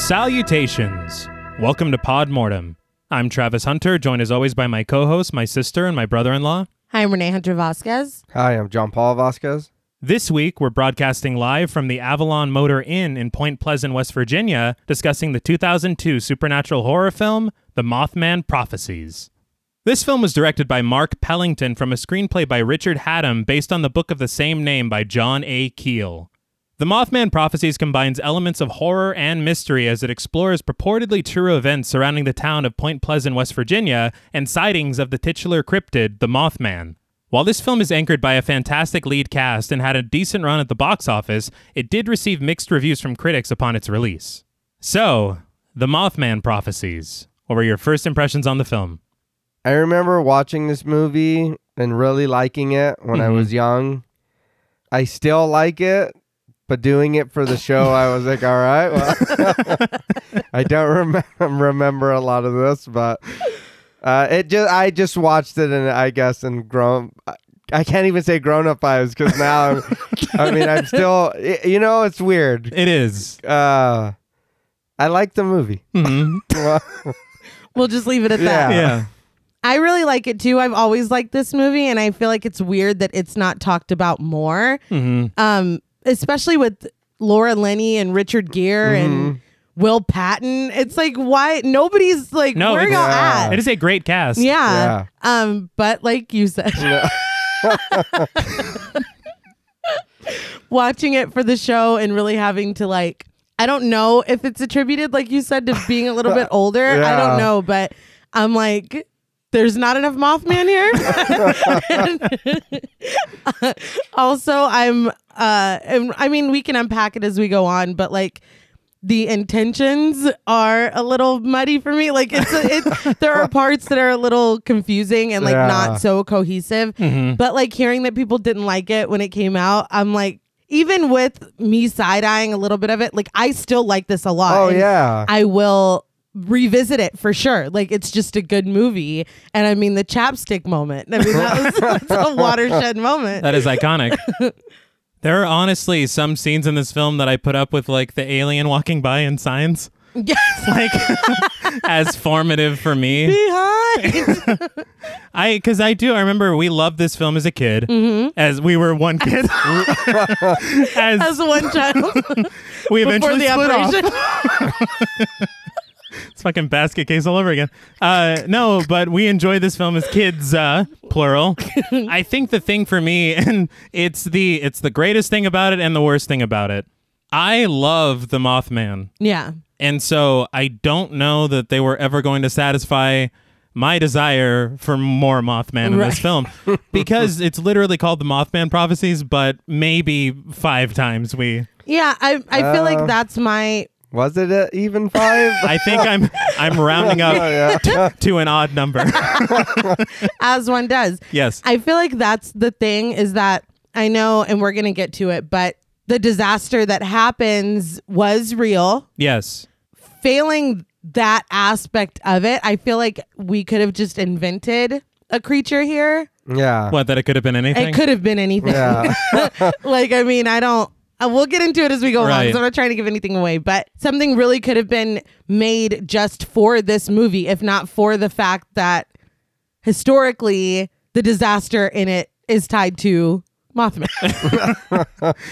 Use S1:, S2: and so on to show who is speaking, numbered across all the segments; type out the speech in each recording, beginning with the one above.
S1: Salutations! Welcome to Podmortem. I'm Travis Hunter, joined as always by my co host, my sister, and my brother in law.
S2: Hi, I'm Renee Hunter Vasquez.
S3: Hi, I'm John Paul Vasquez.
S1: This week, we're broadcasting live from the Avalon Motor Inn in Point Pleasant, West Virginia, discussing the 2002 supernatural horror film, The Mothman Prophecies. This film was directed by Mark Pellington from a screenplay by Richard Haddam based on the book of the same name by John A. Keel. The Mothman Prophecies combines elements of horror and mystery as it explores purportedly true events surrounding the town of Point Pleasant, West Virginia, and sightings of the titular cryptid, the Mothman. While this film is anchored by a fantastic lead cast and had a decent run at the box office, it did receive mixed reviews from critics upon its release. So, The Mothman Prophecies. What were your first impressions on the film?
S3: I remember watching this movie and really liking it when I was young. I still like it, but doing it for the show, I was like, all right. Well, I don't rem- remember a lot of this, but uh, it just I just watched it and I guess and grown. I can't even say grown up eyes because now I'm, I mean I'm still y- you know it's weird.
S1: It is. Mm-hmm.
S3: Uh, I like the movie. Well,
S2: We'll just leave it at that.
S3: Yeah.
S2: I really like it too. I've always liked this movie, and I feel like it's weird that it's not talked about more, um, especially with Laura Lenny and Richard Gere and Will Patton. It's like why nobody's like
S1: No,
S2: where
S1: it's-
S2: y'all
S3: Yeah.
S2: at?
S1: It is a great cast.
S2: Yeah. Um, but like you said. Watching it for the show and really having to like I don't know if it's attributed, like you said, to being a little bit older. I
S3: Yeah.
S2: don't know, but I'm like there's not enough Mothman here. also, I'm uh and I mean we can unpack it as we go on, but like the intentions are a little muddy for me. Like it's, it's there are parts that are a little confusing and like
S3: Yeah. Mm-hmm.
S2: not so cohesive. But like hearing that people didn't like it when it came out, I'm like, even with me side eyeing a little bit of it, like I still like this a lot.
S3: Oh
S2: and
S3: yeah.
S2: I will revisit it for sure. Like it's just a good movie. And I mean the chapstick moment. I mean that was that's a watershed moment.
S1: That is iconic. there are honestly some scenes in this film that I put up with, like the alien walking by in science,
S2: yes.
S1: like as formative for me.
S2: Behind.
S1: I because I do. I remember we loved this film as a kid,
S2: Mm-hmm.
S1: as we were one kid. as,
S2: As one child
S1: we
S2: before
S1: eventually
S2: the
S1: split off.
S2: operation.
S1: It's fucking basket case all over again. Uh, no, but we enjoy this film as kids, uh, plural. I think the thing for me, and it's the it's the greatest thing about it and the worst thing about it. I love the Mothman,
S2: Yeah.
S1: and so I don't know that they were ever going to satisfy my desire for more Mothman in
S2: Right.
S1: this film because it's literally called the Mothman Prophecies, but maybe five times we.
S2: Yeah, I I feel
S1: Uh.
S2: like that's my
S3: Was it uh, even five?
S1: I think I'm I'm rounding up
S3: Oh, yeah.
S1: t- to an odd number.
S2: as one does.
S1: yes.
S2: I feel like that's the thing is that I know and we're going to get to it, but the disaster that happens was real.
S1: Yes.
S2: Failing that aspect of it, I feel like we could have just invented a creature here.
S3: Yeah.
S1: What that it could have been anything.
S2: It could have been anything.
S3: Yeah.
S2: like I mean, I don't. Uh, we'll get into it as we go on.
S1: Right.
S2: So I'm not trying to give anything away, but something really could have been made just for this movie, if not for the fact that historically the disaster in it is tied to Mothman.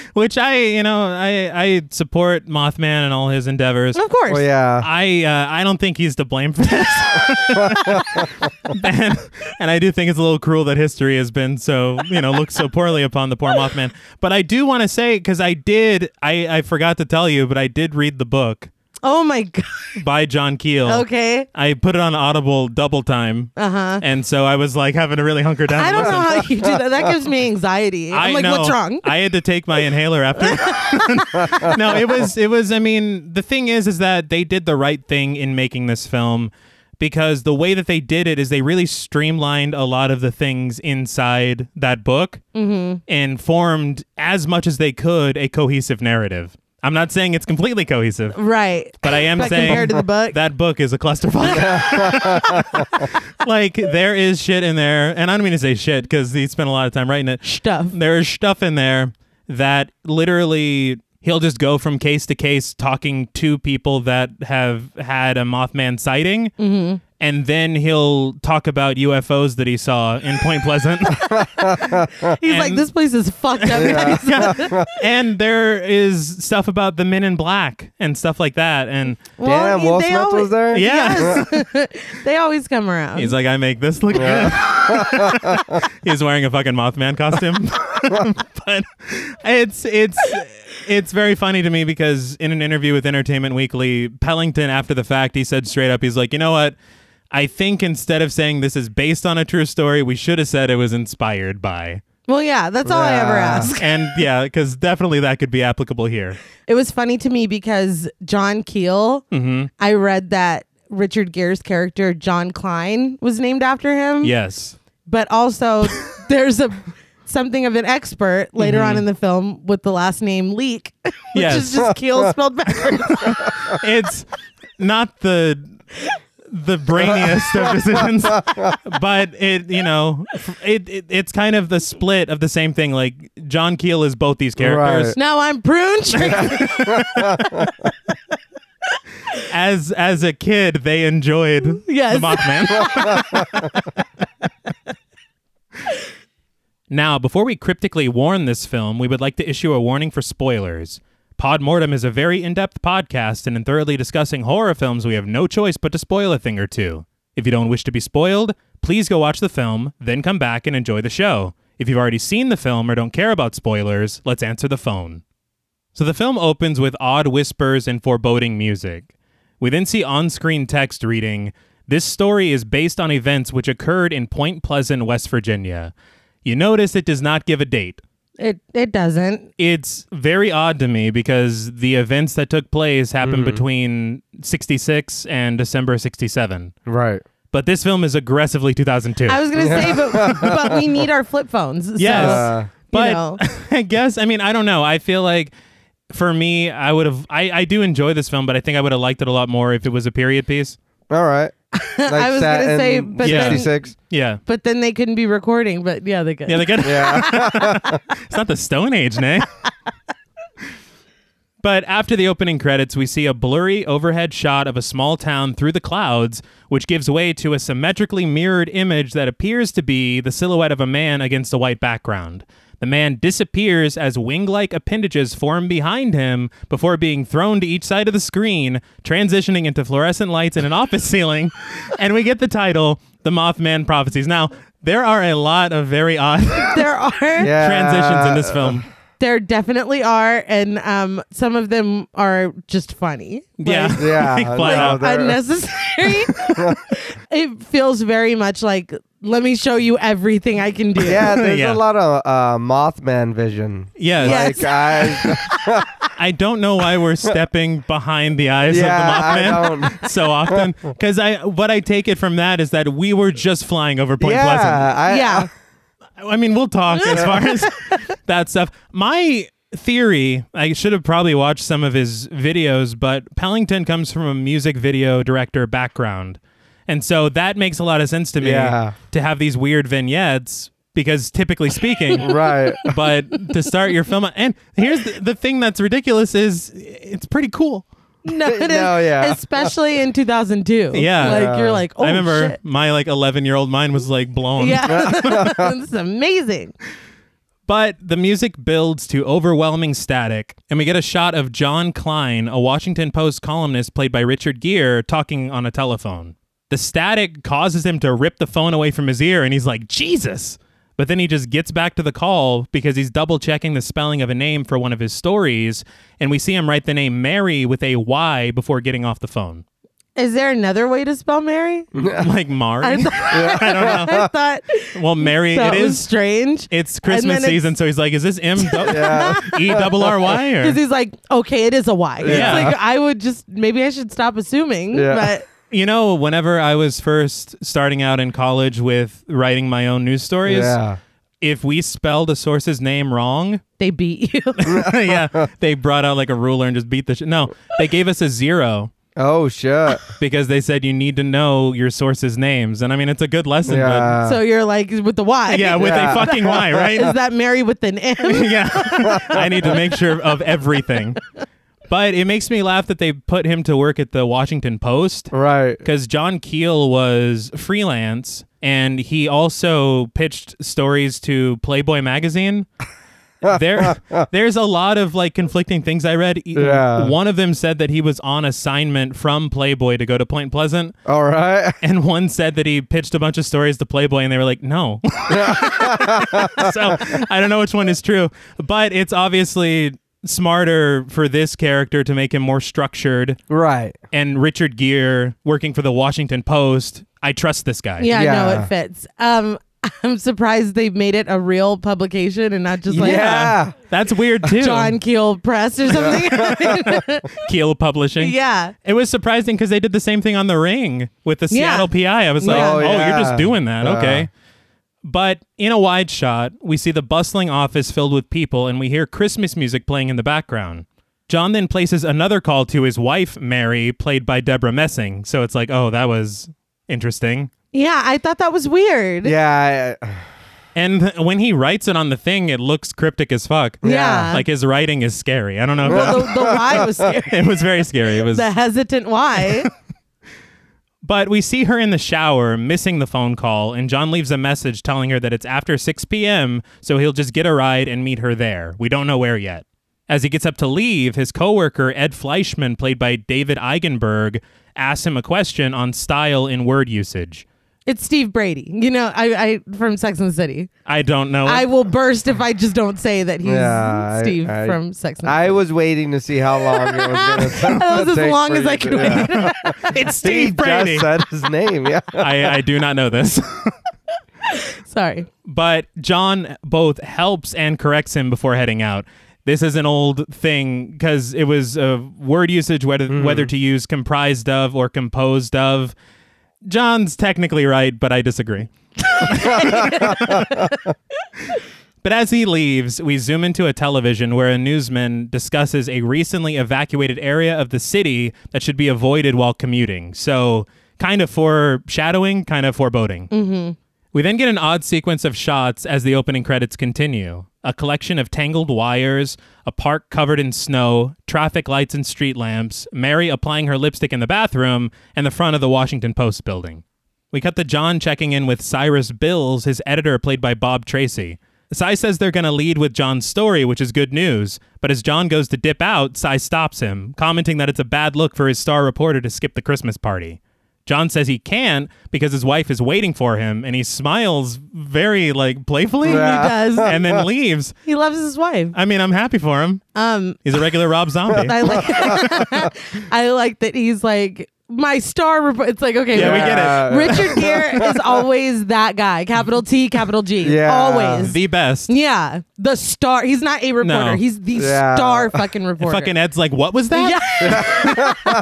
S1: Which I, you know, I I support Mothman and all his endeavors.
S2: of course.
S3: Well, yeah.
S1: I uh, I don't think he's to blame for this. and, and I do think it's a little cruel that history has been so, you know, looked so poorly upon the poor Mothman. But I do want to say cuz I did I I forgot to tell you, but I did read the book
S2: Oh my god.
S1: by John Keel.
S2: Okay.
S1: I put it on Audible double time.
S2: Uh-huh.
S1: And so I was like having to really hunker down.
S2: I
S1: and
S2: don't know
S1: listen.
S2: how you do that. That gives me anxiety. I'm
S1: I
S2: like,
S1: know.
S2: what's wrong?
S1: I had to take my inhaler after. no, it was it was. I mean, the thing is, is that they did the right thing in making this film because the way that they did it is they really streamlined a lot of the things inside that book
S2: Mm-hmm.
S1: and formed as much as they could a cohesive narrative. I'm not saying it's completely cohesive,
S2: Right.
S1: but I am
S2: But
S1: saying
S2: compared to the book?
S1: that book is a clusterfuck. like there is shit in there, and I don't mean to say shit because he spent a lot of time writing it
S2: Stuff.
S1: there is stuff in there that literally he'll just go from case to case talking to people that have had a Mothman sighting. And then he'll talk about UFOs that he saw in Point Pleasant.
S2: He's like,
S1: And-
S2: this place is fucked up. guys."
S1: and there is stuff about the men in black and stuff like that. And
S2: Well,
S3: Damn, Will
S2: they
S3: Smith
S2: always-
S3: was there.
S1: yeah.
S2: They always come around.
S1: He's like, I make this look good. He's wearing a fucking Mothman costume. but it's it's it's very funny to me because in an interview with Entertainment Weekly, Pellington after the fact, he said straight up, he's like, you know what? I think instead of saying this is based on a true story, we should have said it was inspired by.
S2: well, yeah, that's all I ever
S3: Yeah.
S2: ask.
S1: And yeah, because definitely that could be applicable here.
S2: It was funny to me because John Keel,
S1: Mm-hmm.
S2: I read that Richard Gere's character, John Klein, was named after him.
S1: Yes.
S2: But also, there's a something of an expert later on in the film with the last name Leek, which
S1: Mm-hmm. Yes.
S2: is just Keel spelled backwards.
S1: it's not the the brainiest of decisions but it you know it, it it's kind of the split of the same thing like john keel is both these characters
S2: now I'm prune.
S1: as as a kid they enjoyed
S2: Yes.
S1: the mothman Now, before we cryptically warn this film, we would like to issue a warning for spoilers. Podmortem is a very in depth podcast, and in thoroughly discussing horror films, we have no choice but to spoil a thing or two. If you don't wish to be spoiled, please go watch the film, then come back and enjoy the show. If you've already seen the film or don't care about spoilers, let's answer the phone. So the film opens with odd whispers and foreboding music. We then see on screen text reading This story is based on events which occurred in Point Pleasant, West Virginia. You notice it does not give a date.
S2: It it doesn't.
S1: It's very odd to me because the events that took place happened between 66 and December 67.
S3: Right.
S1: But this film is aggressively 2002.
S2: I was gonna say, but but we need our flip phones.
S1: Yes.
S2: So.
S3: Uh,
S1: but
S2: know.
S1: I guess I mean I don't know. I feel like for me, I would have I, I do enjoy this film, but I think I would have liked it a lot more if it was a period piece.
S3: all right. Like
S2: I was gonna
S3: satin
S2: say, but
S1: Yeah.
S2: then
S3: 66.
S1: Yeah.
S2: but then they couldn't be recording. But yeah, they could.
S1: Yeah, they get
S3: Yeah.
S1: It's not the Stone Age, nay. but after the opening credits, we see a blurry overhead shot of a small town through the clouds, which gives way to a symmetrically mirrored image that appears to be the silhouette of a man against a white background. The man disappears as wing like appendages form behind him before being thrown to each side of the screen, transitioning into fluorescent lights in an office ceiling. And we get the title, The Mothman Prophecies. Now, there are a lot of very odd
S2: there are.
S3: Yeah.
S1: transitions in
S3: Uh,
S1: this film.
S2: There definitely are, and um, some of them are just funny.
S1: Yeah.
S2: Like,
S3: Yeah.
S1: Like, flat
S3: no,
S1: out.
S3: they're-
S2: unnecessary. it feels very much like let me show you everything I can do.
S3: Yeah, there's
S1: Yeah.
S3: a lot of uh, Mothman vision.
S1: Yes.
S2: Yeah.
S3: Like I,
S1: I don't know why we're stepping behind the eyes
S3: yeah, I
S1: of
S3: don't.
S1: the Mothman so often. Because I what I take it from that is that we were just flying over Point
S3: yeah, I, uh,
S2: yeah.
S1: Pleasant. I mean, we'll talk as far as that stuff. My theory, I should have probably watched some of his videos, but Pellington comes from a music video director background. And so that makes a lot of sense to me
S3: Yeah.
S1: to have these weird vignettes because typically speaking,
S3: right.
S1: but to start your film and here's the, the thing that's ridiculous is it's pretty cool
S2: no, it is.
S3: No, yeah.
S2: especially in 2002.
S1: Yeah.
S2: like
S1: Yeah.
S2: you're like, oh,
S1: i remember
S2: shit.
S1: my like 11 year old mind was like blown
S2: Yeah, it's amazing.
S1: but the music builds to overwhelming static and we get a shot of john klein a washington post columnist played by richard gere talking on a telephone the static causes him to rip the phone away from his ear and he's like jesus but then he just gets back to the call because he's double checking the spelling of a name for one of his stories and we see him write the name mary with a y before getting off the phone
S2: Is there another way to spell Mary?
S1: like Mars.
S2: I thought, I thought
S1: well, Mary,
S2: that
S1: it
S2: was
S1: is.
S2: strange.
S1: It's Christmas
S2: it's-
S1: season, so he's like, "Is this M E double R Y
S2: Because
S1: or?"
S2: he's like, okay, it is a Y.
S1: Yeah.
S2: It's like I would just maybe I should stop assuming,
S3: Yeah.
S2: but
S1: You know, whenever I was first starting out in college with writing my own news stories,
S3: Yeah.
S1: if we spelled a source's name wrong,
S2: they beat you.
S1: yeah, they brought out like a ruler and just beat the shit. No, they gave us a zero.
S3: Oh shit.
S1: because they said you need to know your sources' names. And I mean, it's a good lesson, yeah.
S3: Yeah.
S2: so you're like with the Y.
S1: but yeah, with
S3: Yeah.
S1: a fucking Y, right?
S2: Is that Mary with an M?
S1: yeah. I need to make sure of everything. But it makes me laugh that they put him to work at the Washington Post
S3: right.
S1: because John Keel was freelance and he also pitched stories to Playboy magazine. there, there's a lot of like conflicting things I read. E-
S3: Yeah.
S1: One of them said that he was on assignment from Playboy to go to Point Pleasant,
S3: All right.
S1: and one said that he pitched a bunch of stories to Playboy, and they were like, "No." so I don't know which one is true, but it's obviously smarter for this character to make him more structured
S3: Right.
S1: and Richard Gere working for the Washington Post. I trust this guy.
S2: Yeah, no,
S3: Yeah.
S2: it fits. Um, I'm surprised they made it a real publication and not just like
S3: Yeah.
S1: That's weird too.
S2: John Keel Press or something. Yeah.
S1: Keel Publishing. It was surprising because they did the same thing on The Ring with the
S2: Yeah.
S1: Seattle PI. I was like,
S2: Yeah.
S1: oh,
S2: Oh,
S1: you're
S3: yeah. Uh.
S1: just doing that.
S3: Yeah.
S1: Okay. But in a wide shot, we see the bustling office filled with people and we hear Christmas music playing in the background. John then places another call to his wife, Mary, played by Deborah Messing. So it's like, oh, that was interesting.
S2: Yeah, I thought that was weird.
S3: Yeah. I-
S1: And th- when he writes it on the thing, it looks cryptic as fuck.
S2: Yeah.
S1: Like his writing is scary. I don't know if
S2: Well, the, the Y was scary.
S1: that- it was very scary. It was
S2: The hesitant Y.
S1: But we see her in the shower, missing the phone call, and John leaves a message telling her that it's after 6 p.m., so he'll just get a ride and meet her there. We don't know where yet. As he gets up to leave, his coworker, Ed Fleischman, played by David Eigenberg, asks him a question on style in word usage.
S2: It's Steve Brady. You know, I, I from Sex and the City.
S1: I don't know.
S2: I will burst if I just don't say that he's
S3: Yeah, I-
S2: Steve
S3: I-
S2: from Sex and the
S3: I was waiting to see how long it was going to
S2: That was as long as I could
S3: wait.
S1: it's
S3: Steve
S1: Steve Brady.
S3: just said his name. Yeah.
S1: I, I do not know this.
S2: City. Sorry.
S1: but John both helps and corrects him before heading out. This is an old thing because it was uh, word usage, whether whether to use comprised of or composed of. John's technically right, but I disagree. but as he leaves, we zoom into a television where a newsman discusses a recently evacuated area of the city that should be avoided while commuting. So, kind of foreshadowing, kind of foreboding. We then get an odd sequence of shots as the opening credits continue. A collection of tangled wires, a park covered in snow, traffic lights and street lamps, Mary applying her lipstick in the bathroom, and the front of the Washington Post building. We cut to John checking in with Cyrus Bills, his editor, played by Bob Tracy. Cy says they're going to lead with John's story, which is good news, but as John goes to dip out, Cy stops him, commenting that it's a bad look for his star reporter to skip the Christmas party. John says he can't because his wife is waiting for him, and he smiles very like playfully
S2: He does.
S1: and then leaves.
S2: He loves his wife.
S1: I mean, I'm happy for him.
S2: Um,
S1: He's a regular Rob Zombie.
S2: I like I like that he's like my star report. It's like okay,
S1: Yeah, we get it.
S2: Richard Gere is always that guy. Capital T, capital G.
S3: Yeah.
S2: Always.
S1: the best.
S2: yeah. The star. He's not a reporter.
S1: No.
S2: He's the
S3: Yeah.
S2: star fucking reporter.
S1: Fucking Ed's like, what was that?
S2: yeah.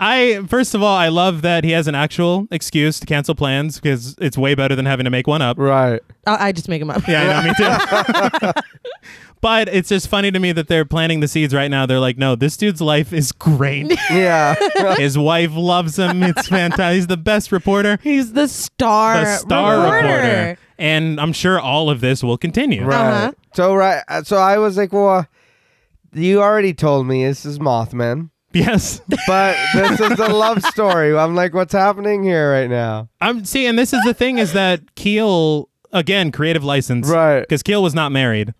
S1: I first of all, I love that he has an actual excuse to cancel plans because it's way better than having to make one up.
S3: Right.
S2: I, I just make him up.
S1: Yeah, I know, me too. but it's just funny to me that they're planting the seeds right now. They're like, no, this dude's life is great.
S3: Yeah.
S2: Uh-huh.
S1: His wife loves him. It's fantastic. He's the best reporter.
S2: He's the star.
S1: The star
S2: reporter.
S1: reporter. And I'm sure all of this will continue.
S3: Right.
S2: Uh-huh.
S3: So right. uh, So I was like, well, you already told me this is Mothman,
S1: Yes.
S3: but this is a love story. I'm like, what's happening here right now?
S1: I'm see, and this is the thing is that Keel again, creative license.
S3: Right.
S1: Because Keel was not married.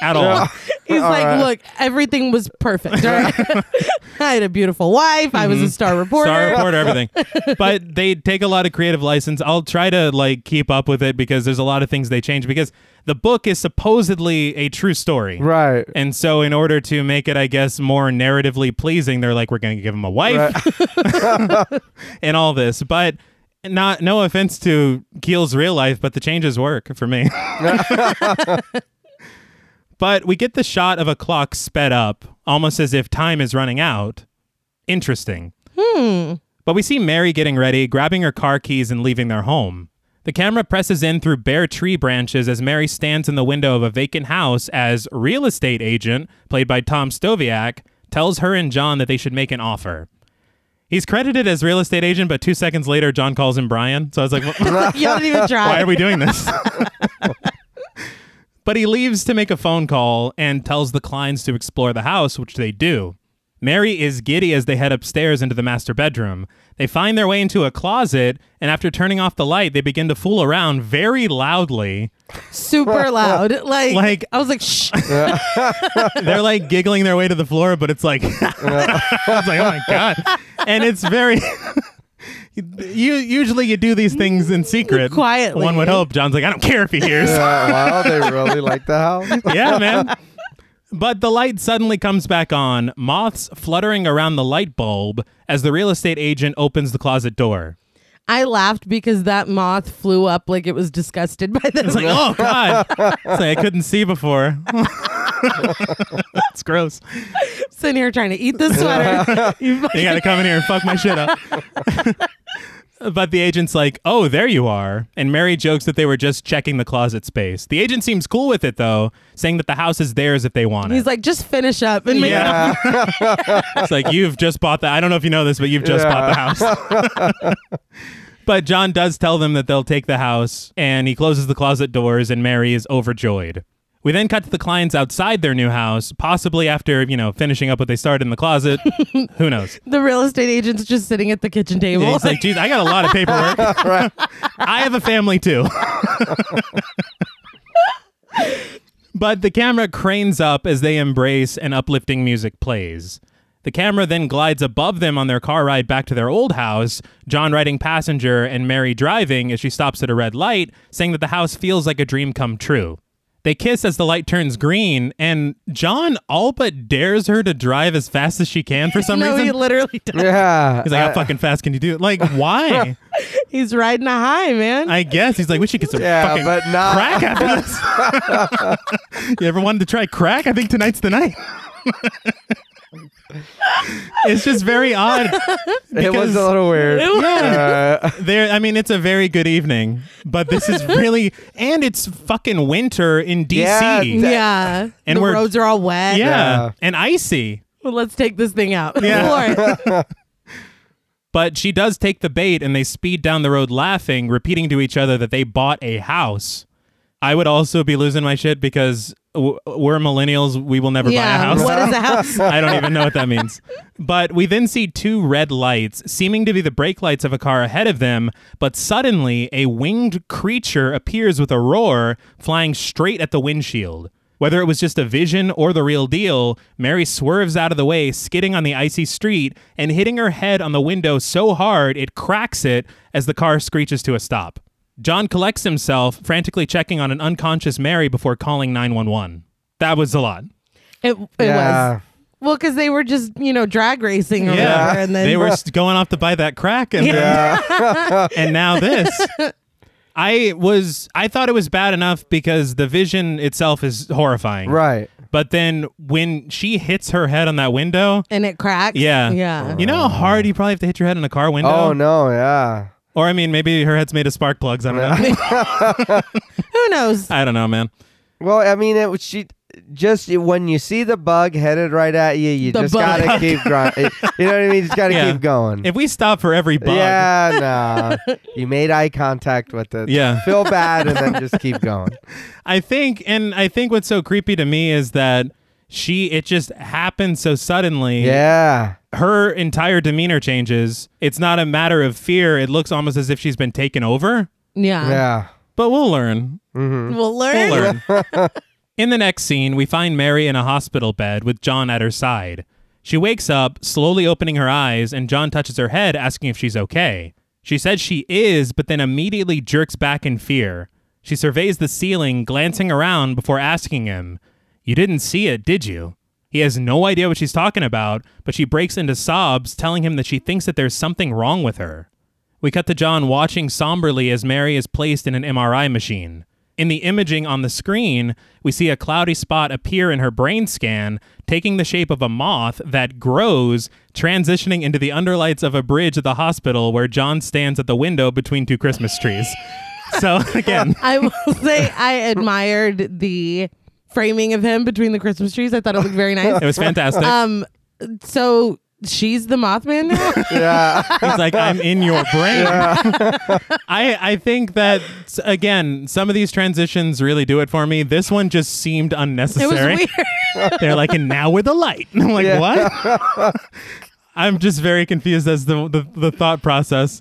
S1: At all.
S2: He's
S3: All
S2: like,
S3: right.
S2: look, everything was perfect. all right? I had a beautiful wife. I was a star reporter.
S1: Mm-hmm. Star reporter, everything. but they take a lot of creative license. I'll try to like keep up with it because there's a lot of things they change because the book is supposedly a true story.
S3: Right. Uh,
S1: And so in order to make it, I guess, more narratively pleasing, they're like, we're gonna give him a wife and all this. But not no offense to Keel's real life, but the changes work for me. but we get the shot of a clock sped up, almost as if time is running out. Interesting. But we see Mary getting ready, grabbing her car keys, and leaving their home. The camera presses in through bare tree branches as Mary stands in the window of a vacant house as real estate agent, played by Tom Stoviak, tells her and John that they should make an offer. He's credited as real estate agent, but two seconds later, John calls him Brian. So I was like, "Wha-
S2: you don't even
S1: why
S2: try.
S1: are we doing this? but he leaves to make a phone call and tells the Kleins to explore the house, which they do. Mary is giddy as they head upstairs into the master bedroom. They find their way into a closet, and after turning off the light, they begin to fool around very loudly.
S2: Super loud. Like,
S1: Like-
S2: I was like, shh.
S1: They're like giggling their way to the floor, but it's like, it's like, oh my god, and it's very. you usually you do these things in secret.
S2: Quietly.
S1: one would hope. John's like, I don't care if he hears.
S3: Uh, wow, they really like the house.
S1: yeah, man. But the light suddenly comes back on, moths fluttering around the light bulb as the real estate agent opens the closet door.
S2: I laughed because that moth flew up like it was disgusted by this.
S1: It's like, oh god, it's like I couldn't see before. That's gross.
S2: sitting here trying to eat this sweater. You
S1: You
S2: fucking-
S1: gotta come in here and fuck my shit up. but the agent's like, oh, there you are. And Mary jokes that they were just checking the closet space. The agent seems cool with it though, saying that the house is theirs if they want it.
S2: He's like, just finish up and make
S1: Yeah. it's like you've just bought the I don't know if you know this, but you've just bought the house. but John does tell them that they'll take the house, and he closes the closet doors, and Mary is overjoyed. We then cut to the clients outside their new house, possibly after, you know, finishing up what they started in the closet. Who knows?
S2: the real estate agent's just sitting at the kitchen
S1: And
S2: table.
S1: he's like, geez, I got a lot of paperwork. I have a family too. but the camera cranes up as they embrace and uplifting music plays. The camera then glides above them on their car ride back to their old house, John riding passenger and Mary driving as she stops at a red light, saying that the house feels like a dream come true. They kiss as the light turns green, and John all but dares her to drive as fast as she can for some
S2: no,
S1: reason.
S2: he literally does.
S3: Yeah.
S1: He's like, how fucking fast can you do it? Like, why?
S2: He's riding a high, man.
S1: I guess he's like, we should get some
S3: Yeah,
S1: fucking
S3: but not-
S1: crack after this. you ever wanted to try crack? I think tonight's the night. it's just very odd.
S3: it was
S1: because-
S3: a little weird. Uh,
S1: There, I mean, it's a very good evening, but this is really, and it's fucking winter in DC.
S3: Yeah,
S1: Yeah,
S3: that-
S2: yeah.
S1: And
S2: the
S1: we're-
S2: roads are all wet.
S3: Yeah.
S1: and icy.
S2: Well, let's take this thing out.
S1: Yeah.
S2: Lord.
S1: But she does take the bait and they speed down the road laughing, repeating to each other that they bought a house. I would also be losing my shit because w- we're millennials. We will never buy a
S2: yeah.
S1: house.
S2: What is a house?
S1: I don't even know what that means. But we then see two red lights, seeming to be the brake lights of a car ahead of them. But suddenly, a winged creature appears with a roar, flying straight at the windshield. Whether it was just a vision or the real deal, Mary swerves out of the way, skidding on the icy street and hitting her head on the window so hard it cracks it as the car screeches to a stop. John collects himself, frantically checking on an unconscious Mary before calling 911. That was a lot.
S2: It, it
S3: yeah.
S2: was. Well, because they were just, you know, drag racing or
S1: Yeah.
S2: whatever. And then
S1: they were s- going off to buy that crack and then- and now this. I was I thought it was bad enough because the vision itself is horrifying.
S3: Right.
S1: But then when she hits her head on that window,
S2: and it cracked.
S1: yeah.
S2: Yeah.
S1: You know how hard you probably have to hit your head on a car window?
S3: Oh no. Yeah.
S1: Or I mean maybe her head's made of spark plugs, I don't know.
S2: Who knows?
S1: I don't know, man.
S3: Well, I mean, it was she just when you see the bug headed right at you, you
S2: The
S3: just
S2: bug.
S3: gotta keep grinding. You know what I mean? You just gotta
S1: Yeah.
S3: keep going.
S1: If we stop for every bug,
S3: Yeah, no. you made eye contact with it.
S1: Yeah.
S3: Feel bad and then just keep going.
S1: I think, and I think what's so creepy to me is that she, it just happened so suddenly.
S3: Yeah.
S1: her entire demeanor changes. It's not a matter of fear. It looks almost as if she's been taken over,
S2: Yeah.
S3: Yeah.
S1: but we'll learn.
S2: We'll learn.
S1: We'll learn. in the next scene, we find Mary in a hospital bed with John at her side. She wakes up, slowly opening her eyes, and John touches her head, asking if she's okay. She says she is, but then immediately jerks back in fear. She surveys the ceiling, glancing around before asking him, You didn't see it, did you? He has no idea what she's talking about, but she breaks into sobs, telling him that she thinks that there's something wrong with her. We cut to John watching somberly as Mary is placed in an MRI machine. In the imaging on the screen, we see a cloudy spot appear in her brain scan, taking the shape of a moth that grows, transitioning into the underlights of a bridge at the hospital where John stands at the window between two Christmas trees. So, again,
S2: I will say I admired the framing of him between the Christmas trees. I thought it looked very nice.
S1: it was fantastic.
S2: Um, so she's the Mothman now.
S3: yeah.
S1: He's like, I'm in your brain. I I think that again, some of these transitions really do it for me. This one just seemed
S2: it was
S1: unnecessary.
S2: weird.
S1: They're like, and now we're the light. I'm like,
S3: Yeah.
S1: what? I'm just very confused as the the, the thought process.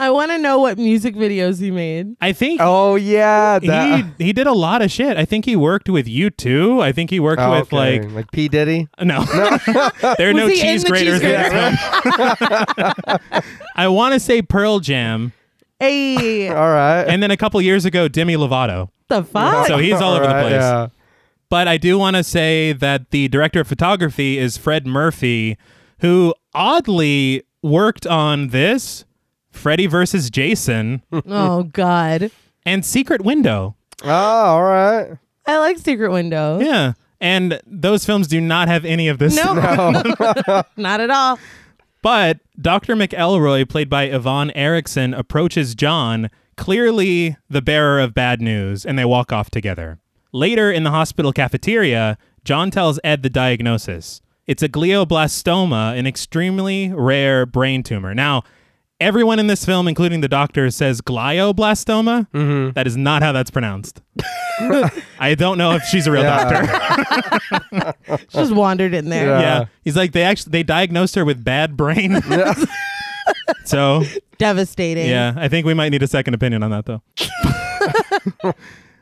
S2: I want to know what music videos he made.
S1: I think
S3: Oh yeah. That.
S1: he he did a lot of shit. I think he worked with you too. I think he worked
S3: Oh,
S1: with
S3: okay.
S1: like
S3: like P Diddy.
S1: no, there are
S2: Was
S1: no
S2: he in
S1: cheese
S2: the
S1: graters
S2: cheese
S1: in this film. I want to say Pearl Jam,
S2: Hey,
S3: All right.
S1: and then a couple years ago, Demi Lovato.
S2: the fuck?
S1: So he's all over the
S3: Alright,
S1: place.
S3: Yeah.
S1: But I do want to say that the director of photography is Fred Murphy, who oddly worked on this, Freddy versus Jason,
S2: oh god,
S1: and Secret Window.
S3: Oh, all right.
S2: I like Secret Window.
S1: Yeah. And those films do not have any of this.
S2: No, not at all.
S1: But Dr. McElroy, played by Yvonne Erickson, approaches John, clearly the bearer of bad news, and they walk off together. Later in the hospital cafeteria, John tells Ed the diagnosis it's a glioblastoma, an extremely rare brain tumor. Now, everyone in this film, including the doctor, says glioblastoma. That is not how that's pronounced. I don't know if she's a real
S3: Yeah.
S1: doctor.
S2: Just wandered in there.
S3: Yeah.
S1: Yeah. He's like, they actually they diagnosed her with bad brain. so
S2: Devastating.
S1: yeah, I think we might need a second opinion on that though.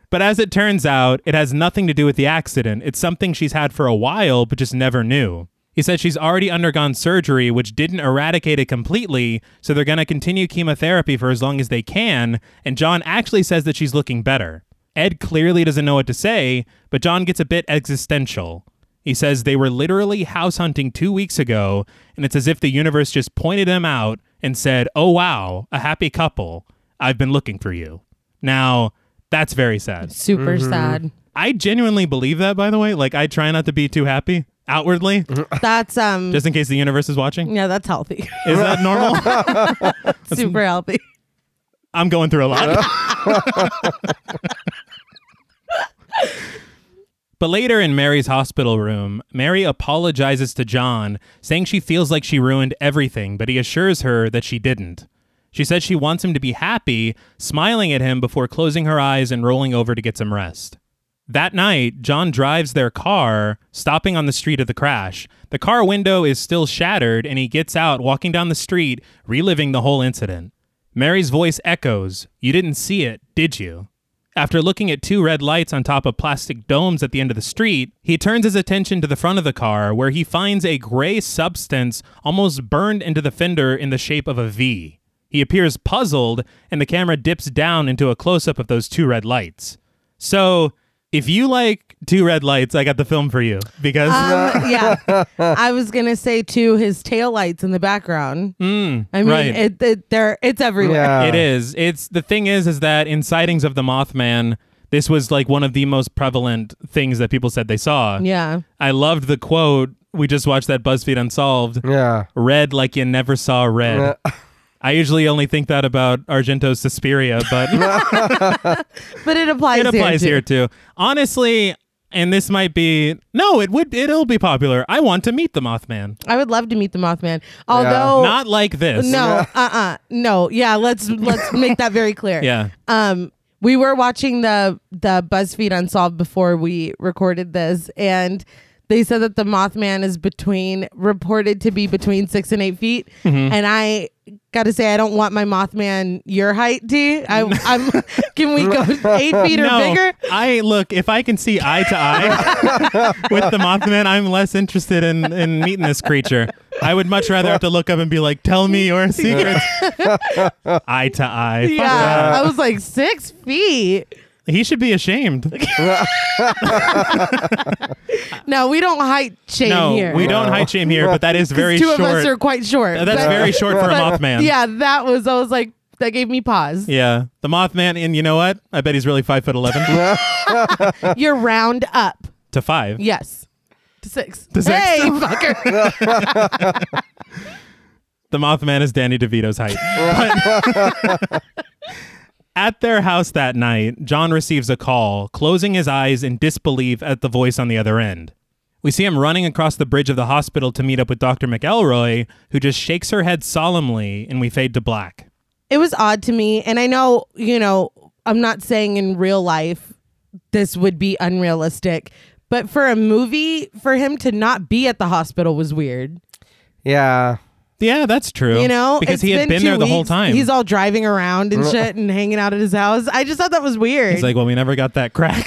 S1: but as it turns out, it has nothing to do with the accident. It's something she's had for a while, but just never knew. He said she's already undergone surgery, which didn't eradicate it completely, so they're going to continue chemotherapy for as long as they can. And John actually says that she's looking better. Ed clearly doesn't know what to say, but John gets a bit existential. He says they were literally house hunting two weeks ago, and it's as if the universe just pointed them out and said, Oh, wow, a happy couple. I've been looking for you. Now, that's very sad.
S2: Super
S1: Mm-hmm.
S2: sad.
S1: I genuinely believe that, by the way. Like, I try not to be too happy outwardly,
S2: That's um.
S1: just in case the universe is watching.
S2: yeah, that's healthy.
S1: Is that normal?
S2: Super healthy.
S1: I'm going through a lot. but later in Mary's hospital room, Mary apologizes to John, saying she feels like she ruined everything, but he assures her that she didn't. She says she wants him to be happy, smiling at him before closing her eyes and rolling over to get some rest. That night, John drives their car, stopping on the street of the crash. The car window is still shattered, and he gets out, walking down the street, reliving the whole incident. Mary's voice echoes, You didn't see it, did you? After looking at two red lights on top of plastic domes at the end of the street, he turns his attention to the front of the car, where he finds a gray substance almost burned into the fender in the shape of a V. He appears puzzled, and the camera dips down into a close up of those two red lights. So, if you like two red lights, I got the film for you because
S2: Um, yeah, I was gonna say too. His tail lights in the background. I mean,
S1: Mm, right.
S2: it, it there it's everywhere.
S3: Yeah.
S1: it is. It's the thing is, is that in sightings of the Mothman, this was like one of the most prevalent things that people said they saw.
S2: Yeah.
S1: I loved the quote. We just watched that BuzzFeed Unsolved.
S3: Yeah.
S1: Red like you never saw red. I usually only think that about Argento's Suspiria, but
S2: but it applies.
S1: it applies
S2: too.
S1: here too. Honestly, and this might be no, it would it'll be popular. I want to meet the Mothman.
S2: I would love to meet the Mothman. Although
S1: Not like this.
S2: Oh. no, uh uh No. Yeah, let's let's make that very clear.
S1: Yeah.
S2: Um we were watching the the BuzzFeed Unsolved before we recorded this and they said that the Mothman is between reported to be between six and eight feet.
S1: Mm-hmm.
S2: And I gotta say I don't want my Mothman your height, D. I I'm can we go eight feet or
S1: no,
S2: bigger?
S1: I look if I can see eye to eye with the Mothman, I'm less interested in in meeting this creature. I would much rather have to look up and be like, "Tell me your secrets." eye to eye. Fuck
S2: Yeah. I was like six feet.
S1: that. he should be ashamed.
S2: No, we don't height shame
S1: no,
S2: here.
S1: we don't hide shame here, but that is very
S2: two
S1: short.
S2: of us are quite short.
S1: That's
S2: but-
S1: very short for a
S2: but-
S1: Mothman.
S2: Yeah, that was. I was like, that gave me pause.
S1: Yeah, the Mothman, and you know what? I bet he's really five foot eleven
S2: You're round up.
S1: to five.
S2: Yes. To six.
S1: To six.
S2: Hey, fucker.
S1: The Mothman is Danny DeVito's height. But- at their house that night, John receives a call, closing his eyes in disbelief at the voice on the other end. We see him running across the bridge of the hospital to meet up with Dr. McElroy, who just shakes her head solemnly, and we fade to black.
S2: it was odd to me and i know you know i'm not saying in real life this would be unrealistic but for a movie for him to not be at the hospital was weird
S3: Yeah.
S1: Yeah, that's true.
S2: you know
S1: because
S2: It's
S1: he had been,
S2: two
S1: there the whole
S2: weeks.
S1: time.
S2: he's all driving around and shit and hanging out at his house i just thought that was weird
S1: He's like, well, we never got that crack.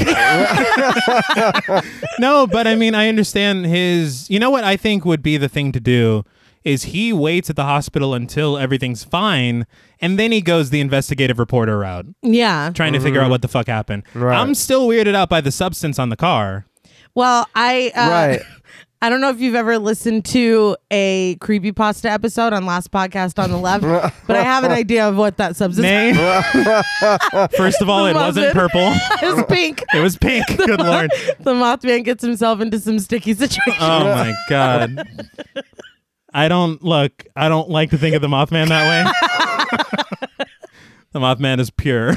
S1: no, but I mean, I understand his. You know what I think would be the thing to do is he waits at the hospital until everything's fine, and then he goes the investigative reporter route,
S2: yeah
S1: trying to figure out what the fuck happened.
S3: Right.
S1: I'm still weirded out by the substance on the car.
S2: well i uh,
S3: Right.
S2: I don't know if you've ever listened to a creepypasta episode on Last Podcast on the Left, but I have an idea of what that substance
S1: Nay. First of all, it wasn't
S2: Muffin.
S1: purple.
S2: is. Pink.
S1: It was pink. Good lord.
S2: the Mothman gets himself into some sticky situation.
S1: Oh my god. I don't look. I don't like to think of the Mothman that way. the Mothman is pure.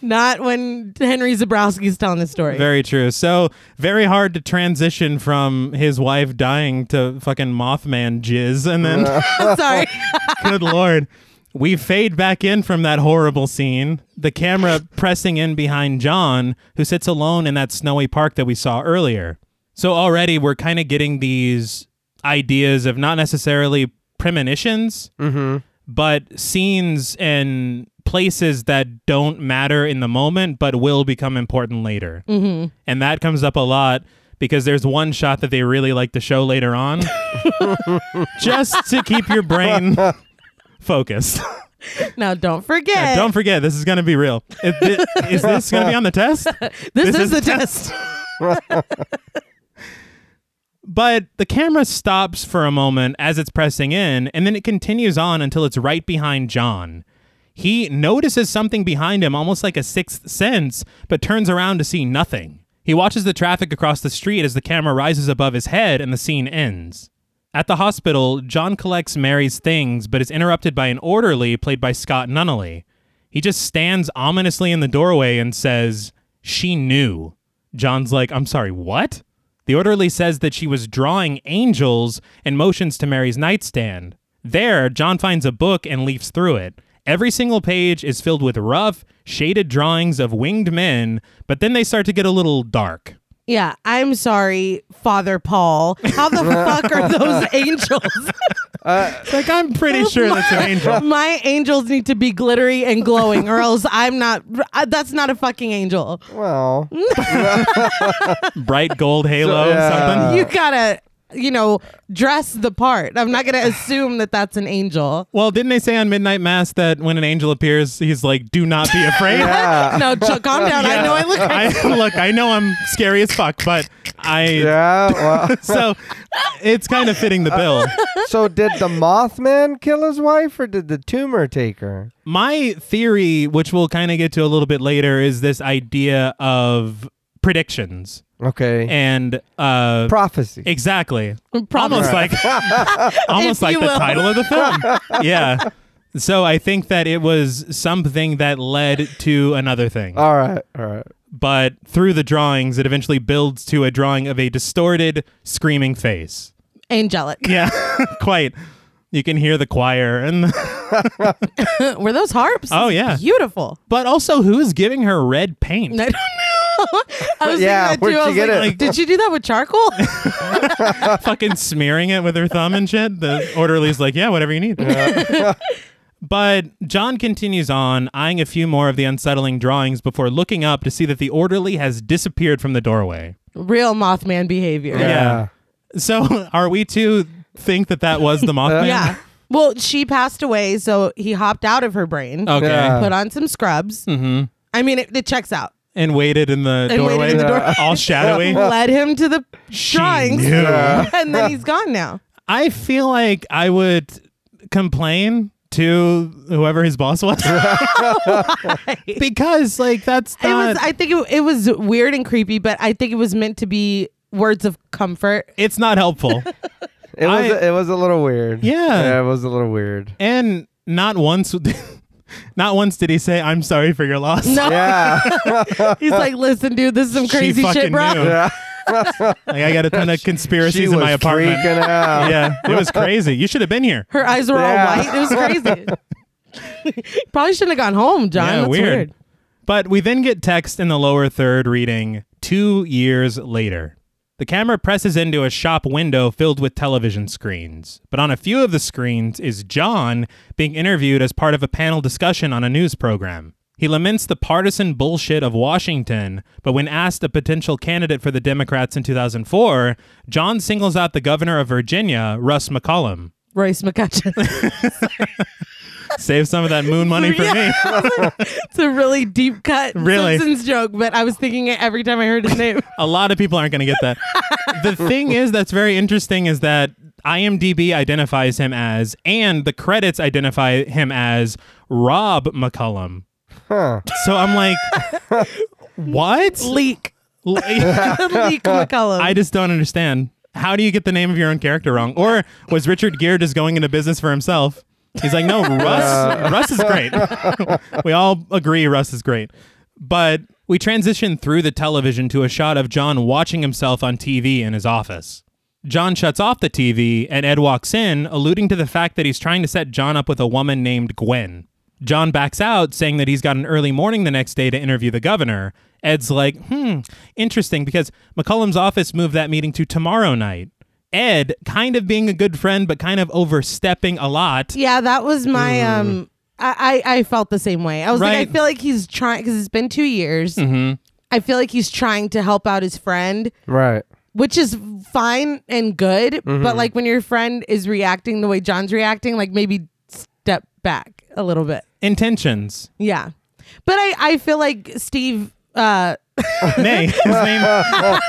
S2: Not when Henry Zabrowski's telling the story.
S1: Very true. So very hard to transition from his wife dying to fucking Mothman jizz, and then
S2: I'm sorry.
S1: good lord. We fade back in from that horrible scene, the camera pressing in behind John, who sits alone in that snowy park that we saw earlier. So already we're kind of getting these ideas of not necessarily premonitions, but scenes and places that don't matter in the moment but will become important later. Mm-hmm. And that comes up a lot because there's one shot that they really like to show later on just to keep your brain focused.
S2: now don't forget.
S1: Yeah, don't forget, this is going to be real. Is thi- is this going to be on the test? this
S2: this, is,
S1: is
S2: the test.
S1: But the camera stops for a moment as it's pressing in, and then it continues on until it's right behind John. He notices something behind him, almost like a sixth sense, but turns around to see nothing. He watches the traffic across the street as the camera rises above his head and the scene ends. At the hospital, John collects Mary's things, but is interrupted by an orderly played by Scott Nunnally. He just stands ominously in the doorway and says, She knew. John's like, I'm sorry, what? The orderly says that she was drawing angels and motions to Mary's nightstand. There, John finds a book and leafs through it. Every single page is filled with rough, shaded drawings of winged men, but then they start to get a little dark.
S2: Yeah, I'm sorry, Father Paul. How the fuck are those angels?
S1: It's like, I'm pretty sure that's an angel.
S2: My angels need to be glittery and glowing, or else I'm not. I- that's not a fucking angel.
S3: Well,
S1: Bright gold halo
S3: So, yeah.
S1: or something.
S2: you gotta, you know, dress the part. I'm not gonna assume that that's an angel.
S1: Well, didn't they say on Midnight Mass that when an angel appears, he's like, do not be afraid? Ah.
S3: yeah.
S2: No, Chuck, calm down. I know I look.
S1: I, look, I know I'm scary as fuck, but I.
S3: Yeah. Well,
S1: So it's kind of fitting the
S3: Uh,
S1: bill.
S3: so did the Mothman kill his wife, or did the tumor take her?
S1: My theory, which we'll kind of get to a little bit later, is this idea of predictions
S3: Okay.
S1: and uh,
S3: Prophecy.
S1: exactly,
S2: Probably.
S1: almost like almost
S2: If
S1: like
S2: you
S1: the
S2: will.
S1: title of the film. yeah. So I think that it was something that led to another thing,
S2: Uh,
S3: all right. All right.
S1: but through the drawings, it eventually builds to a drawing of a distorted, screaming face.
S2: angelic.
S1: Yeah, quite. You can hear the choir and.
S2: Were those harps?
S1: Oh, yeah.
S2: beautiful.
S1: But also, who is giving her red paint?
S2: I don't know. I was
S3: Yeah,
S2: thinking that
S3: where'd
S2: too. I
S3: you
S2: was
S3: get
S2: like,
S1: it?
S2: did you do that with charcoal?
S1: fucking smearing it with her thumb and shit. The orderly's like, yeah, whatever you need. but John continues on, eyeing a few more of the unsettling drawings before looking up to see that the orderly has disappeared from the doorway.
S2: Real Mothman behavior.
S1: Yeah. So are we to think that that was the Mothman?
S2: Yeah. Well, she passed away, so he hopped out of her brain,
S1: Okay.
S3: Yeah.
S2: put on some scrubs. Mm-hmm. I mean, it, it checks out.
S1: And waited in the
S2: And
S1: doorway,
S2: waited in the doorway.
S1: all shadowy.
S2: Led him to the
S1: She
S2: drawings,
S1: knew.
S2: and then he's gone now.
S1: I feel like I would complain to whoever his boss was. because like that's
S2: It
S1: not
S2: was. I think it, it was weird and creepy, but I think it was meant to be words of comfort.
S1: it's not helpful.
S3: It was.
S1: I-
S3: it was a little weird.
S1: Yeah.
S3: It was a little weird.
S1: and not once Not once did he say, I'm sorry for your loss.
S2: No,
S3: Yeah.
S2: he's like, listen, dude, this is some
S1: She
S2: crazy
S1: fucking
S2: shit, bro.
S1: knew.
S3: yeah.
S1: Like, I got a ton of
S3: She
S1: conspiracies
S3: was
S1: in my apartment.
S3: freaking out.
S1: Yeah, it was crazy. You should have been here.
S2: Her eyes were
S3: Yeah.
S2: all white. It was crazy. Probably shouldn't have gone home, John.
S1: Yeah,
S2: That's
S1: weird.
S2: weird.
S1: But we then get text in the lower third reading two years later. The camera presses into a shop window filled with television screens. But on a few of the screens is John being interviewed as part of a panel discussion on a news program. He laments the partisan bullshit of Washington, but when asked a potential candidate for the Democrats in 2004, John singles out the governor of Virginia, Russ McCollum.
S2: Royce McCutcheon.
S1: Save some of that moon money for me.
S2: it's a really deep cut
S1: Really?
S2: Simpsons joke, but I was thinking it every time I heard his name.
S1: A lot of people aren't going to get that. the thing is, that's very interesting, is that IMDb identifies him as, and the credits identify him as Rob McCullum.
S3: Huh.
S1: So I'm like, what?
S2: Leak.
S1: L-
S2: Leak McCullum.
S1: I just don't understand. How do you get the name of your own character wrong? Or was Richard Gere just going into business for himself? He's like, no, Russ, Russ is great. we all agree Russ is great. But we transition through the television to a shot of John watching himself on TV in his office. John shuts off the TV and Ed walks in, alluding to the fact that he's trying to set John up with a woman named Gwen. John backs out, saying that he's got an early morning the next day to interview the governor. Ed's like, hmm, interesting, because McCollum's office moved that meeting to tomorrow night. Ed, kind of being a good friend, but kind of overstepping a lot.
S2: yeah, that was my um. I, I I felt the same way. I was
S1: Mm.
S2: like,
S1: Right. Mm-hmm.
S2: I feel like he's trying because it's been two years. I feel like he's trying to help out his friend,
S3: Right.
S2: which is fine and good.
S1: Mm-hmm.
S2: But like when your friend is reacting the way John's reacting, like maybe step back a little bit.
S1: Intentions.
S2: Yeah. But I, I feel like Steve, uh,
S1: Nay, his name,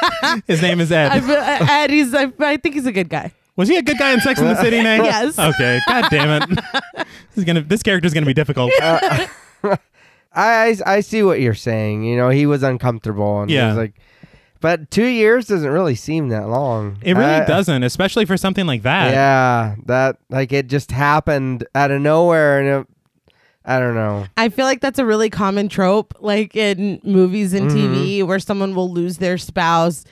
S1: his name is
S2: I
S1: Ed.
S2: feel, uh, Ed, he's, I, I think he's a good guy.
S1: Was he a good guy in Sex in the City, Nay?
S2: Yes.
S1: Okay. God damn it. This is gonna. This character's gonna be difficult.
S3: I, I I see what you're saying. You know, he was uncomfortable and he
S1: Yeah.
S3: was like but two years doesn't really seem that long.
S1: It really
S3: I-
S1: doesn't, especially for something like that.
S3: Uh, Yeah. That like it just happened out of nowhere and it, I don't know.
S2: I feel like that's a really common trope, like in movies and
S3: Mm-hmm.
S2: TV, where someone will lose their spouse.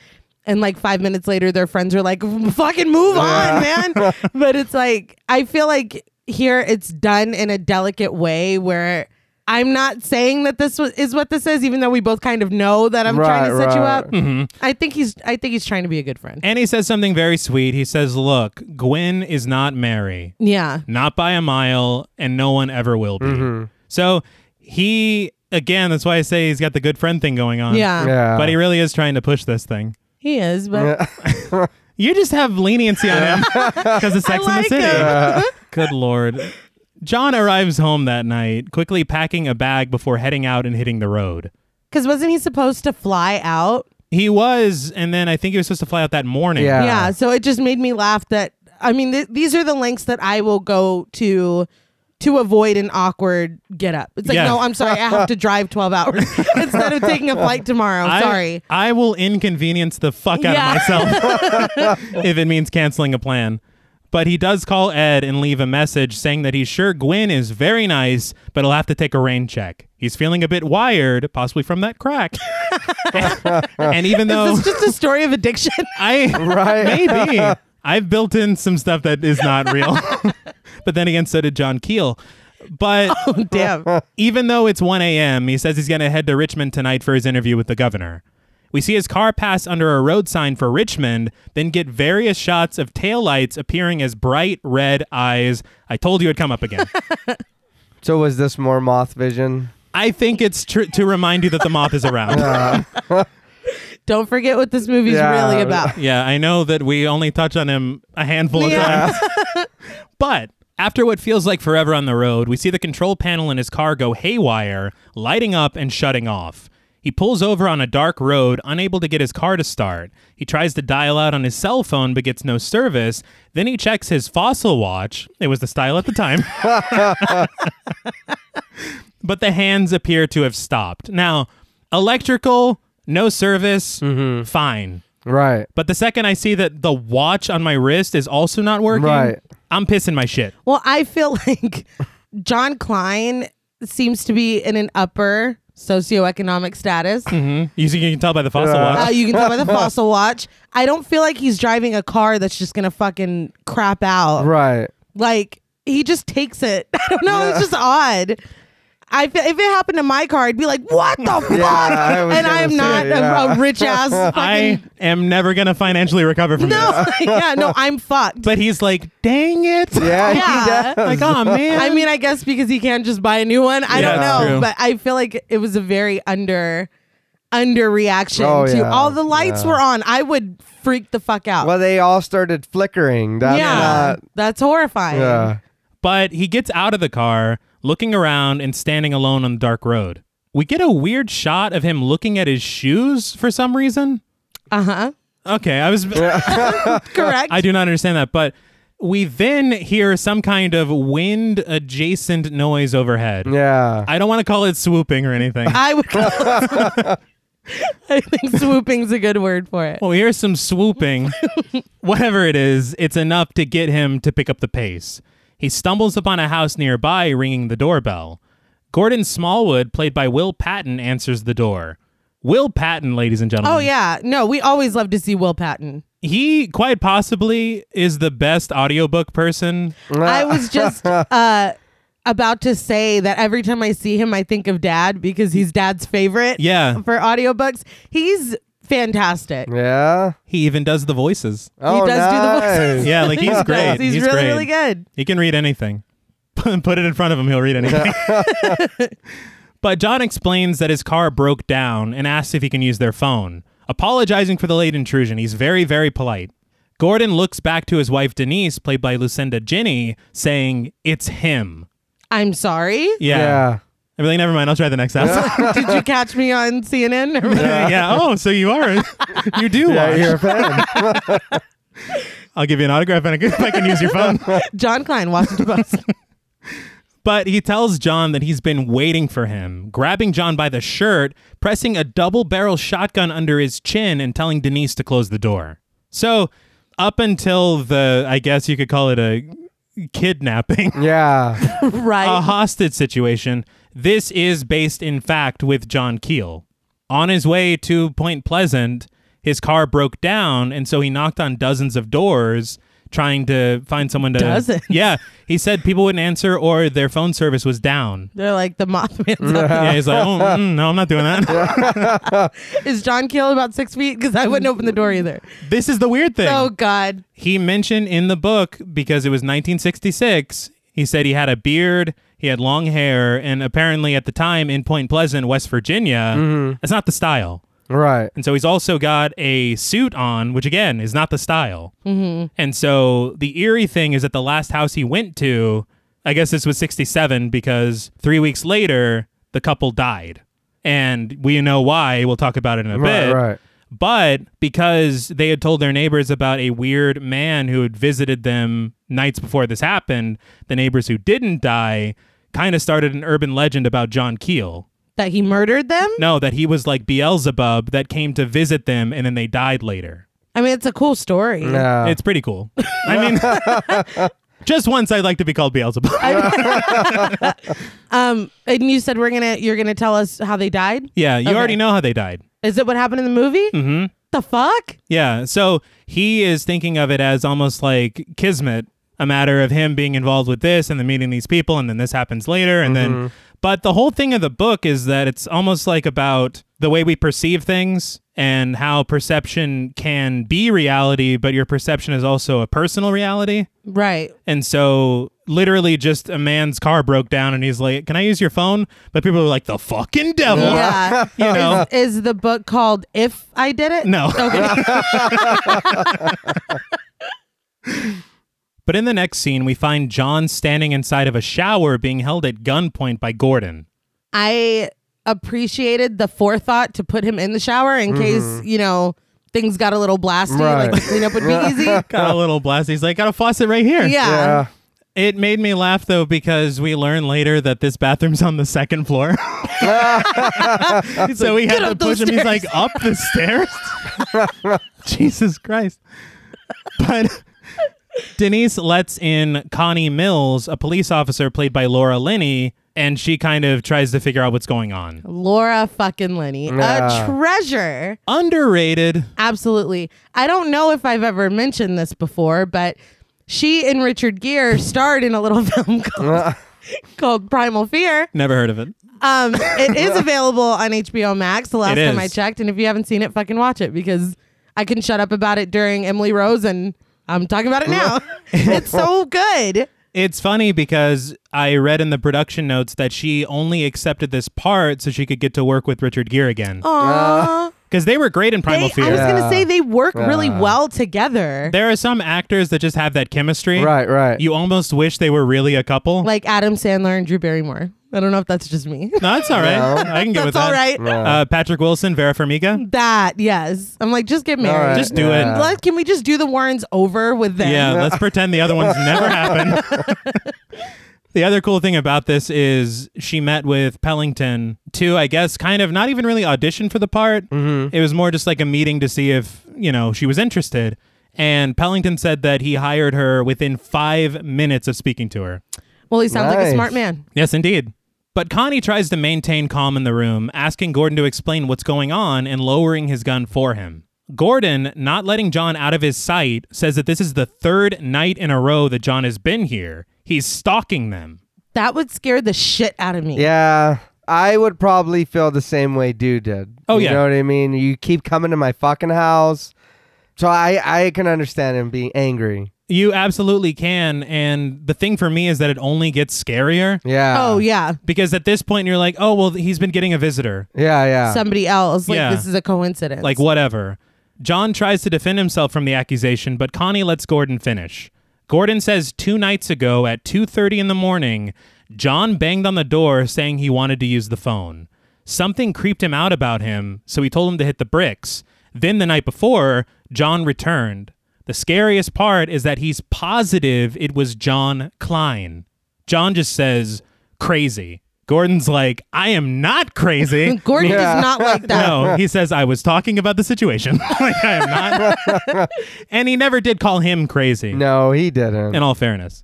S2: And like five minutes later, their friends are like, fucking move on, man. but it's like, I feel like here it's done in a delicate way where I'm not saying that this was, is what this is, even though we both kind of know that I'm trying to
S3: Right,
S2: set you
S3: right. Mm-hmm.
S2: up. I think he's, I think he's trying to be a good friend.
S1: And he says something very sweet. He says, "Look, Gwen is not Mary,
S2: Yeah.
S1: not by a mile, and no one ever will be."
S3: Mm-hmm.
S1: So he again. That's why I say he's got the good friend thing going on.
S2: Yeah.
S3: Yeah.
S1: But he really is trying to push this thing.
S2: He is, but
S1: You just have leniency on him because of Sex
S2: like
S1: in the City.
S2: him.
S1: Good lord. John arrives home that night, quickly packing a bag before heading out and hitting the road.
S2: because wasn't he supposed to fly out?
S1: He was, and then I think he was supposed to fly out that morning.
S3: Yeah.
S2: yeah, so it just made me laugh that I mean, th- these are the lengths that I will go to to avoid an awkward get up. It's like,
S1: Yeah.
S2: no, I'm sorry, I have to drive 12 hours instead of taking a flight tomorrow.
S1: I-
S2: sorry.
S1: I will inconvenience the fuck out
S2: Yeah.
S1: of myself if it means canceling a plan. But he does call Ed and leave a message saying that he's sure Gwen is very nice, but he'll have to take a rain check. He's feeling a bit wired, possibly from that crack. and even though
S2: It's just a story of addiction.
S1: I
S3: Right.
S1: maybe I've built in some stuff that is not real, but then again, so did John Keel. But
S2: oh, damn.
S1: even though it's 1 a.m., he says he's going to head to Richmond tonight for his interview with the governor. We see his car pass under a road sign for Richmond, then get various shots of taillights appearing as bright red eyes. I told you it'd come up again.
S3: So was this more moth vision?
S1: I think it's tr- to remind you that the moth is around.
S2: Don't forget what this movie's
S3: Yeah.
S2: really about.
S1: Yeah, I know that we only touch on him a handful of
S2: Yeah.
S1: times. but after what feels like forever on the road, we see the control panel in his car go haywire, lighting up and shutting off. He pulls over on a dark road, unable to get his car to start. He tries to dial out on his cell phone but gets no service. Then he checks his fossil watch. It was the style at the time. but the hands appear to have stopped. Now, electrical, no service, fine.
S3: Right.
S1: But the second I see that the watch on my wrist is also not working,
S3: Right.
S1: I'm pissing my shit.
S2: Well, I feel like John Klein seems to be in an upper socioeconomic status.
S1: Mm-hmm. You, see, you can tell by the fossil
S3: Yeah.
S1: watch.
S2: Uh, you can tell by the fossil watch. I don't feel like he's driving a car that's just gonna fucking crap out.
S3: Right.
S2: Like he just takes it. I don't know. It's just odd. I feel, if it happened to my car, I'd be like, "What the fuck?"
S3: I was
S2: and
S3: gonna
S2: I am
S3: say,
S2: not a- a,
S3: yeah.
S2: rich ass.
S1: I
S2: Fucking,
S1: am never gonna financially recover from this.
S2: no, yeah, no, I'm fucked.
S1: But he's like, dang it.
S2: Yeah.
S3: Yeah, he does.
S1: Like, oh man.
S2: I mean, I guess because he can't just buy a new one. I
S1: Yeah,
S2: don't
S1: that's
S2: know,
S1: true.
S2: but I feel like it was a very under under reaction
S3: Oh,
S2: to
S3: yeah,
S2: all the lights were on. I would freak the fuck out.
S3: well, they all started flickering. That's
S2: yeah,
S3: not.
S2: that's horrifying.
S3: Yeah.
S1: but he gets out of the car, looking around and standing alone on the dark road. We get a weird shot of him looking at his shoes for some reason.
S2: Uh huh.
S1: Okay, I was
S2: Correct.
S1: I do not understand that, but we then hear some kind of wind adjacent noise overhead.
S3: Yeah.
S1: I don't want to call it swooping or anything.
S2: I would. Call it I think swooping's a good word for it.
S1: Well, here's some swooping. Whatever it is, it's enough to get him to pick up the pace. He stumbles upon a house nearby, ringing the doorbell. Gordon Smallwood, played by Will Patton, answers the door. Will Patton, ladies and gentlemen.
S2: Oh yeah, no, we always love to see Will Patton.
S1: He quite possibly is the best audiobook person.
S2: I was just uh, about to say that every time I see him, I think of Dad because he's Dad's favorite.
S1: Yeah.
S2: for audiobooks, he's fantastic.
S3: Yeah.
S1: He even does the voices.
S3: Oh,
S2: does do the
S3: nice.
S2: voices.
S1: Yeah, like he's great.
S2: He's, really,
S1: great.
S2: really good.
S1: He can read anything. Put it in front of him, he'll read anything. but John explains that his car broke down and asks if he can use their phone, apologizing for the late intrusion. He's very, very polite. Gordon looks back to his wife Denise, played by Lucinda Ginny, saying, It's him.
S2: I'm sorry.
S1: Yeah.
S3: Yeah.
S1: I'm like, never mind, I'll try the next house.
S2: Did you catch me on CNN?
S1: Yeah. Oh, so you are. You do
S3: Yeah,
S1: watch.
S3: you're a fan.
S1: I'll give you an autograph and if I can use your phone.
S2: John Klein, Washington Post.
S1: But he tells John that he's been waiting for him, grabbing John by the shirt, pressing a double barrel shotgun under his chin, and telling Denise to close the door. So, up until the, I guess you could call it a kidnapping,
S3: yeah.
S2: right.
S1: a hostage situation, this is based in fact with John Keel. On his way to Point Pleasant, his car broke down, and so he knocked on dozens of doors trying to find someone to.
S2: Dozens?
S1: Yeah. He said people wouldn't answer or their phone service was down.
S2: They're like the Mothman.
S1: Yeah, he's like, oh, mm, no, I'm not doing that.
S2: Is John Keel about six feet? Because I wouldn't open the door either.
S1: this is the weird thing.
S2: Oh God.
S1: he mentioned in the book because it was 1966. He said he had a beard, he had long hair, and apparently at the time in Point Pleasant, West Virginia,
S2: Mm-hmm.
S1: that's not the style.
S3: Right.
S1: And so he's also got a suit on, which again is not the style. Mm-hmm. And so the eerie thing is that the last house he went to, I guess this was 67, because three weeks later, the couple died. And we know why. We'll talk about it in a
S3: Right,
S1: bit.
S3: right.
S1: But because they had told their neighbors about a weird man who had visited them nights before this happened, the neighbors who didn't die kind of started an urban legend about John Keel.
S2: That he murdered them?
S1: No, that he was like Beelzebub that came to visit them and then they died later.
S2: I mean, it's a cool story.
S3: Yeah.
S1: It's pretty cool. I mean, just once I'd like to be called Beelzebub.
S2: Um, and you said we're gonna you're gonna tell us how they died.
S1: yeah, you already know how they died.
S2: Is it what happened in the movie? Mm-hmm. The fuck?
S1: Yeah, so he is thinking of it as almost like Kismet, a matter of him being involved with this and then meeting these people and then this happens later. And then, but the whole thing of the book is that it's almost like about the way we perceive things and how perception can be reality, but your perception is also a personal reality.
S2: Right.
S1: And so literally just a man's car broke down and he's like, Can I use your phone? But people are like, The fucking devil.
S2: Yeah.
S1: You know.
S2: is, is the book called If I Did It?
S1: No. but in the next scene, we find John standing inside of a shower being held at gunpoint by Gordon.
S2: I appreciated the forethought to put him in the shower in case you know things got a little blasty.
S3: Right.
S2: Like the cleanup would be easy. Yeah.
S1: Got a little blast. He's like, Got a faucet right here.
S3: yeah.
S1: It made me laugh though because we learn later that this bathroom's on the second floor. so we
S2: "Get
S1: had to
S2: up those
S1: push him. He's like up the stairs. Jesus Christ! But Denise lets in Connie Mills, a police officer played by Laura Linney, and she kind of tries to figure out what's going on.
S2: Laura fucking Lenny,
S3: Yeah.
S2: a treasure.
S1: Underrated.
S2: Absolutely. I don't know if I've ever mentioned this before, but she and Richard Gere starred in a little film called, called Primal Fear.
S1: Never heard of it.
S2: Um, it is available on HBO Max the last
S1: It
S2: time I
S1: is.
S2: checked. And if you haven't seen it, fucking watch it because I couldn't shut up about it during Emily Rose and I'm talking about it now. it's so good.
S1: It's funny because I read in the production notes that she only accepted this part so she could get to work with Richard Gere again.
S2: Aww.
S1: Because they were great in
S2: They, I
S1: Primal
S2: was
S1: Fear.
S2: going to
S3: Yeah.
S2: say they work really
S3: Yeah.
S2: well together.
S1: There are some actors that just have that chemistry.
S3: Right, right.
S1: You almost wish they were really a couple.
S2: like Adam Sandler and Drew Barrymore. I don't know if that's just me.
S1: no, that's all right. I can get with
S2: that's
S1: that.
S2: all right.
S1: Uh, Patrick Wilson, Vera Farmiga.
S2: That yes, I'm like just get married.
S3: All right,
S1: Just do it.
S3: yeah.
S2: Let- can we just do the Warrens over with them?
S1: Yeah, let's pretend the other one's never happened. the other cool thing about this is she met with Pellington to, I guess, kind of not even really audition for the part. It was more just like a meeting to see if, you know, she was interested. And Pellington said that he hired her within five minutes of speaking to her.
S2: Well, he sounds like a
S3: Nice.
S2: smart man.
S1: Yes, indeed. But Connie tries to maintain calm in the room, asking Gordon to explain what's going on and lowering his gun for him. Gordon, not letting John out of his sight, says that this is the third night in a row that John has been here. He's stalking them.
S2: That would scare the shit out of me.
S3: Yeah. I would probably feel the same way dude did.
S1: Oh,
S3: you
S1: yeah.
S3: You know what I mean? You keep coming to my fucking house. So I, I can understand him being angry.
S1: You absolutely can. And the thing for me is that it only gets scarier
S3: Yeah.
S2: Oh yeah,
S1: because at this point you're like, oh, well, he's been getting a visitor.
S3: Yeah, yeah.
S2: somebody else. Like
S1: Yeah.
S2: this is a coincidence.
S1: Like, whatever. John tries to defend himself from the accusation, but Connie lets Gordon finish. Gordon says two nights ago at 2:30 in the morning, John banged on the door saying he wanted to use the phone. Something creeped him out about him, so he told him to hit the bricks. Then the night before, John returned. The scariest part is that he's positive it was John Klein. John just says, "Crazy." Gordon's like, "I am not crazy."
S2: Gordon
S3: Yeah.
S2: does not like that.
S1: No, he says I was talking about the situation. like I am not. and he never did call him crazy.
S3: no, he didn't.
S1: In all fairness.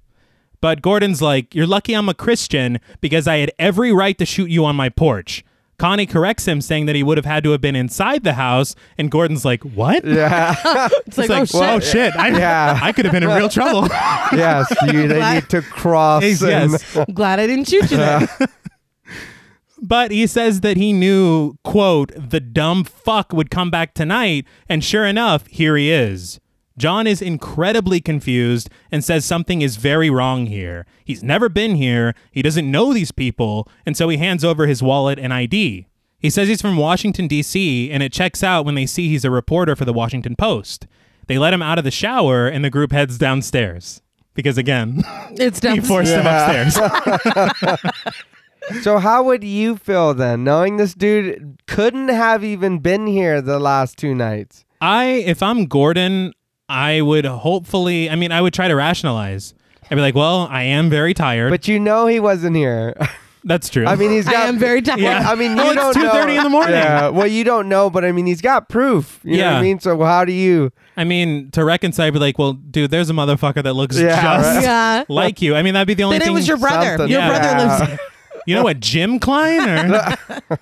S1: But Gordon's like, "You're lucky I'm a Christian because I had every right to shoot you on my porch." Connie corrects him, saying that he would have had to have been inside the house, and Gordon's like, "What?"
S3: yeah.
S2: It's like, oh
S1: It's
S2: shit.
S1: like, "Whoa, shit! I,
S3: Yeah.
S1: I could have been in real trouble."
S3: yes. You they
S2: Glad-
S3: need to cross.
S1: Yes,
S3: and-
S1: yes.
S2: I'm glad I didn't shoot you. Then.
S1: But he says that he knew, quote, the dumb fuck would come back tonight, and sure enough, here he is. John is incredibly confused and says something is very wrong here. He's never been here, he doesn't know these people, and so he hands over his wallet and ID. He says he's from Washington, D.C., and it checks out when they see he's a reporter for the Washington Post. They let him out of the shower, and the group heads downstairs. Because again,
S2: It's
S1: he
S2: definitely
S1: forced him upstairs.
S3: So how would you feel then, knowing this dude couldn't have even been here the last two nights?
S1: I if I'm Gordon, I would hopefully I mean I would try to rationalize. I'd be like, "Well, I am very tired."
S3: But you know he wasn't here.
S1: That's true.
S3: I mean, he's got.
S2: I am very tired.
S1: Yeah.
S3: I mean, you
S1: Well, it's
S3: don't know.
S1: 2:30 in the morning.
S3: Yeah. Well, you don't know, but I mean, he's got proof. You know what
S1: Yeah.
S3: I mean? So how do you?
S1: I mean, to reconcile I'd be like, "Well, dude, there's a motherfucker that looks
S3: Yeah,
S1: just
S3: right.
S2: Yeah.
S1: like you." I mean, that'd be the only
S2: Then it
S1: thing
S2: was your brother.
S3: Something,
S2: Your
S1: yeah.
S2: brother lives.
S1: You know what, Jim Klein? Or...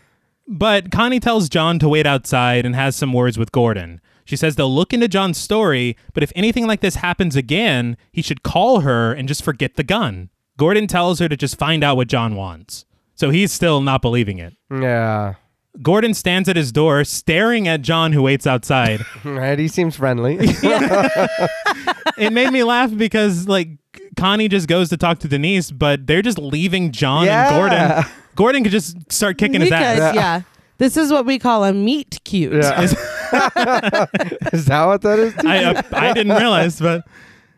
S1: but Connie tells John to wait outside and has some words with Gordon. She says they'll look into John's story, but if anything like this happens again, he should call her and just forget the gun. Gordon tells her to just find out what John wants. So he's still not believing it.
S3: Yeah.
S1: Gordon stands at his door, staring at John, who waits outside.
S3: Right. He seems friendly.
S1: it made me laugh because, like, Connie just goes to talk to Denise, but they're just leaving John
S3: Yeah.
S1: and Gordon. Gordon could just start kicking his ass.
S2: Because, yeah. This is what we call a meet cute.
S3: Yeah. Is that what that is?
S1: I, uh, I didn't realize, but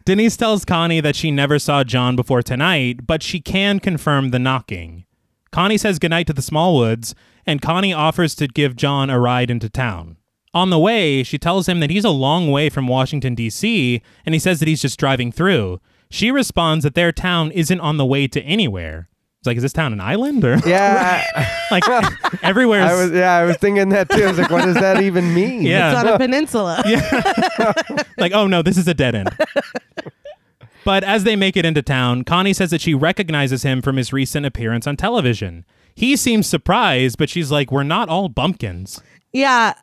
S1: Denise tells Connie that she never saw John before tonight, but she can confirm the knocking. Connie says goodnight to the Smallwoods, and Connie offers to give John a ride into town. On the way, she tells him that he's a long way from Washington, D.C., and he says that he's just driving through. She responds that their town isn't on the way to anywhere. It's like, is this town an island? Or
S3: Yeah. I,
S1: like everywhere
S3: I
S1: is
S3: was. Yeah. I was thinking that too. I was like, what does that even mean?
S1: Yeah.
S2: It's on a peninsula.
S1: like, oh no, this is a dead end. But as they make it into town, Connie says that she recognizes him from his recent appearance on television. He seems surprised, but she's like, We're not all bumpkins.
S2: Yeah.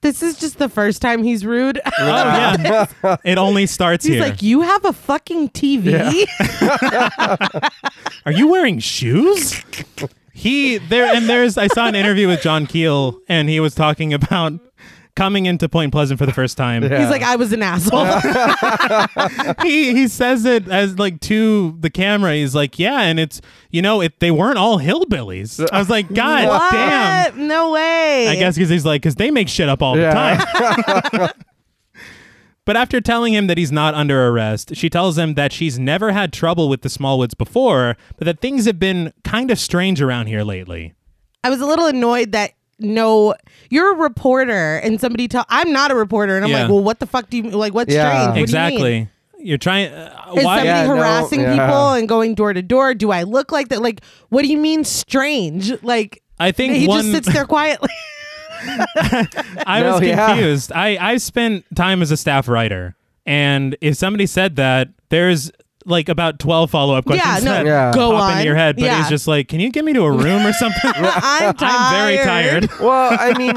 S2: This is just the first time he's rude.
S1: Oh, yeah. it only starts
S2: he's
S1: here.
S2: like, You have a fucking TV?
S1: Are you wearing shoes? He there and there's I saw an interview with John Keel and he was talking about coming into Point Pleasant for the first time.
S2: He's like, I was an asshole.
S1: He he says it as like to the camera. He's like, "Yeah, and it's you know, it they weren't all hillbillies." I was like, "God
S2: what?
S1: damn."
S2: No way.
S1: I guess because he's like, because they make shit up all
S3: Yeah.
S1: the time. but after telling him that he's not under arrest, she tells him that she's never had trouble with the Smallwoods before, but that things have been kind of strange around here lately.
S2: I was a little annoyed that no, you're a reporter and somebody tell I'm not a reporter and I'm
S1: Yeah.
S2: like, well, what the fuck do you like? What's
S3: Yeah.
S2: strange? What do you mean?
S1: exactly. you are trying. Uh,
S2: Is
S1: why?
S2: somebody
S3: Yeah, no,
S2: harassing
S3: yeah.
S2: people and going door to door? Do I look like that? Like, what do you mean strange? Like,
S1: I think
S2: he
S1: one.
S2: just sits there quietly.
S1: I
S3: No,
S1: was
S3: yeah.
S1: confused. I I spent time as a staff writer, and if somebody said that, there's like about twelve follow up questions
S2: yeah, no,
S1: that
S3: Yeah.
S2: go
S1: pop
S2: on
S1: into your head. But
S2: yeah.
S1: he's just like, "Can you get me to a room or something?"
S2: I'm tired.
S1: I'm very tired.
S3: Well, I mean,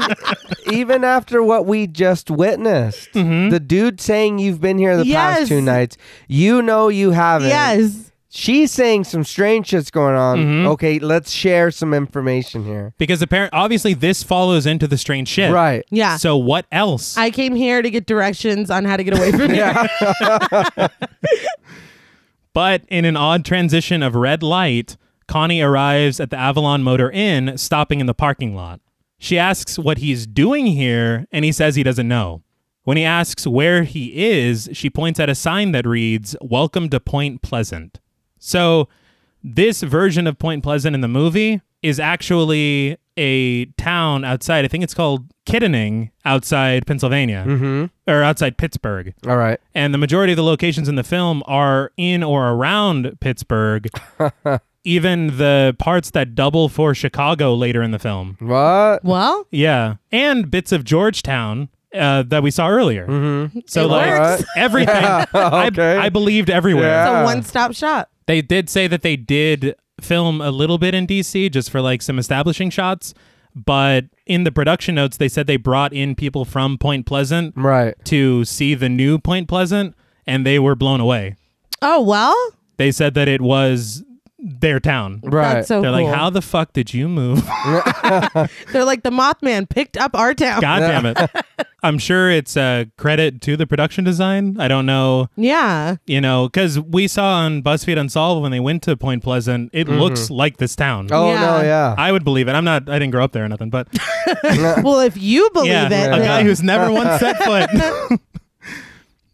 S3: even after what we just witnessed,
S1: Mm-hmm.
S3: the dude saying you've been here the
S2: Yes.
S3: past two nights, you know you haven't.
S2: Yes.
S3: She's saying some strange shit's going on.
S1: Mm-hmm.
S3: Okay, let's share some information here.
S1: Because apparently, obviously, this follows into the strange shit.
S3: Right.
S2: Yeah.
S1: So what else?
S2: I came here to get directions on how to get away from here.
S1: but in an odd transition of red light, Connie arrives at the Avalon Motor Inn, stopping in the parking lot. She asks what he's doing here, and he says he doesn't know. When he asks where he is, she points at a sign that reads, Welcome to Point Pleasant. So, this version of Point Pleasant in the movie is actually a town outside, I think it's called Kittening, outside Pennsylvania, mm-hmm. or outside Pittsburgh
S3: All right.
S1: and the majority of the locations in the film are in or around Pittsburgh. even the parts that double for Chicago later in the film.
S3: What?
S2: Well,
S1: Yeah, and bits of Georgetown uh, that we saw earlier. Mm-hmm. So
S2: It
S1: like
S2: works.
S1: everything,
S3: okay.
S1: I, I believed everywhere.
S2: it's
S3: Yeah.
S2: a one stop shop.
S1: They did say that they did film a little bit in DC just for like some establishing shots, but in the production notes they said they brought in people from Point Pleasant
S3: Right.
S1: to see the new Point Pleasant, and they were blown away.
S2: Oh, well,
S1: They said that it was their town.
S3: Right.
S2: that's so
S1: They're
S2: oh, cool.
S1: like, how the fuck did you move?
S2: They're like, the Mothman picked up our town.
S1: God damn it. I'm sure it's a credit to the production design. I don't know,
S2: Yeah.
S1: you know, because we saw on BuzzFeed Unsolved when they went to Point Pleasant, it looks like this town.
S3: oh,
S2: Yeah.
S3: no, yeah.
S1: I would believe it. I'm not, I didn't grow up there or nothing, but
S2: Well, if you believe
S1: yeah,
S2: it,
S1: a
S2: then-
S1: guy who's never once set foot.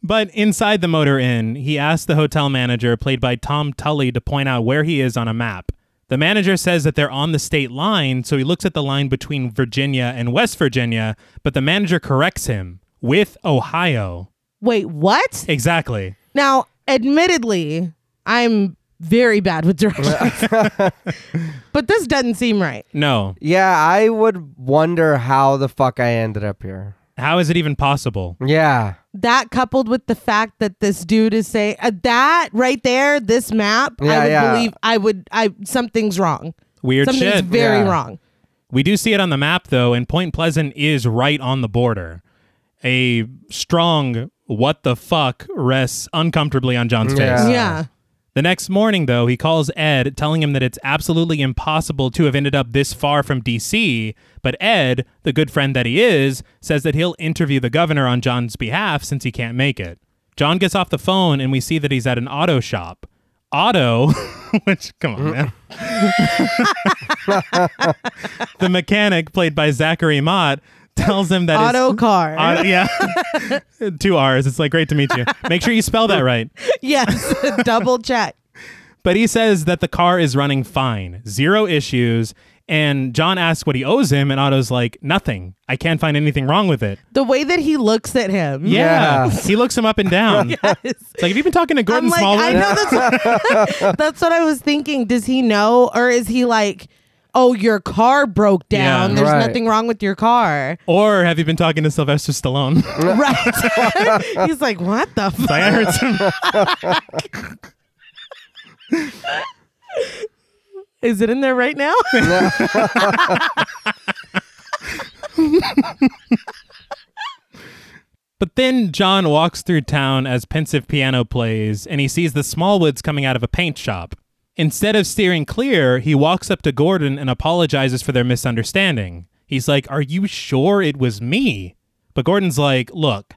S1: but inside the Motor Inn, he asks the hotel manager, played by Tom Tully, to point out where he is on a map. The manager says that they're on the state line, so he looks at the line between Virginia and West Virginia, but the manager corrects him with Ohio.
S2: wait, what?
S1: Exactly.
S2: Now, admittedly, I'm very bad with directions, but this doesn't seem right.
S1: No.
S3: yeah, I would wonder how the fuck I ended up here.
S1: How is it even possible?
S3: Yeah.
S2: That coupled with the fact that this dude is saying uh, that right there, this map, I
S3: Yeah,
S2: would
S3: yeah.
S2: believe I would. I something's wrong.
S1: Weird
S2: something's
S1: shit.
S2: very
S3: Yeah.
S2: wrong.
S1: We do see it on the map though, and Point Pleasant is right on the border. A strong what the fuck rests uncomfortably on John's
S3: Yeah.
S1: face.
S2: yeah,
S1: The next morning though, he calls Ed telling him that it's absolutely impossible to have ended up this far from DC, but Ed, the good friend that he is, says that he'll interview the governor on John's behalf since he can't make it. John gets off the phone and we see that he's at an auto shop. Auto, which come on, man. the mechanic played by Zachary Mott tells him that his-
S2: auto car.
S1: Auto- yeah, two R's. It's like great to meet you. Make sure you spell that right.
S2: yes, double check.
S1: But he says that the car is running fine, zero issues. And John asks what he owes him, and Otto's like, nothing. I can't find anything wrong with it.
S2: The way that he looks at him.
S1: Yeah.
S3: Yeah.
S1: he looks him up and down. It's like, have you been talking to Gordon
S2: I'm like,
S1: Smallwood?
S2: I know that's, that's what I was thinking. Does he know, or is he like, oh, your car broke down.
S1: Yeah.
S2: There's
S3: Right.
S2: nothing wrong with your car.
S1: Or have you been talking to Sylvester Stallone? It's
S2: right. He's like, what the fuck?
S1: like, I heard some.
S2: Is it in there right now?
S1: But then John walks through town as pensive piano plays, and he sees the Smallwoods coming out of a paint shop. Instead of steering clear, he walks up to Gordon and apologizes for their misunderstanding. He's like, Are you sure it was me? But Gordon's like, Look,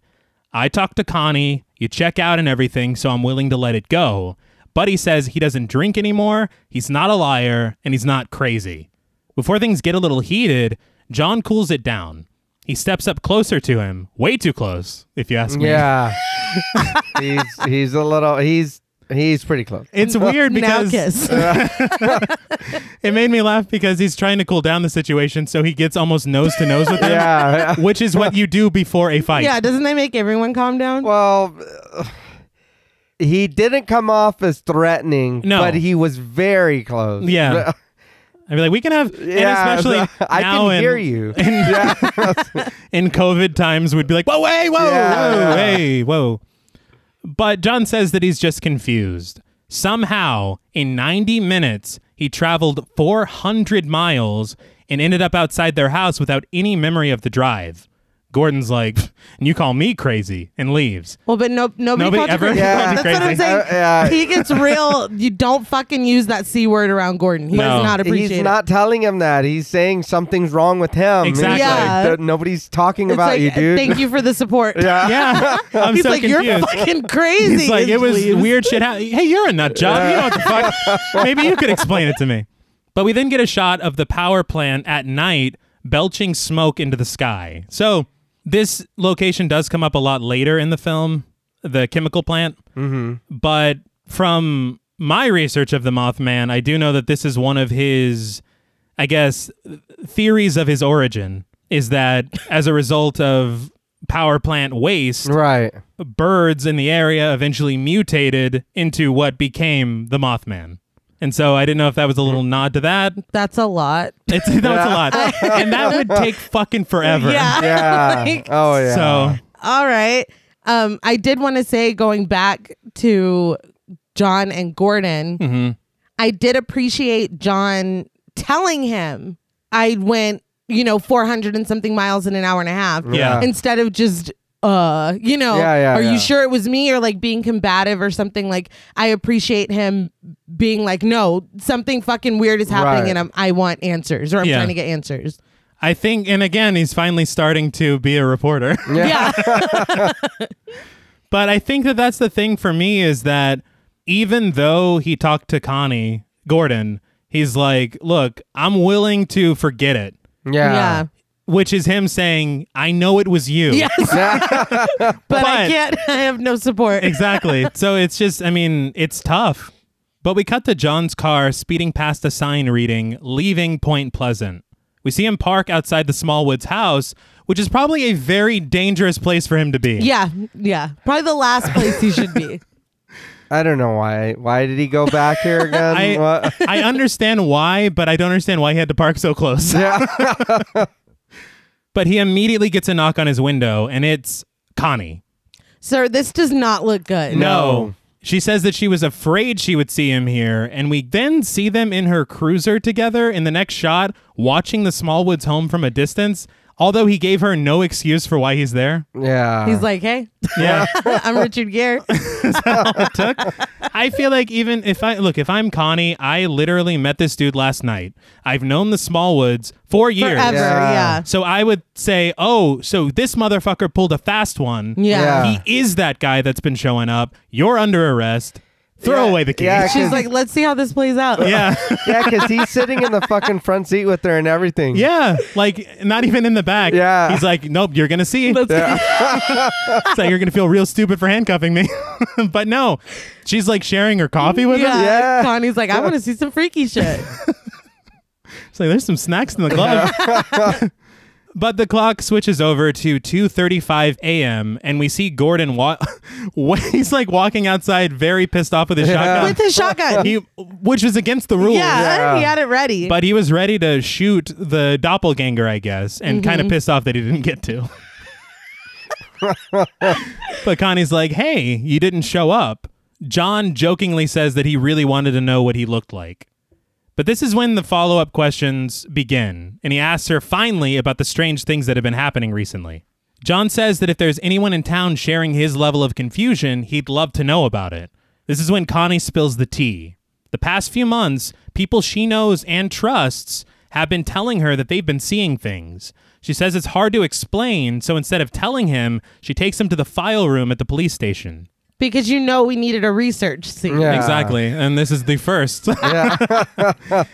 S1: I talked to Connie, you check out and everything, so I'm willing to let it go. But he says he doesn't drink anymore, he's not a liar, and he's not crazy. Before things get a little heated, John cools it down. He steps up closer to him, way too close, if you ask me.
S3: Yeah. he's he's a little he's he's pretty close.
S1: It's weird
S2: now
S1: because
S2: kiss.
S1: it made me laugh because he's trying to cool down the situation, so he gets almost nose to nose with him,
S3: Yeah.
S1: which is what you do before a fight.
S2: yeah, doesn't that make everyone calm down?
S3: Well, he didn't come off as threatening,
S1: No.
S3: but he was very close.
S1: Yeah. I'd be like, we can have,
S3: Yeah,
S1: and especially
S3: I
S1: now
S3: can
S1: in-
S3: hear you.
S1: in COVID times would be like, whoa, hey, whoa,
S3: Yeah,
S1: whoa,
S3: yeah.
S1: hey, whoa. But John says that he's just confused. Somehow, in 90 minutes, he traveled 400 miles and ended up outside their house without any memory of the drive. Gordon's like, "Pff, and you call me crazy, and leaves.
S2: Well, but no, nobody,
S1: Nobody
S2: called you
S1: ever
S2: crazy.
S1: called you
S2: That's what I'm
S1: crazy.
S2: saying.
S3: Uh, yeah.
S2: He gets real. You don't fucking use that c word around Gordon. He
S1: No.
S2: does not appreciate.
S3: He's
S2: it.
S3: not telling him that. He's saying something's wrong with him. He's
S1: Exactly.
S2: Yeah.
S3: "Th- Nobody's talking
S2: It's
S3: about
S2: like, uh,
S3: you, dude.
S2: Thank you for the support.
S3: Yeah.
S1: Yeah, I'm
S2: He's
S1: so
S2: like,
S1: confused.
S2: you're fucking crazy.
S1: It's like
S2: and
S1: it was
S2: leaves.
S1: weird shit. hap- hey, you're a nut job. You know what the fuck? Maybe you could explain it to me. But we then get a shot of the power plant at night belching smoke into the sky. So this location does come up a lot later in the film, the chemical plant. Mm-hmm. But from my research of the Mothman, I do know that this is one of his, I guess, theories of his origin is that as a result of power plant waste
S3: Right.
S1: birds in the area eventually mutated into what became the Mothman. And so I didn't know if that was a little nod to that.
S2: That's a lot.
S1: It's that was a lot, and that would take fucking forever.
S2: Yeah.
S3: Yeah.
S2: Like,
S3: oh yeah.
S1: So
S2: All right. Um, I did want to say, going back to John and Gordon,
S1: mm-hmm.
S2: I did appreciate John telling him I went, you know, 400 and something miles in an hour and a half.
S1: Yeah.
S2: Instead of just, uh, you know,
S3: Yeah, yeah,
S2: are
S3: yeah.
S2: you sure it was me or like being combative or something? Like, I appreciate him being like, no, something fucking weird is happening
S3: Right.
S2: and I'm, I want answers or I'm
S1: Yeah.
S2: trying to get answers.
S1: I think, and again, he's finally starting to be a reporter.
S2: Yeah.
S1: But I think that that's the thing for me is that even though he talked to Connie Gordon, he's like, "Look, I'm willing to forget it,"
S3: yeah.
S2: yeah.
S1: which is him saying, "I know it was you."
S2: Yes. but I
S1: But-
S2: can't. I have no support.
S1: exactly. So it's just, I mean, it's tough. But we cut to John's car speeding past a sign reading, leaving Point Pleasant. We see him park outside the Smallwoods house, which is probably a very dangerous place for him to be.
S2: Yeah, yeah. Probably the last place he should be.
S3: I don't know why. Why did he go back here again?
S1: I-
S3: What?
S1: I understand why, but I don't understand why he had to park so close.
S3: Yeah.
S1: But he immediately gets a knock on his window, and it's Connie.
S2: Sir, this does not look good.
S1: No. She says that she was afraid she would see him here, and we then see them in her cruiser together in the next shot, watching the Smallwoods home from a distance, although he gave her no excuse for why he's there.
S3: Yeah.
S2: He's like, hey,
S1: Yeah.
S2: I'm Richard Gere.
S1: I feel like even if I look, if I'm Connie, I literally met this dude last night. I've known the Smallwoods for years.
S2: Forever, yeah.
S1: So I would say, oh, so this motherfucker pulled a fast one.
S2: Yeah.
S3: Yeah.
S1: He is that guy that's been showing up. You're under arrest. Throw
S3: Yeah.
S1: away the key.
S3: Yeah.
S2: She's like, let's see how this plays out.
S1: yeah.
S3: yeah, because he's sitting in the fucking front seat with her and everything.
S1: Yeah, like not even in the back.
S3: Yeah.
S1: he's like, nope, you're gonna see.
S2: Let's-
S1: It's like you're gonna feel real stupid for handcuffing me. but no, she's like sharing her coffee with
S2: yeah.
S1: him.
S3: Yeah.
S2: Connie's like, I want to see some freaky shit.
S1: It's like there's some snacks in the glove. But the clock switches over to 2:35 a.m. and we see Gordon wa- wa- he's like walking outside very pissed off with his shotgun.
S2: with his shotgun.
S1: he, which was against the
S2: yeah,
S1: rules.
S2: he had it ready.
S1: But he was ready to shoot the doppelganger, I guess, and kind of pissed off that he didn't get to. but Connie's like, hey, you didn't show up. John jokingly says that he really wanted to know what he looked like. But this is when the follow up questions begin, and he asks her finally about the strange things that have been happening recently. John says that if there's anyone in town sharing his level of confusion, he'd love to know about it. This is when Connie spills the tea. The past few months, people she knows and trusts have been telling her that they've been seeing things. She says it's hard to explain, so instead of telling him, she takes him to the file room at the police station.
S2: because you know we needed a research scene.
S3: Yeah.
S1: Exactly. And this is the first.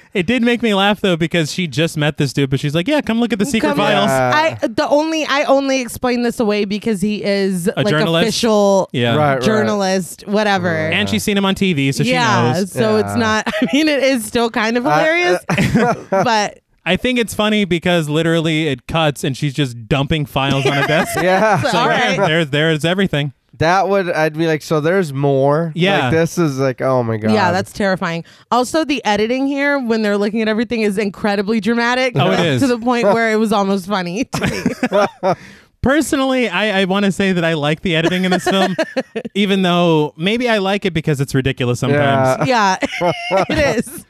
S1: it did make me laugh though because she just met this dude, but she's like, "Yeah, come look at the secret
S2: Come-
S1: files."
S3: Yeah.
S2: I the only I only explain this away because he is like
S1: journalist?
S2: official
S1: Yeah.
S3: Right.
S2: journalist, whatever.
S1: And she's seen him on TV, so
S2: yeah,
S1: she knows. Uh,
S2: so it's
S3: Yeah.
S2: not. I mean, it is still kind of hilarious, but
S1: I think it's funny because literally it cuts and she's just dumping files on a desk.
S3: Yeah.
S2: So-
S1: It's like,
S2: All
S1: yeah,
S2: right.
S1: there, there's everything.
S3: That would I'd be like, so there's more.
S1: Yeah.
S3: Like this is like, oh my god.
S2: yeah, that's terrifying. Also, the editing here when they're looking at everything is incredibly dramatic.
S1: Oh, it is.
S2: to the point where it was almost funny. to me.
S1: Personally, I, I want to say that I like the editing in this film, even though maybe I like it because it's ridiculous sometimes.
S3: Yeah.
S2: yeah, it is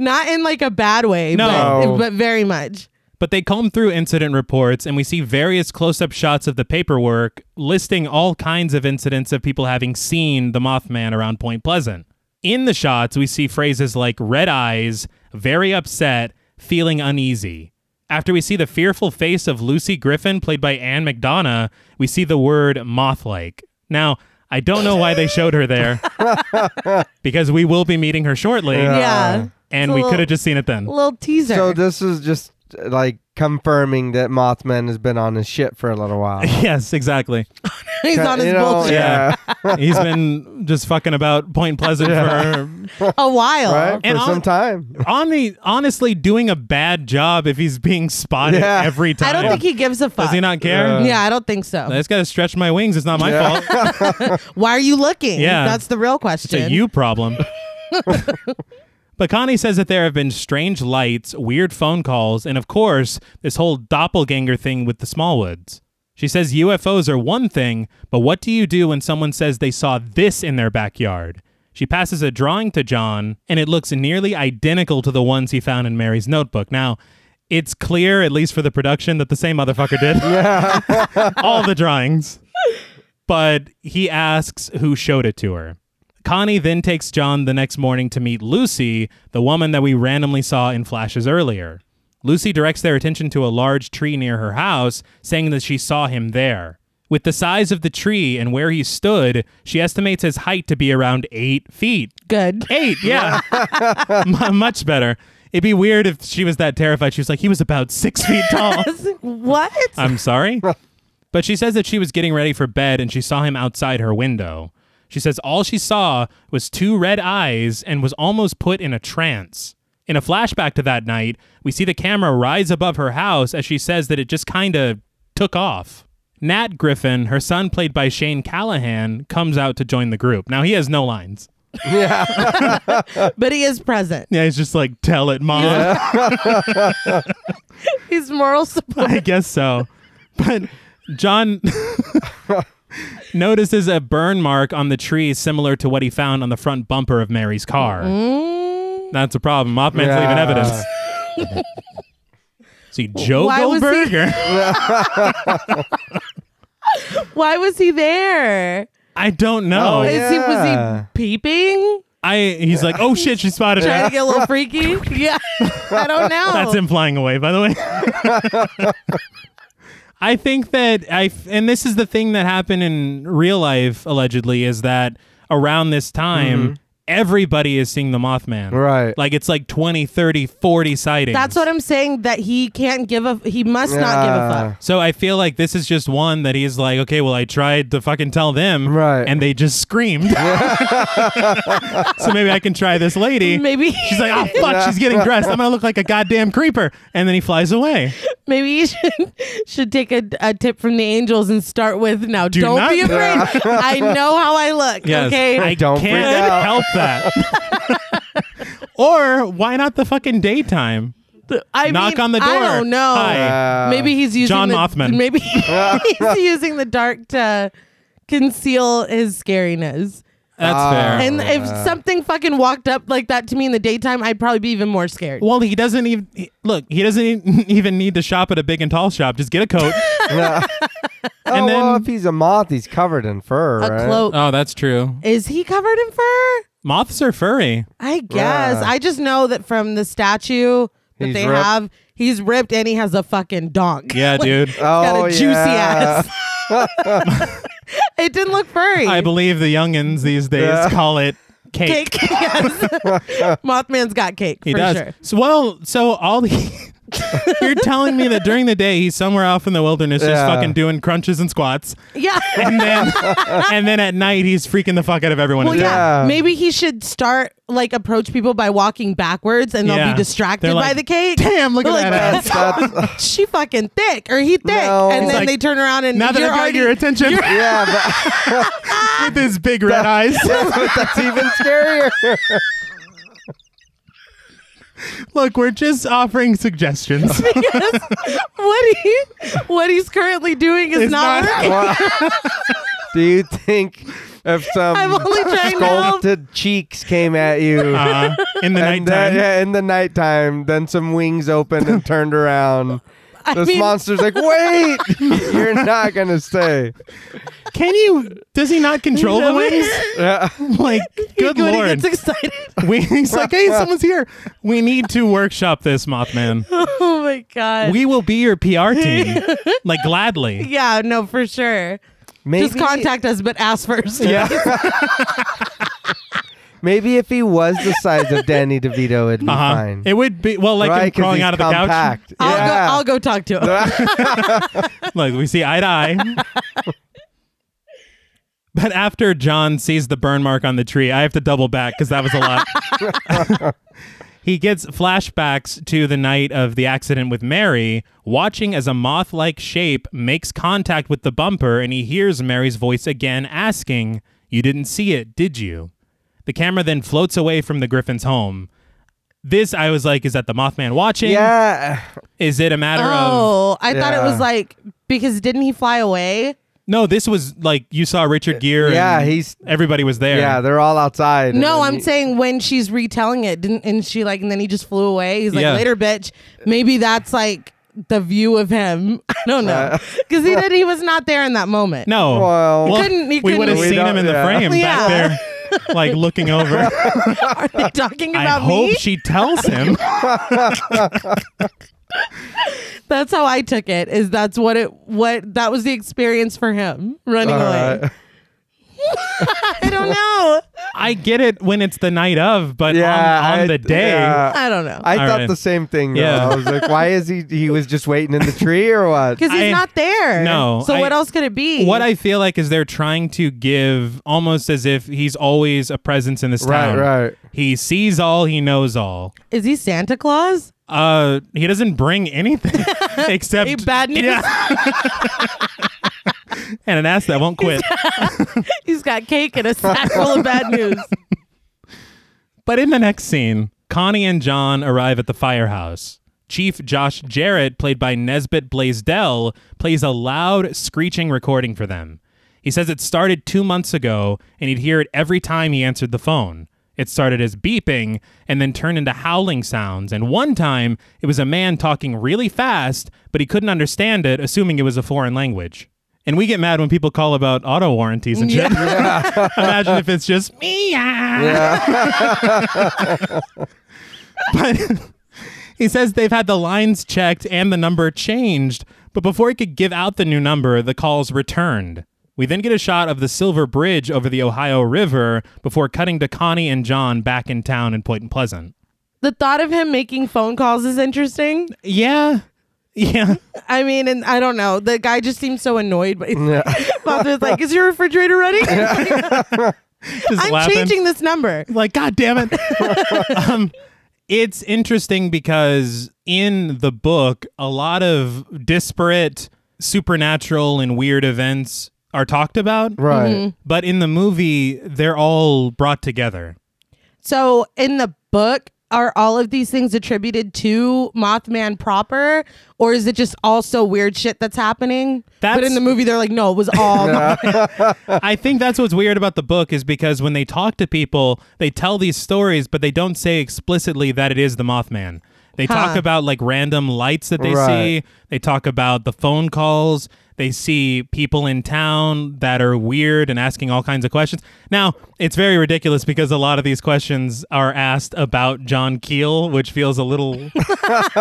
S2: not in like a bad way,
S1: No.
S2: but, but very much.
S1: But they comb through incident reports and we see various close up shots of the paperwork listing all kinds of incidents of people having seen the Mothman around Point Pleasant. In the shots, we see phrases like red eyes, very upset, feeling uneasy. After we see the fearful face of Lucy Griffin, played by Anne McDonough, we see the word moth like. Now, I don't know why they showed her there because we will be meeting her shortly.
S2: yeah,
S1: And
S2: It's a
S1: we
S2: little-
S1: could have just seen it then.
S2: little teaser.
S3: So this is just uh, like confirming that Mothman has been on his shit for a little while.
S1: Yes, exactly.
S2: He's on his
S3: You know,
S2: bullshit
S1: Yeah. He's been just fucking about Point Pleasant for
S2: a while.
S3: Right?
S1: And
S3: for
S1: on-
S3: some time.
S1: Hon- honestly doing a bad job if he's being spotted
S3: Yeah.
S1: every time.
S2: I don't think he gives a fuck.
S1: does he not care.
S2: Yeah, I don't think so.
S1: I just gotta stretch my wings. It's not my fault.
S2: Why are you looking?
S1: Yeah.
S2: that's the real question.
S1: It's a you problem. but Connie says that there have been strange lights, weird phone calls, and of course, this whole doppelganger thing with the Smallwoods. She says UFOs are one thing, but what do you do when someone says they saw this in their backyard? She passes a drawing to John, and it looks nearly identical to the ones he found in Mary's notebook. Now, it's clear, at least for the production, that the same motherfucker did all the drawings but he asks who showed it to her. Connie then takes John the next morning to meet Lucy, the woman that we randomly saw in flashes earlier. Lucy directs their attention to a large tree near her house, saying that she saw him there. With the size of the tree and where he stood, she estimates his height to be around eight feet.
S2: Good.
S1: Eight, yeah. M- much better. It'd be weird if she was that terrified. She was like, he was about six feet tall.
S2: What?
S1: I'm sorry? but she says that she was getting ready for bed and she saw him outside her window. She says all she saw was two red eyes and was almost put in a trance. In a flashback to that night, we see the camera rise above her house as she says that it just kind of took off. Nat Griffin, her son played by Shane Callahan, comes out to join the group. Now he has no lines.
S2: but he is present.
S1: Yeah, he's just like, tell it, mom.
S2: He's moral support.
S1: I guess so. But John notices a burn mark on the tree similar to what he found on the front bumper of Mary's car.
S2: Mm-hmm. Mm.
S1: That's a problem. Mothman's
S3: Yeah.
S1: leaving evidence. See, Joe
S2: Why was he-
S1: Goldberger.
S2: Why was he there?
S1: I don't know.
S3: Oh,
S2: Is he was
S3: yeah.
S2: he peeping?
S1: I he's like, oh shit, she spotted
S2: Trying
S1: it.
S2: to get a little freaky? Yeah. I don't know.
S1: That's him flying away, by the way. I think that I and this
S2: Mm-hmm.
S1: is the thing that happened in real life allegedly is that around this time everybody is seeing the Mothman.
S3: Right.
S1: Like it's like 20, 30, 40 sightings.
S2: That's what I'm saying. That he can't give a. He must not give a fuck.
S1: So I feel like this is just one that he's like, okay, well, I tried to fucking tell them,
S3: Right.
S1: And they just screamed. so maybe I can try this lady.
S2: Maybe
S1: She's like, oh fuck, she's getting dressed. I'm gonna look like a goddamn creeper. And then he flies away.
S2: maybe you should should take a, a tip from the angels and start with now.
S1: Do
S2: not
S1: not-
S2: be afraid. I know how I look.
S1: Yes,
S2: Okay.
S1: I
S3: Don't freak
S1: can't
S3: out.
S1: help that. or why not the fucking daytime?
S2: I
S1: Knock
S2: mean,
S1: on the door.
S2: I don't know.
S1: Hi.
S3: Uh,
S2: maybe he's using
S1: John
S2: the,
S1: Mothman.
S2: Maybe he's using the dark to conceal his scariness.
S1: That's
S3: Ah.
S1: fair.
S2: And if something fucking walked up like that to me in the daytime, I'd probably be even more scared.
S1: well, he doesn't even he- look. He doesn't e- even need to shop at a big and tall shop. Just get a coat.
S3: oh,
S1: and
S3: well,
S1: then-
S3: if he's a moth, he's covered in fur,
S2: A
S3: right? Uh.
S2: cloak.
S1: oh, that's true.
S2: Is he covered in fur?
S1: Moths are furry.
S2: I guess.
S3: Yeah.
S2: I just know that from the statue that
S3: He's
S2: they
S3: ripped.
S2: have, he's ripped and he has a fucking donk.
S1: Yeah, dude.
S2: got
S3: Oh,
S2: a juicy
S3: yeah.
S2: ass. it didn't look furry.
S1: I believe the youngins these days
S3: Yeah.
S1: call it cake.
S2: cake. yes. Mothman's got cake
S1: He
S2: for
S1: does.
S2: sure.
S1: So, well, so all the you're telling me that during the day he's somewhere off in the wilderness just
S3: Yeah.
S1: fucking doing crunches and squats,
S2: Yeah.
S1: and then and then at night he's freaking the fuck out of everyone.
S2: Well,
S1: in town.
S2: yeah.
S3: Yeah.
S2: Maybe he should start like approach people by walking backwards, and they'll
S1: Yeah.
S2: be distracted
S1: They're
S2: by
S1: like,
S2: the cake.
S1: Damn, look
S2: They're
S1: at that
S2: like,
S1: ass.
S2: she fucking thick, or he thick,
S3: No.
S2: and
S3: He's
S2: then
S1: like,
S2: they turn around and
S1: Now that
S2: you're
S1: I've got
S2: already-
S1: your attention
S3: Yeah, that,
S1: with his big red eyes,
S3: but that's even scarier.
S1: look, we're just offering suggestions.
S2: what he what he's currently doing is
S1: It's
S2: not,
S1: not-
S2: working.
S3: Do you think if some
S2: I'm only trying to help.
S3: sculpted cheeks came at you
S1: Uh, in the nighttime,
S3: and then- yeah, in the nighttime, then some wings opened and turned around?
S2: I
S3: This
S2: mean,
S3: monster's like, wait, you're not gonna stay.
S1: can you? Does he not control the wings?
S3: Yeah.
S1: Like, good
S2: Goody
S1: lord.
S2: gets excited.
S1: We, he's like, hey, someone's here. We need to workshop this, Mothman.
S2: Oh my god.
S1: We will be your PR team, like gladly.
S2: yeah, no, for sure.
S3: Maybe,
S2: Just contact us, but ask first.
S3: maybe if he was the size of Danny DeVito, it'd be
S1: Uh-huh.
S3: fine.
S1: It would be well, like
S3: right?
S1: him
S3: 'Cause
S1: crawling
S3: he's
S1: out of
S3: compact.
S1: the
S2: I'll
S3: yeah.
S2: go. I'll go talk to him.
S1: um, couch. Like we see eye to eye. But after John sees the burn mark on the tree, I have to double back because that was a lot. he gets flashbacks to the night of the accident with Mary, watching as a moth like shape makes contact with the bumper, and he hears Mary's voice again asking, You didn't see it, did you? The camera then floats away from the Griffin's home. This, I was like, is that the Mothman watching?
S3: yeah.
S1: Is it a matter of.
S2: Oh, I thought it
S3: Yeah.
S2: was like because didn't he fly away?
S1: No, this was like you saw Richard Gere.
S3: Yeah,
S1: and
S3: he's-
S1: Everybody was there.
S3: Yeah, they're all outside.
S2: No,
S3: And
S2: I'm
S3: he-
S2: saying when she's retelling it, didn't and she like and then he just flew away. He's like
S1: Yeah.
S2: later, bitch. Maybe that's like the view of him. I don't
S1: Uh,
S2: know because he did. He was not there in that moment.
S1: No.
S3: Well- He
S2: couldn't- he
S1: we would have
S2: couldn't- We
S1: seen him
S3: don't-
S1: in the
S3: yeah.
S1: frame
S2: Yeah.
S1: back there, like looking over.
S2: Are they talking
S1: I
S2: about
S1: hope
S2: me?
S1: she tells him.
S2: that's how I took it. Is that's what it what that was the experience for him running
S1: Uh,
S3: All
S2: away.
S3: right.
S2: I don't know.
S1: I get it when it's the night of, but
S3: Yeah,
S1: on, on
S3: I-
S1: the day.
S3: yeah.
S2: I don't know
S3: I
S1: All
S3: thought
S1: right.
S3: the same thing. Though.
S1: Yeah.
S3: I was like, why is he? He was just waiting in the tree or what?
S2: because he's
S1: I-
S2: not there.
S1: No,
S2: So
S1: I-
S2: what else could it be?
S1: What I feel like is they're trying to give almost as if he's always a presence in this
S3: Right,
S1: town.
S3: right.
S1: He sees all, he knows all.
S2: is he Santa Claus?
S1: Uh, he doesn't bring anything except
S2: Hey, bad news.
S1: Yeah. and an ass that won't quit.
S2: He's got cake and a sack full of bad news.
S1: But in the next scene, Connie and John arrive at the firehouse. Chief Josh Jarrett, played by Nesbitt Blaisdell, plays a loud, screeching recording for them. He says it started two months ago, and he'd hear it every time he answered the phone. It started as beeping and then turned into howling sounds, and one time it was a man talking really fast, but he couldn't understand it, assuming it was a foreign language. And we get mad when people call about auto warranties and shit. Imagine if it's just meow. But he says they've had the lines checked and the number changed, but before he could give out the new number, the calls returned. We then get a shot of the Silver Bridge over the Ohio River before cutting to Connie and John back in town in Point Pleasant.
S2: The thought of him making phone calls is interesting.
S1: Yeah. Yeah.
S2: I mean, and I don't know. The guy just seems so annoyed. But Bob's like, "Is your refrigerator ready?
S1: Just
S2: I'm
S1: laughing.
S2: changing this number."
S1: like god damn it um, it's interesting because in the book a lot of disparate supernatural and weird events are talked about
S3: Right.
S2: Mm-hmm.
S1: but in the movie they're all brought together
S2: So in the book, are all of these things attributed to Mothman proper, or is it just also weird shit that's happening? but
S1: That's-
S2: in the movie, they're like, "No, it was all."
S1: i think that's what's weird about the book is because when they talk to people they tell these stories but they don't say explicitly that it is the mothman they talk
S2: Huh.
S1: about like random lights that they
S3: Right.
S1: see they talk about the phone calls they see people in town that are weird and asking all kinds of questions now it's very ridiculous because a lot of these questions are asked about john keel which feels a little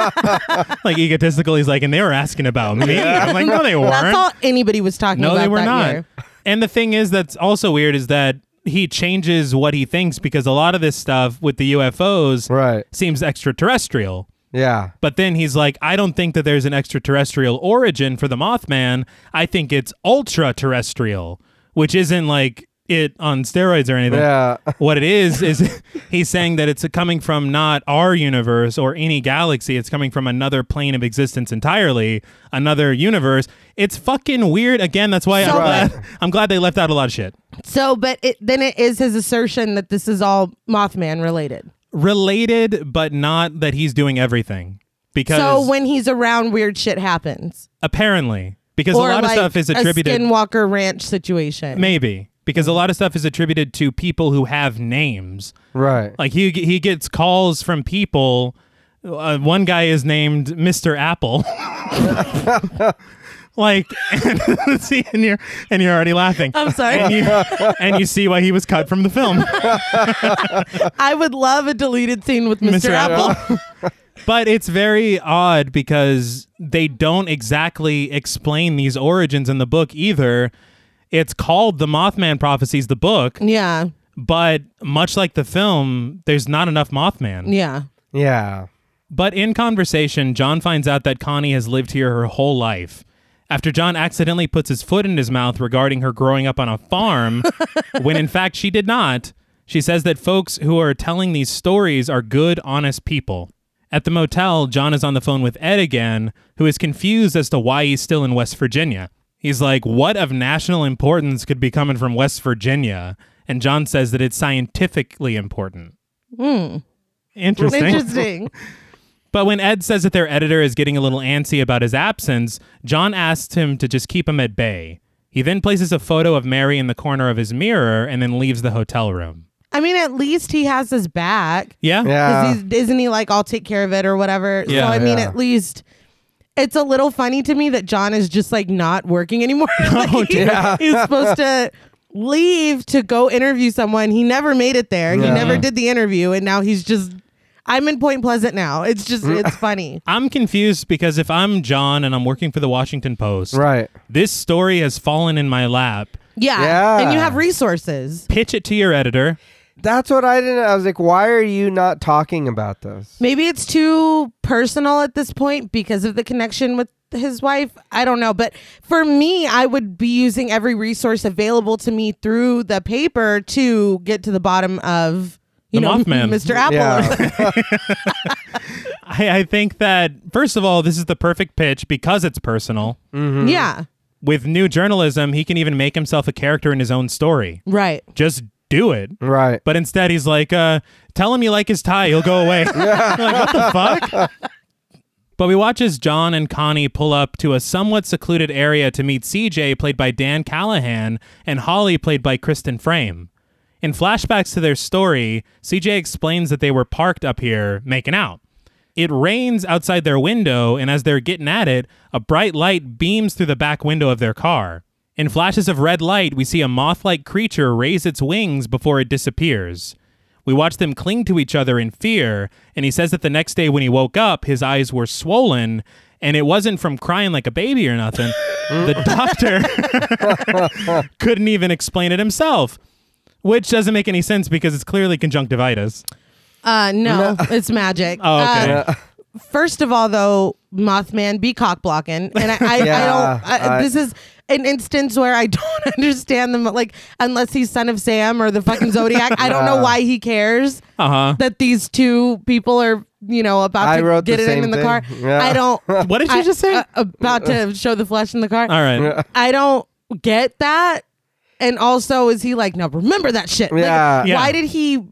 S1: like egotistical he's like and they were asking about me i'm like no they weren't
S2: That's all anybody was talking
S1: no,
S2: about.
S1: they were
S2: that
S1: not.
S2: year.
S1: And the thing is, that's also weird is that he changes what he thinks because a lot of this stuff with the UFOs
S3: Right.
S1: seems extraterrestrial.
S3: Yeah.
S1: But then he's like, I don't think that there's an extraterrestrial origin for the Mothman. I think it's ultra terrestrial, which isn't like it on steroids or anything.
S3: Yeah.
S1: What it is is he's saying that it's coming from not our universe or any galaxy. It's coming from another plane of existence entirely, another universe. It's fucking weird. Again, that's why
S2: So-
S1: I'm, glad, I'm glad they left out a lot of shit.
S2: So, but it, then it is his assertion that this is all Mothman related.
S1: Related, but not that he's doing everything. Because
S2: So when he's around, weird shit happens.
S1: apparently, because a
S2: or
S1: lot of
S2: like
S1: stuff is
S2: a
S1: attributed,
S2: Skinwalker Ranch situation.
S1: maybe, because a lot of stuff is attributed to people who have names.
S3: Right.
S1: Like he he gets calls from people. Uh, one guy is named Mr. Apple. like and, see, and you're and you're already laughing.
S2: I'm
S1: and
S2: sorry.
S1: you, and you see why he was cut from the film.
S2: I would love a deleted scene with Mr.
S1: Mr.
S2: Apple.
S1: but it's very odd because they don't exactly explain these origins in the book either. It's called The Mothman Prophecies the book,
S2: Yeah.
S1: but much like the film, there's not enough Mothman.
S2: Yeah.
S3: Yeah.
S1: But in conversation, John finds out that Connie has lived here her whole life. After John accidentally puts his foot in his mouth regarding her growing up on a farm, when in fact she did not, she says that folks who are telling these stories are good, honest people. At the motel, John is on the phone with Ed again, who is confused as to why he's still in West Virginia. He's like, What of national importance could be coming from West Virginia? And John says that it's scientifically important. Interesting.
S2: Interesting.
S1: But when Ed says that their editor is getting a little antsy about his absence, John asks him to just keep him at bay. He then places a photo of Mary in the corner of his mirror and then leaves the hotel room.
S2: I mean, at least he has his back.
S1: Yeah?
S3: Yeah.
S2: 'Cause he's- isn't he like, I'll take care of it or whatever?
S1: Yeah,
S2: so, I mean,
S3: yeah.
S2: at least it's a little funny to me that John is just like not working anymore. Like, he- He's supposed to leave to go interview someone. He never made it there. He
S3: Yeah.
S2: never did the interview. And now he's just, I'm in Point Pleasant now. It's just, it's funny.
S1: I'm confused because if I'm John and I'm working for the Washington Post,
S3: Right.
S1: this story has fallen in my lap.
S2: Yeah.
S3: Yeah.
S2: And you have resources.
S1: Pitch it to your editor.
S3: That's what I didn't. I was like, why are you not talking about this?
S2: Maybe it's too personal at this point because of the connection with his wife. I don't know. But for me, I would be using every resource available to me through the paper to get to the bottom of, you
S1: The
S2: know,
S1: Mothman.
S2: Mr. Apple.
S3: Yeah.
S1: I, I think that, first of all, this is the perfect pitch because it's personal.
S3: Mm-hmm.
S2: Yeah.
S1: With new journalism, he can even make himself a character in his own story.
S2: Right.
S1: Just do it.
S3: right.
S1: But instead, he's like, uh, tell him you like his tie. He'll go away. like, what the fuck? But we watch as John and Connie pull up to a somewhat secluded area to meet CJ, played by Dan Callahan, and Holly, played by Kristen Frame. In flashbacks to their story, CJ explains that they were parked up here making out. It rains outside their window, and as they're getting at it, a bright light beams through the back window of their car. In flashes of red light, we see a moth like creature raise its wings before it disappears. We watch them cling to each other in fear, and he says that the next day when he woke up, his eyes were swollen, and it wasn't from crying like a baby or nothing. the doctor couldn't even explain it himself, which doesn't make any sense because it's clearly conjunctivitis.
S2: Uh, no, it's magic.
S1: Oh, okay.
S2: Uh, first of all, though, Mothman be cock blocking, and I, I,
S3: Yeah,
S2: I don't. I,
S3: I-
S2: this is an instance where I don't understand them. Like, unless he's son of Sam or the fucking Zodiac, I don't know
S3: Yeah.
S2: why he cares
S1: Uh huh.
S2: that these two people are, you know, about
S3: I
S2: to
S3: wrote
S2: get
S3: the
S2: it in,
S3: same
S2: in the
S3: thing.
S2: car.
S3: Yeah.
S2: I don't.
S1: What did you
S2: I-
S1: just say?
S2: uh, about to show the flesh in the car.
S1: All right.
S2: I don't get that. And also, is he like, no, remember that shit? Like,
S3: Yeah.
S1: Yeah.
S2: Why did he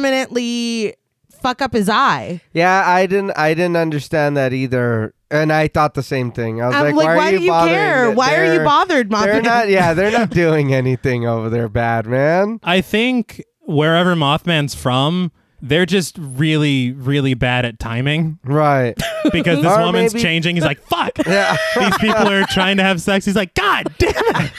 S2: permanently fuck up his eye?
S3: Yeah, I didn't I didn't understand that either. And I thought the same thing. I was
S2: I'm
S3: like, why, are
S2: do you
S3: bothering
S2: care?
S3: it?
S2: Why are you
S3: They're-
S2: bothered, Mom?
S3: They're not yeah, they're not doing anything over there bad, man.
S1: I think wherever Mothman's from, they're just really, really bad at timing
S3: Right.
S1: because this
S3: Or
S1: woman's
S3: maybe-
S1: changing. He's like, fuck.
S3: Yeah.
S1: These people are trying to have sex. He's like, God damn it.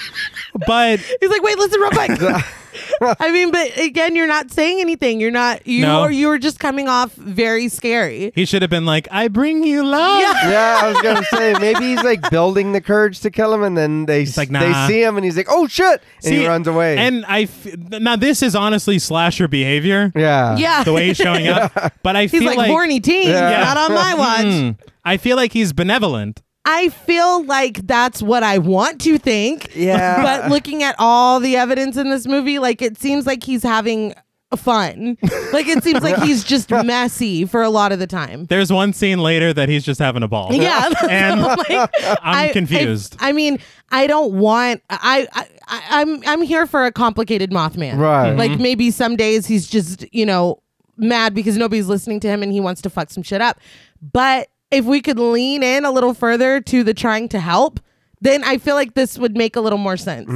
S1: But
S2: He's like, wait, listen real quick. I mean, but again, you're not saying anything. You're not. You
S1: No.
S2: are. You are just coming off very scary.
S1: he should have been like, I bring you love.
S2: Yeah.
S3: Yeah, I was gonna say maybe he's like building the courage to kill him, and then they s-
S1: like,
S3: they
S1: nah.
S3: see him, and he's like, "Oh shit!" and he runs away.
S1: And I f- now this is honestly slasher behavior.
S3: yeah,
S2: Yeah.
S1: The way he's showing up. But I
S2: He's
S1: feel
S2: like, horny teen.
S3: Yeah.
S2: Not on my watch.
S1: Hmm. I feel like he's benevolent.
S2: I feel like that's what I want to think.
S3: Yeah.
S2: But looking at all the evidence in this movie, like it seems like he's having fun. Like it seems like he's just messy for a lot of the time.
S1: There's one scene later that he's just having a ball.
S2: Yeah.
S1: And
S2: Like,
S1: I'm confused.
S2: I, mean, I don't want I, I I I'm I'm here for a complicated Mothman.
S3: Right.
S1: Mm-hmm.
S2: Like maybe some days he's just, you know, mad because nobody's listening to him and he wants to fuck some shit up. But if we could lean in a little further to the trying to help, then I feel like this would make a little more sense.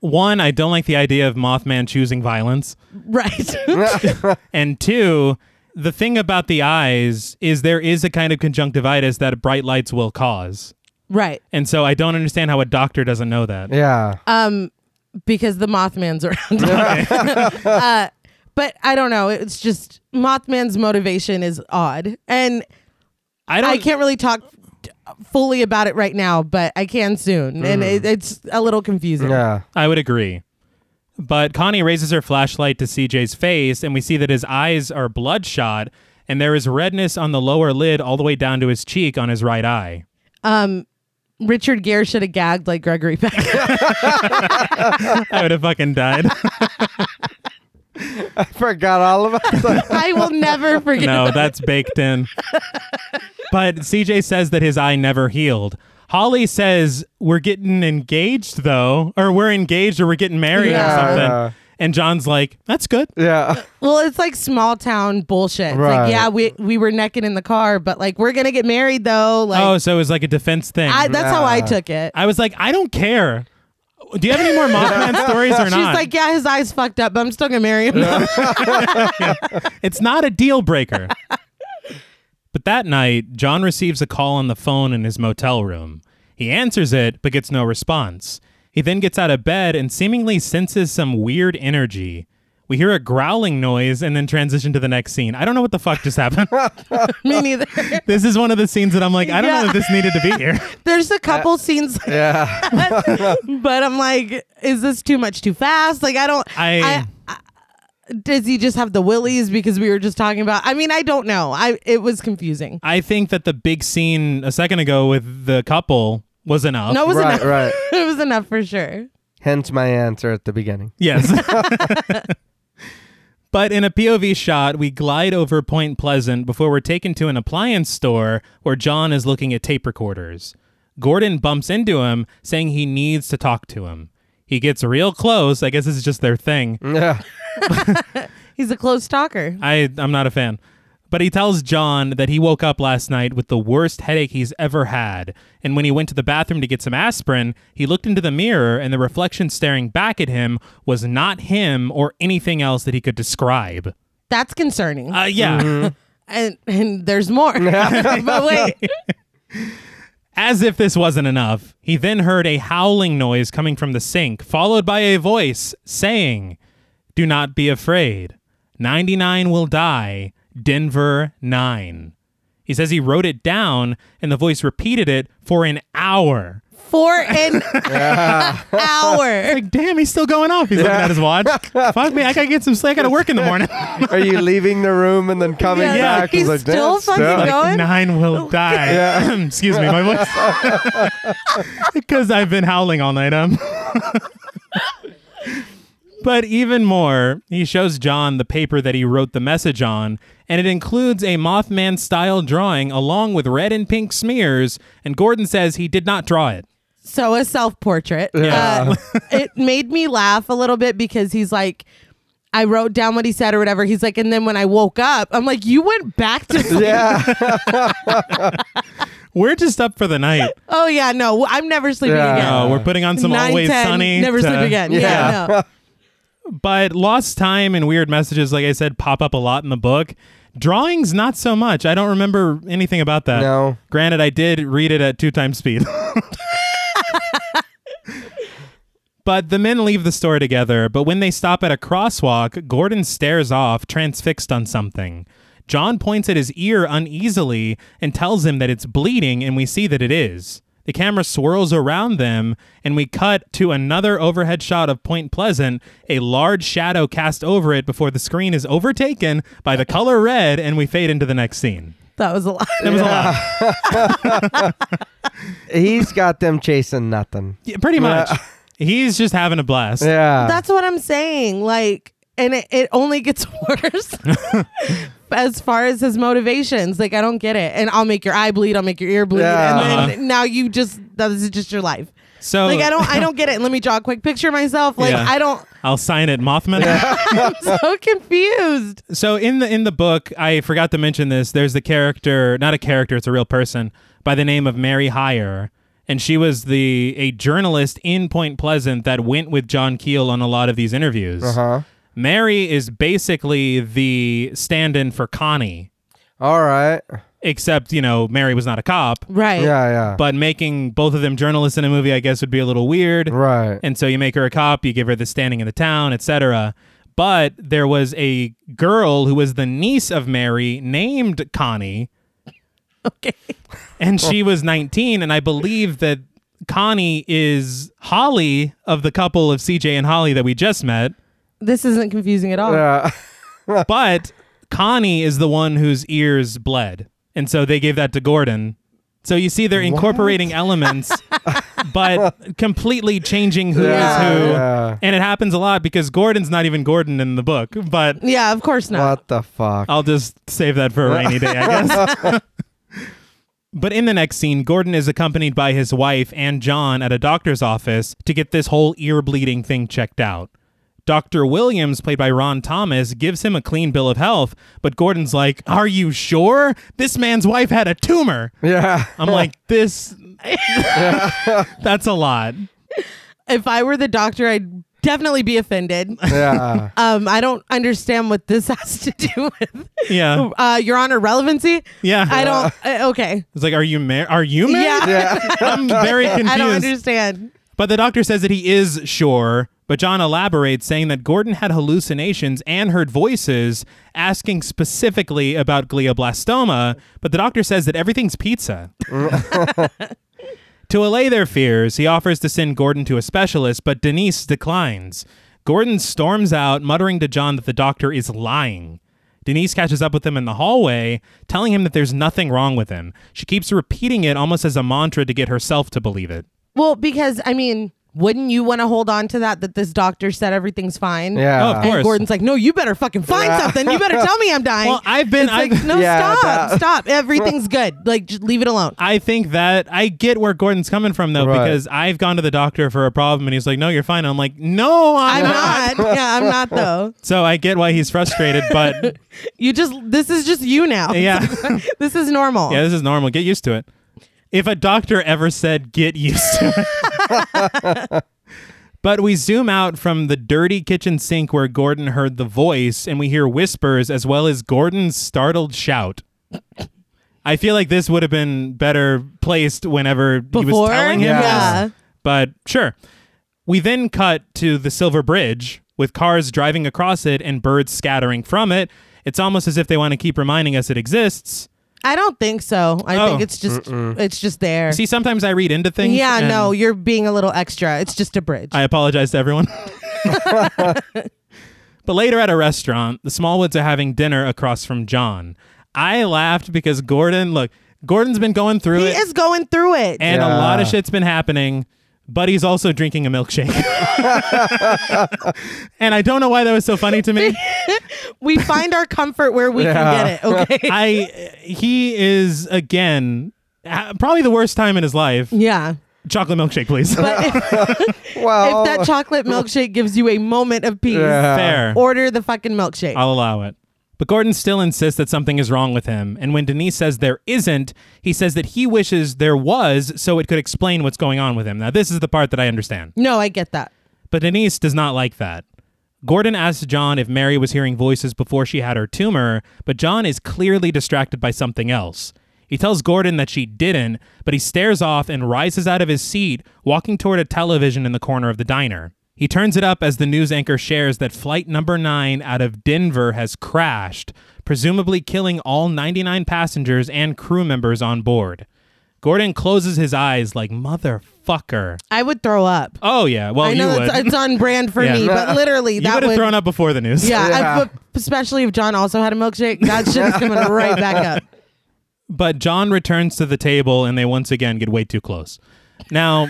S1: one, I don't like the idea of Mothman choosing violence.
S2: Right.
S1: And two, the thing about the eyes is there is a kind of conjunctivitis that bright lights will cause.
S2: right.
S1: And so I don't understand how a doctor doesn't know that.
S3: yeah.
S2: Because the Mothman's around. Uh, but I don't know. It's just Mothman's motivation is odd. And
S1: I don't
S2: I can't really talk t- fully about it right now, but I can soon, and it, it's a little confusing.
S3: yeah,
S1: I would agree. But Connie raises her flashlight to CJ's face and we see that his eyes are bloodshot and there is redness on the lower lid all the way down to his cheek on his right eye.
S2: Richard Gere should have gagged like Gregory Peck.
S1: I would have fucking died.
S3: I forgot all about that.
S2: I will never forget.
S1: no, that's baked in. But CJ says that his eye never healed. Holly says, We're getting engaged, though, or we're engaged or we're getting married
S2: Yeah.
S1: or something.
S3: Yeah.
S1: And John's like, That's good.
S3: yeah,
S2: Well, it's like small town bullshit. It's
S3: Right.
S2: like, yeah, we we were necking in the car, but like we're gonna get married though. Like
S1: oh, so it was like a defense thing.
S2: I,
S1: I,
S2: that's how I took it.
S1: was like, I don't care. Do you have any more Mothman stories or
S2: She's
S1: not?
S2: like, yeah, his eyes fucked up, but I'm still gonna marry him.
S1: It's not a deal breaker. but that night, John receives a call on the phone in his motel room. He answers it, but gets no response. He then gets out of bed and seemingly senses some weird energy. We hear a growling noise and then transition to the next scene. I don't know what the fuck just happened.
S2: Me neither.
S1: this is one of the scenes that I'm like, I don't know
S2: Yeah.
S1: if this needed to be here.
S2: There's a couple scenes like
S3: yeah.
S2: but I'm like, is this too much too fast? Like, I don't.
S1: I-
S2: I, I, does he just have the willies because we were just talking about? I mean, I don't know. I it was confusing.
S1: I think that the big scene a second ago with the couple was enough.
S2: No, it was
S3: right,
S2: enough.
S3: right.
S2: It was enough for sure.
S3: Hence my answer at the beginning.
S1: Yes. but in a POV shot, we glide over Point Pleasant before we're taken to an appliance store where John is looking at tape recorders. Gordon bumps into him, saying he needs to talk to him. He gets real close. I guess this is just their thing.
S3: Yeah,
S2: He's a close stalker.
S1: I, I'm not a fan. But he tells John that he woke up last night with the worst headache he's ever had. And when he went to the bathroom to get some aspirin, he looked into the mirror and the reflection staring back at him was not him or anything else that he could describe.
S2: That's concerning.
S1: Uh, yeah.
S2: and and there's more. but wait,
S1: As if this wasn't enough, he then heard a howling noise coming from the sink, followed by a voice saying, Do not be afraid. 99 will die. Denver 9. He says he wrote it down and the voice repeated it for an hour.
S2: for an hour.
S1: Like, damn, he's still going off. He's looking at his watch. Fuck me, I gotta get some sleep. I gotta work in the morning.
S3: Are you leaving the room and then coming
S2: Yeah,
S3: back?
S2: he's
S3: like,
S2: still
S3: "That's
S2: fucking
S3: dumb."
S1: like
S2: going?
S1: nine
S2: Oh.
S1: will die. Excuse me, my voice. because I've been howling all night. Um. but even more, he shows John the paper that he wrote the message on, and it includes a Mothman style drawing along with red and pink smears. And Gordon says he did not draw it.
S2: So a self portrait.
S3: Yeah.
S2: Uh, it made me laugh a little bit because he's like, I wrote down what he said or whatever. He's like, and then when I woke up, I'm like, you went back to. sleep."
S3: Yeah,
S1: We're just up for the night.
S2: Oh yeah, no, I'm never sleeping
S3: Yeah.
S2: again.
S1: Uh, we're putting on some
S2: Nine,
S1: always
S2: 10,
S1: sunny.
S2: Never
S1: to-
S2: sleep again. Yeah.
S3: Yeah.
S2: no.
S1: but lost time and weird messages, like I said, pop up a lot in the book. Drawings, not so much. I don't remember anything about that.
S3: No.
S1: Granted, I did read it at two times speed. but the men leave the store together. But when they stop at a crosswalk, Gordon stares off, transfixed on something. John points at his ear uneasily and tells him that it's bleeding, and we see that it is. The camera swirls around them, and we cut to another overhead shot of Point Pleasant, a large shadow cast over it before the screen is overtaken by the color red, and we fade into the next scene.
S2: That was a lot.
S1: That was a lot.
S3: he's got them chasing nothing.
S1: Yeah, pretty much. He's just having a blast.
S3: Yeah,
S2: That's what I'm saying. Like, and it, it only gets worse as far as his motivations. Like, I don't get it. And I'll make your eye bleed. I'll make your ear bleed.
S3: Yeah.
S2: And then now you just that is just your life.
S1: So
S2: Like, I don't I don't get it. And let me draw a quick picture of myself. Like,
S1: Yeah.
S2: I don't.
S1: I'll sign it, Mothman.
S2: I'm so confused.
S1: so in the in the book, I forgot to mention this. There's the character, not a character, it's a real person by the name of Mary Heyer, and she was the a journalist in Point Pleasant that went with John Keel on a lot of these interviews.
S3: huh?
S1: Mary is basically the stand-in for Connie,
S3: All right.
S1: except you know Mary was not a cop,
S2: Right.
S3: Yeah, yeah.
S1: but making both of them journalists in a movie, I guess, would be a little weird.
S3: right.
S1: And so you make her a cop, you give her the standing in the town, etc. But there was a girl who was the niece of Mary named Connie,
S2: Okay.
S1: and she was 19. And I believe that Connie is Holly of the couple of CJ and Holly that we just met.
S2: This isn't confusing at all.
S3: yeah.
S1: But Connie is the one whose ears bled. And so they gave that to Gordon. So you see, they're incorporating elements, but completely changing who is
S3: Yeah,
S1: who.
S3: yeah.
S1: And it happens a lot because Gordon's not even Gordon in the book, but
S2: Yeah, of course not.
S3: What the fuck?
S1: I'll just save that for a rainy day, I guess. but in the next scene, Gordon is accompanied by his wife and John at a doctor's office to get this whole ear bleeding thing checked out. Dr. Williams, played by Ron Thomas, gives him a clean bill of health, but Gordon's like, Are you sure? This man's wife had a tumor.
S3: yeah.
S1: I'm like, This. That's a lot.
S2: if I were the doctor, I'd definitely be offended.
S3: Yeah.
S2: um, I don't understand what this has to do with
S1: Yeah.
S2: uh, Your Honor relevancy.
S1: Yeah.
S2: I don't. Uh, okay.
S1: It's like, Are you married? Are you married?
S2: Yeah.
S3: yeah.
S1: I'm very confused.
S2: I don't understand.
S1: But the doctor says that he is sure. But John elaborates, saying that Gordon had hallucinations and heard voices asking specifically about glioblastoma. But the doctor says that everything's pizza. to allay their fears, he offers to send Gordon to a specialist, but Denise declines. Gordon storms out, muttering to John that the doctor is lying. Denise catches up with him in the hallway, telling him that there's nothing wrong with him. She keeps repeating it almost as a mantra to get herself to believe it.
S2: Well, because I mean, wouldn't you want to hold on to that that this doctor said everything's fine?
S3: Yeah.
S1: Oh, of course.
S2: And Gordon's like, no, you better fucking find something. You better tell me I'm dying.
S1: Well, I've been-
S2: It's like,
S1: I've-
S2: no,
S3: Yeah,
S2: stop,
S3: that-
S2: stop. Everything's good. Like, just leave it alone.
S1: I think that I get where Gordon's coming from though,
S3: Right.
S1: because I've gone to the doctor for a problem and he's like, "No, you're fine." I'm like, "No, I'm
S2: I'm
S1: not."
S2: not. Yeah, I'm not though.
S1: So I get why he's frustrated, but
S2: You just. This is just you now.
S1: yeah,
S2: this is normal.
S1: yeah, this is normal. Get used to it. If a doctor ever said, "Get used to it," but we zoom out from the dirty kitchen sink where Gordon heard the voice, and we hear whispers as well as Gordon's startled shout. I feel like this would have been better placed whenever he
S2: Before.
S1: was telling him.
S3: Yeah.
S1: this.
S2: yeah.
S1: but sure. We then cut to the Silver Bridge with cars driving across it and birds scattering from it. It's almost as if they want to keep reminding us it exists.
S2: I don't think so. I
S1: Oh.
S2: think it's just it's just there.
S1: See, sometimes I read into things.
S2: yeah,
S1: and
S2: no, you're being a little extra. It's just a bridge.
S1: I apologize to everyone. but later at a restaurant, the Smallwoods are having dinner across from John. I laughed because Gordon, look, Gordon's been going through
S2: he
S1: it,
S2: is going through it.
S1: and a
S3: Yeah.
S1: lot of shit's been happening. But he's also drinking a milkshake. and I don't know why that was so funny to me.
S2: we find our comfort where we
S3: Yeah.
S2: can get it. Okay.
S1: I he is again ha- probably the worst time in his life.
S2: yeah.
S1: Chocolate milkshake, please.
S2: But if,
S3: Well,
S1: Oh.
S2: if that chocolate milkshake gives you a moment of peace,
S3: Yeah.
S1: Fair.
S2: order the fucking milkshake.
S1: I'll allow it. But Gordon still insists that something is wrong with him. And when Denise says there isn't, he says that he wishes there was so it could explain what's going on with him. Now, this is the part that I understand.
S2: no, I get that.
S1: But Denise does not like that. Gordon asks John if Mary was hearing voices before she had her tumor, but John is clearly distracted by something else. He tells Gordon that she didn't, but he stares off and rises out of his seat, walking toward a television in the corner of the diner. He turns it up as the news anchor shares that flight number 9 out of Denver has crashed, presumably killing all 99 passengers and crew members on board. Gordon closes his eyes like motherfucker.
S2: I would throw up.
S1: Oh yeah, well
S2: I know
S1: you would.
S2: it's, it's on brand for
S1: Yeah.
S2: me, but literally
S1: You
S2: that
S1: would have
S2: would.
S1: thrown up before the news.
S2: yeah, I-
S3: Yeah.
S2: but especially if John also had a milkshake, that shit is coming right back up.
S1: But John returns to the table and they once again get way too close. Now,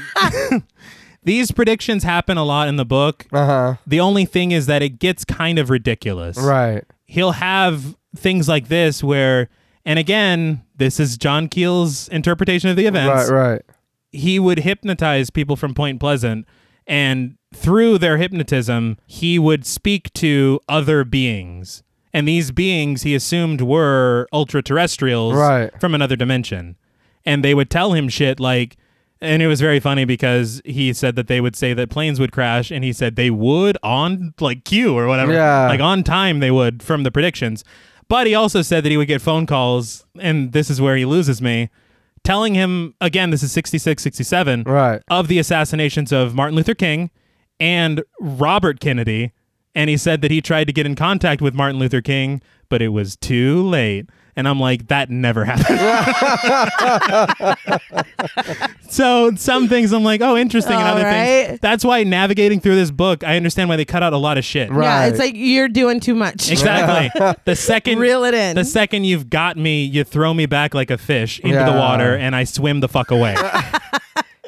S1: these predictions happen a lot in the book.
S3: uh huh.
S1: The only thing is that it gets kind of ridiculous.
S3: Right.
S1: He'll have things like this where, and again, this is John Keel's interpretation of the events.
S3: Right. Right.
S1: He would hypnotize people from Point Pleasant and through their hypnotism, he would speak to other beings. And these beings he assumed were ultra terrestrials
S3: Right.
S1: from another dimension. And they would tell him shit like, and it was very funny because he said that they would say that planes would crash, and he said they would on like cue or whatever,
S3: Yeah.
S1: like on time they would from the predictions. But he also said that he would get phone calls, and this is where he loses me, telling him again, this is 66, 67,
S3: Right.
S1: of the assassinations of Martin Luther King and Robert Kennedy. And he said that he tried to get in contact with Martin Luther King, but it was too late. And I'm like, that never happened. so some things I'm like, oh, interesting. and
S2: All
S1: other things.
S2: right.
S1: That's why navigating through this book, I understand why they cut out a lot of shit.
S3: Right.
S2: Yeah, it's like you're doing too much.
S1: Exactly. the second
S2: Reel it in.
S1: The second you've got me, you throw me back like a fish into the
S3: Yeah.
S1: water and I swim the fuck away.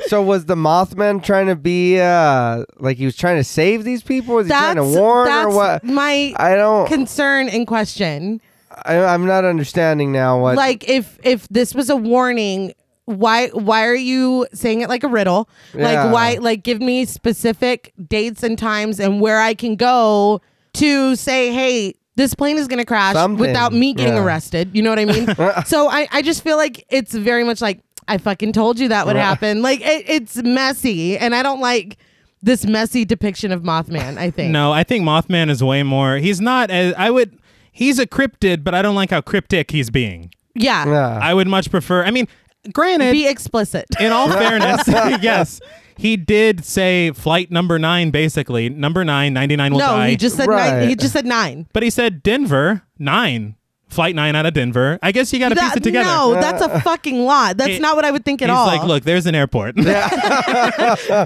S3: So was the Mothman trying to be uh like he was trying to save these people? Was he
S2: That's,
S3: trying to warn or
S2: that's
S3: what?
S2: my
S3: I don't.
S2: concern and question.
S3: I, I'm not understanding now what.
S2: like if if this was a warning why why are you saying it like a riddle
S3: Yeah.
S2: like why like give me specific dates and times and where i can go to say hey this plane is going to crash
S3: Something.
S2: without me getting
S3: Yeah.
S2: arrested you know what i mean so I, I just feel like it's very much like i fucking told you that would happen like it, it's messy and i don't like this messy depiction of mothman i think
S1: No, I think Mothman is way more. He's not as I would. He's a cryptid, but I don't like how cryptic he's being.
S2: yeah,
S3: yeah.
S1: I would much prefer. I mean, granted,
S2: be explicit
S1: in all fairness, yes, he did say flight number nine. Basically, number nine, 99 will
S2: no
S1: die.
S2: he just said nine
S3: Right.
S2: he just said nine
S1: but he said Denver nine, flight nine out of Denver. I guess you got to piece
S2: That-
S1: it together.
S2: No, that's a fucking lot. That's
S1: It-
S2: not what I would think at
S1: He's
S2: all.
S1: like, look, there's an airport.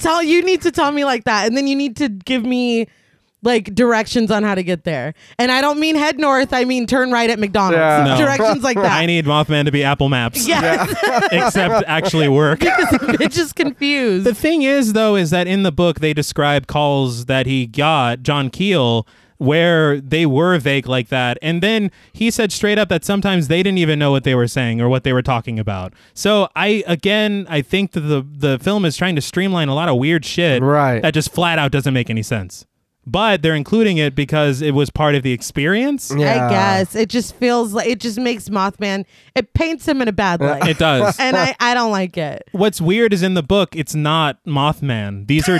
S2: tell you need to tell me like that, and then you need to give me like directions on how to get there. And I don't mean head north. I mean turn right at McDonald's.
S3: Yeah.
S1: No.
S2: Directions like that.
S1: I need Mothman to be Apple Maps,
S2: yes,
S1: except actually work.
S2: it's just confused.
S1: The thing is, though, is that in the book they describe calls that he got, John Keel, where they were vague like that. And then he said straight up that sometimes they didn't even know what they were saying or what they were talking about. So I, again, I think that the, the film is trying to streamline a lot of weird shit
S3: Right.
S1: that just flat out doesn't make any sense. But they're including it because it was part of the experience.
S3: Yeah.
S2: I guess it just feels like it just makes Mothman. It paints him in a bad light,
S1: It does.
S2: and I I don't like it.
S1: What's weird is in the book, it's not Mothman. These are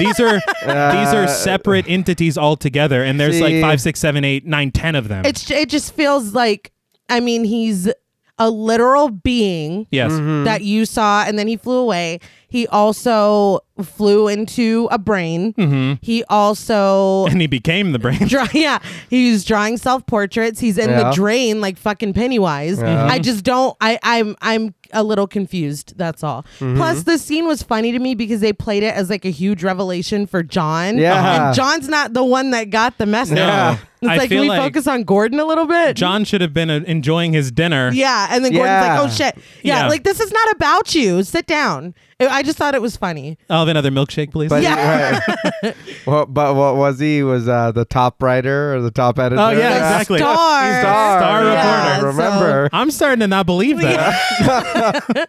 S1: these are these are separate entities altogether, and there's like
S3: Uh, See.
S1: five, six, seven, eight, nine, ten of them.
S2: It's it just feels like I mean he's a literal being
S1: Yes.
S3: Mm-hmm.
S2: that you saw and then he flew away. He also flew into a brain.
S3: Mm-hmm.
S2: He also
S1: And he became the brain.
S2: draw, yeah, he's drawing self portraits. He's in
S3: Yeah.
S2: the drain like fucking Pennywise. I just don't. I I'm I'm a little confused. That's all.
S3: Mm-hmm.
S2: Plus, the scene was funny to me because they played it as like a huge revelation for John.
S3: Yeah.
S2: and John's not the one that got the message.
S1: No.
S2: It's
S1: I
S2: like
S1: feel
S2: can we
S1: like-
S2: focus on Gordon a little bit.
S1: John should have been uh, enjoying his dinner.
S2: Yeah, and then
S3: Yeah.
S2: Gordon's like, "Oh shit, yeah,
S1: Yeah.
S2: like this is not about you. Sit down." I- I just thought it was funny.
S1: I'll have another milkshake, please.
S3: But,
S2: Yeah.
S3: right. Well, but what was he? Was uh, the top writer or the top editor?
S1: Oh, yeah,
S2: The
S1: exactly.
S2: Star.
S3: Star,
S1: Star
S3: yeah,
S2: reporter.
S3: Remember?
S1: I'm starting to not believe that.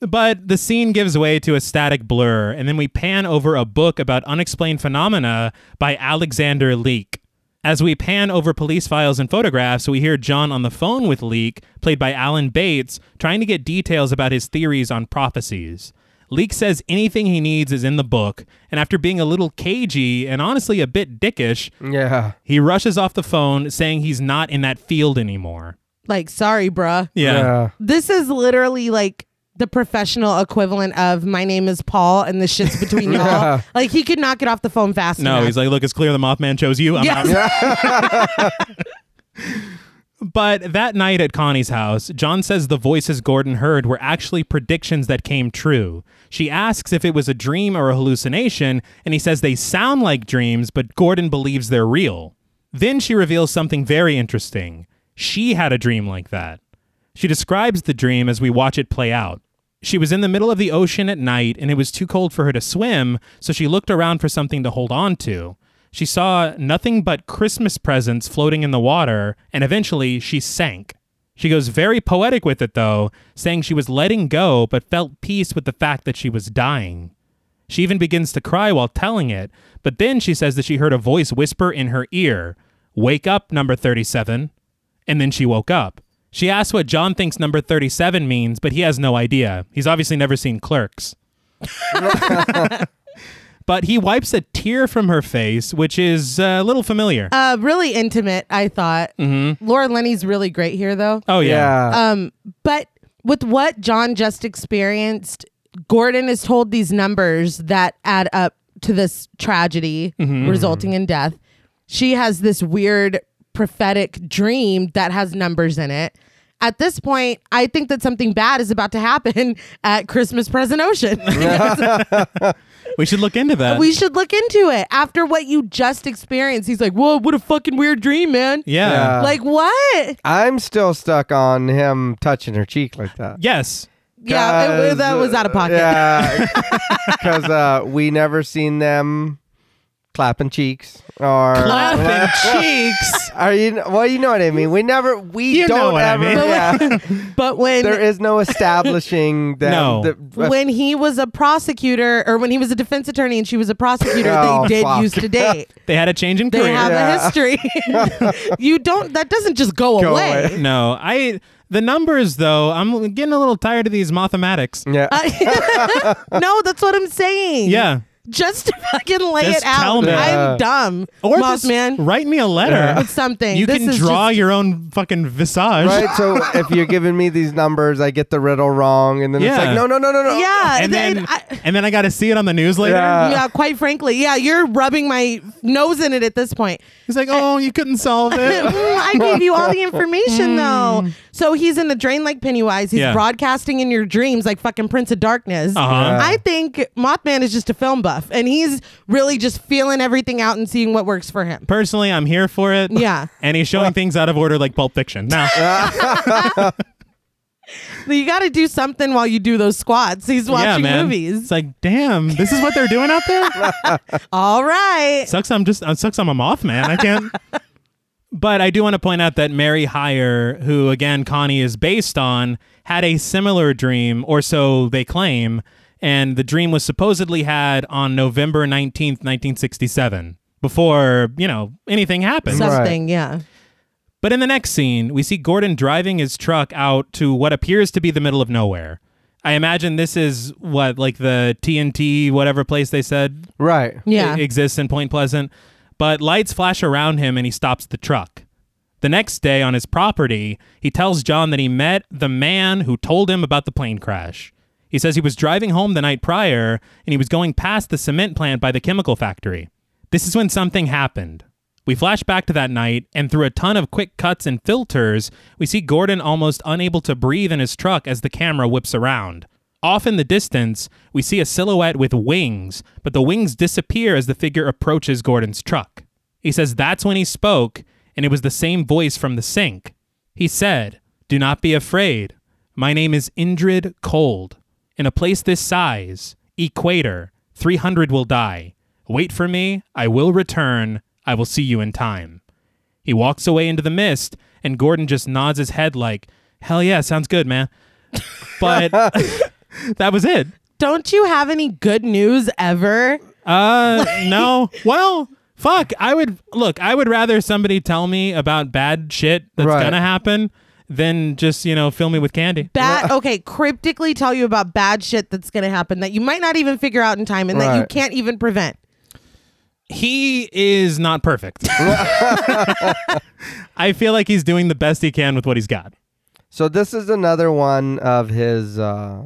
S1: but the scene gives way to a static blur, and then we pan over a book about unexplained phenomena by Alexander Leake. As we pan over police files and photographs, we hear John on the phone with Leake, played by Alan Bates, trying to get details about his theories on prophecies. Leake says anything he needs is in the book, and after being a little cagey and honestly a bit dickish,
S3: yeah.
S1: he rushes off the phone saying he's not in that field anymore.
S2: Like, sorry, bruh.
S3: Yeah.
S2: This is literally like the professional equivalent of "My name is Paul" and the shit's between y'all.
S3: Yeah.
S2: Like, he could not get off the phone fast
S1: No,
S2: enough.
S1: he's like, look, it's clear the Mothman chose you. I'm out.
S2: yeah.
S1: But that night at Connie's house, John says the voices Gordon heard were actually predictions that came true. She asks if it was a dream or a hallucination, and he says they sound like dreams, but Gordon believes they're real. Then she reveals something very interesting. She had a dream like that. She describes the dream as we watch it play out. She was in the middle of the ocean at night and it was too cold for her to swim, so she looked around for something to hold on to. She saw nothing but Christmas presents floating in the water, and eventually she sank. She goes very poetic with it, though, saying she was letting go but felt peace with the fact that she was dying. She even begins to cry while telling it, but then she says that she heard a voice whisper in her ear, Wake up, number 37. And then she woke up. She asks what John thinks number 37 means, but he has no idea. He's obviously never seen clerks. but he wipes a tear from her face, which is uh, a little familiar.
S2: uh, really intimate. I thought
S1: Mm-hmm.
S2: Laura Lenny's really great here, though.
S1: oh, yeah.
S3: Yeah.
S2: Um, but with what John just experienced, Gordon is told these numbers that add up to this tragedy
S3: Mm-hmm.
S2: resulting in death. She has this weird prophetic dream that has numbers in it. At this point, I think that something bad is about to happen at Christmas Present Ocean.
S1: We should look into that.
S2: we should look into it after what you just experienced. He's like, "Whoa, what a fucking weird dream, man!"
S1: yeah.
S3: Yeah.
S2: Like what?
S3: I'm still stuck on him touching her cheek like that.
S1: Yes.
S2: Yeah, it-
S3: 'Cause,
S2: that was out of pocket.
S3: Yeah, because uh, we never seen them clapping cheeks or
S1: Laughing cheeks.
S3: Are you? Well, you know what I mean. We never. We
S1: You know
S3: don't
S1: what I
S3: ever.
S1: mean.
S3: yeah.
S2: But when
S3: there is no establishing them.
S1: No.
S3: the- uh,
S2: when he was a prosecutor or when he was a defense attorney and she was a prosecutor,
S3: Oh,
S2: they did
S3: fuck.
S2: used to date.
S1: They had a change in
S2: They
S1: career.
S2: have
S3: Yeah.
S2: a history. you don't. That doesn't just go,
S3: Go
S2: away.
S3: away.
S1: No, I the numbers though. I'm getting a little tired of these mathematics.
S2: Mm.
S3: yeah.
S2: I- no, that's what I'm saying.
S1: Yeah,
S2: Just fucking lay
S1: Just
S2: it out.
S1: tell me.
S3: Yeah.
S2: I'm dumb.
S1: or just
S2: Mothman.
S1: write me a letter.
S2: It's something.
S1: You
S2: This
S1: can
S2: is
S1: draw
S2: just-
S1: your own fucking visage.
S3: Right, so if you're giving me these numbers, I get the riddle wrong, and then it's
S1: Yeah.
S3: like, no, no, no, no, no.
S2: yeah.
S1: And then,
S2: I-
S1: and then I got to see it on the news later.
S3: Yeah.
S2: yeah, quite frankly, yeah, you're rubbing my nose in it at this point.
S1: He's like, oh, you couldn't solve
S2: Mm,
S1: it.
S2: I gave you all the information though. So he's in the drain like Pennywise. He's
S1: Mm. Yeah.
S2: broadcasting in your dreams like fucking Prince of Darkness.
S1: Uh-huh.
S2: I think Mothman is just a film buff and he's really just feeling everything out and seeing what works for him.
S1: Personally, I'm here for it.
S2: Yeah.
S1: And he's showing things out of order like Pulp Fiction. Now,
S2: You got to do something while you do those squats. He's
S1: yeah,
S2: watching
S1: man. It's
S2: movies.
S1: like, damn, this is what they're doing out there.
S2: All right.
S1: sucks. I'm just uh, sucks. I'm a moth man. I can't. but I do want to point out that Mary Heyer, who again Connie is based on, had a similar dream, or so they claim, and the dream was supposedly had on November nineteenth, nineteen sixty-seven, before you know anything happened.
S2: Something, yeah.
S1: But in the next scene, we see Gordon driving his truck out to what appears to be the middle of nowhere. I imagine this is what, like the TNT, whatever place they said
S3: Right.
S2: Yeah.
S1: e- exists in Point Pleasant. But lights flash around him and he stops the truck. The next day on his property, he tells John that he met the man who told him about the plane crash. He says he was driving home the night prior and he was going past the cement plant by the chemical factory. This is when something happened. We flash back to that night, and through a ton of quick cuts and filters, we see Gordon almost unable to breathe in his truck as the camera whips around. Off in the distance, we see a silhouette with wings, but the wings disappear as the figure approaches Gordon's truck. He says that's when he spoke, and it was the same voice from the sink. He said, Do not be afraid. My name is Indrid Cold. In a place this size, equator, 300 will die. Wait for me. I will return. I will see you in time. He walks away into the mist, and Gordon just nods his head like, Hell yeah, sounds good, man. But that was it.
S2: Don't you have any good news ever?
S1: Uh, no. Well, fuck. I would look. I would rather somebody tell me about bad shit that's
S3: Right.
S1: gonna happen than just you know fill me with candy.
S2: Bad. Okay, cryptically tell you about bad shit that's going to happen that you might not even figure out in time and that you
S3: Right.
S2: can't even prevent.
S1: He is not perfect. I feel like he's doing the best he can with what he's got.
S3: So this is another one of his uh,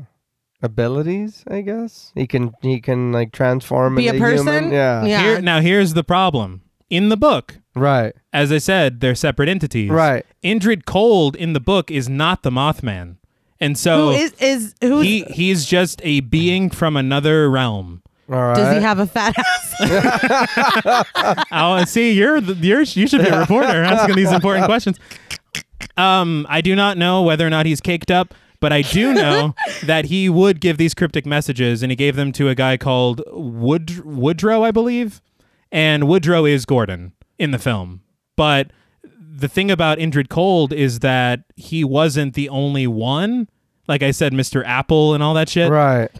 S3: abilities, I guess. He can he can like transform
S2: Be a
S3: into
S2: person?
S3: Human. Yeah.
S2: Yeah.
S1: Here now, here's the problem. In the book,
S3: Right.
S1: as I said, they're separate entities.
S3: Right.
S1: Indrid Cold in the book is not the Mothman, and so
S2: Who is is who
S1: Oh, he he's just a being from another realm.
S3: All right.
S2: does he have a fat ass?
S1: Oh, see, you're the, you're you should be a reporter asking these important questions. Um, I do not know whether or not he's caked up, but I do know that he would give these cryptic messages, and he gave them to a guy called Wood Woodrow, I believe, and Woodrow is Gordon in the film. But the thing about Indrid Cold is that he wasn't the only one. Like I said, Mr. Apple and all that shit.
S3: right.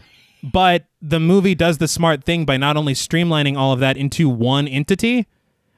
S1: But the movie does the smart thing by not only streamlining all of that into one entity,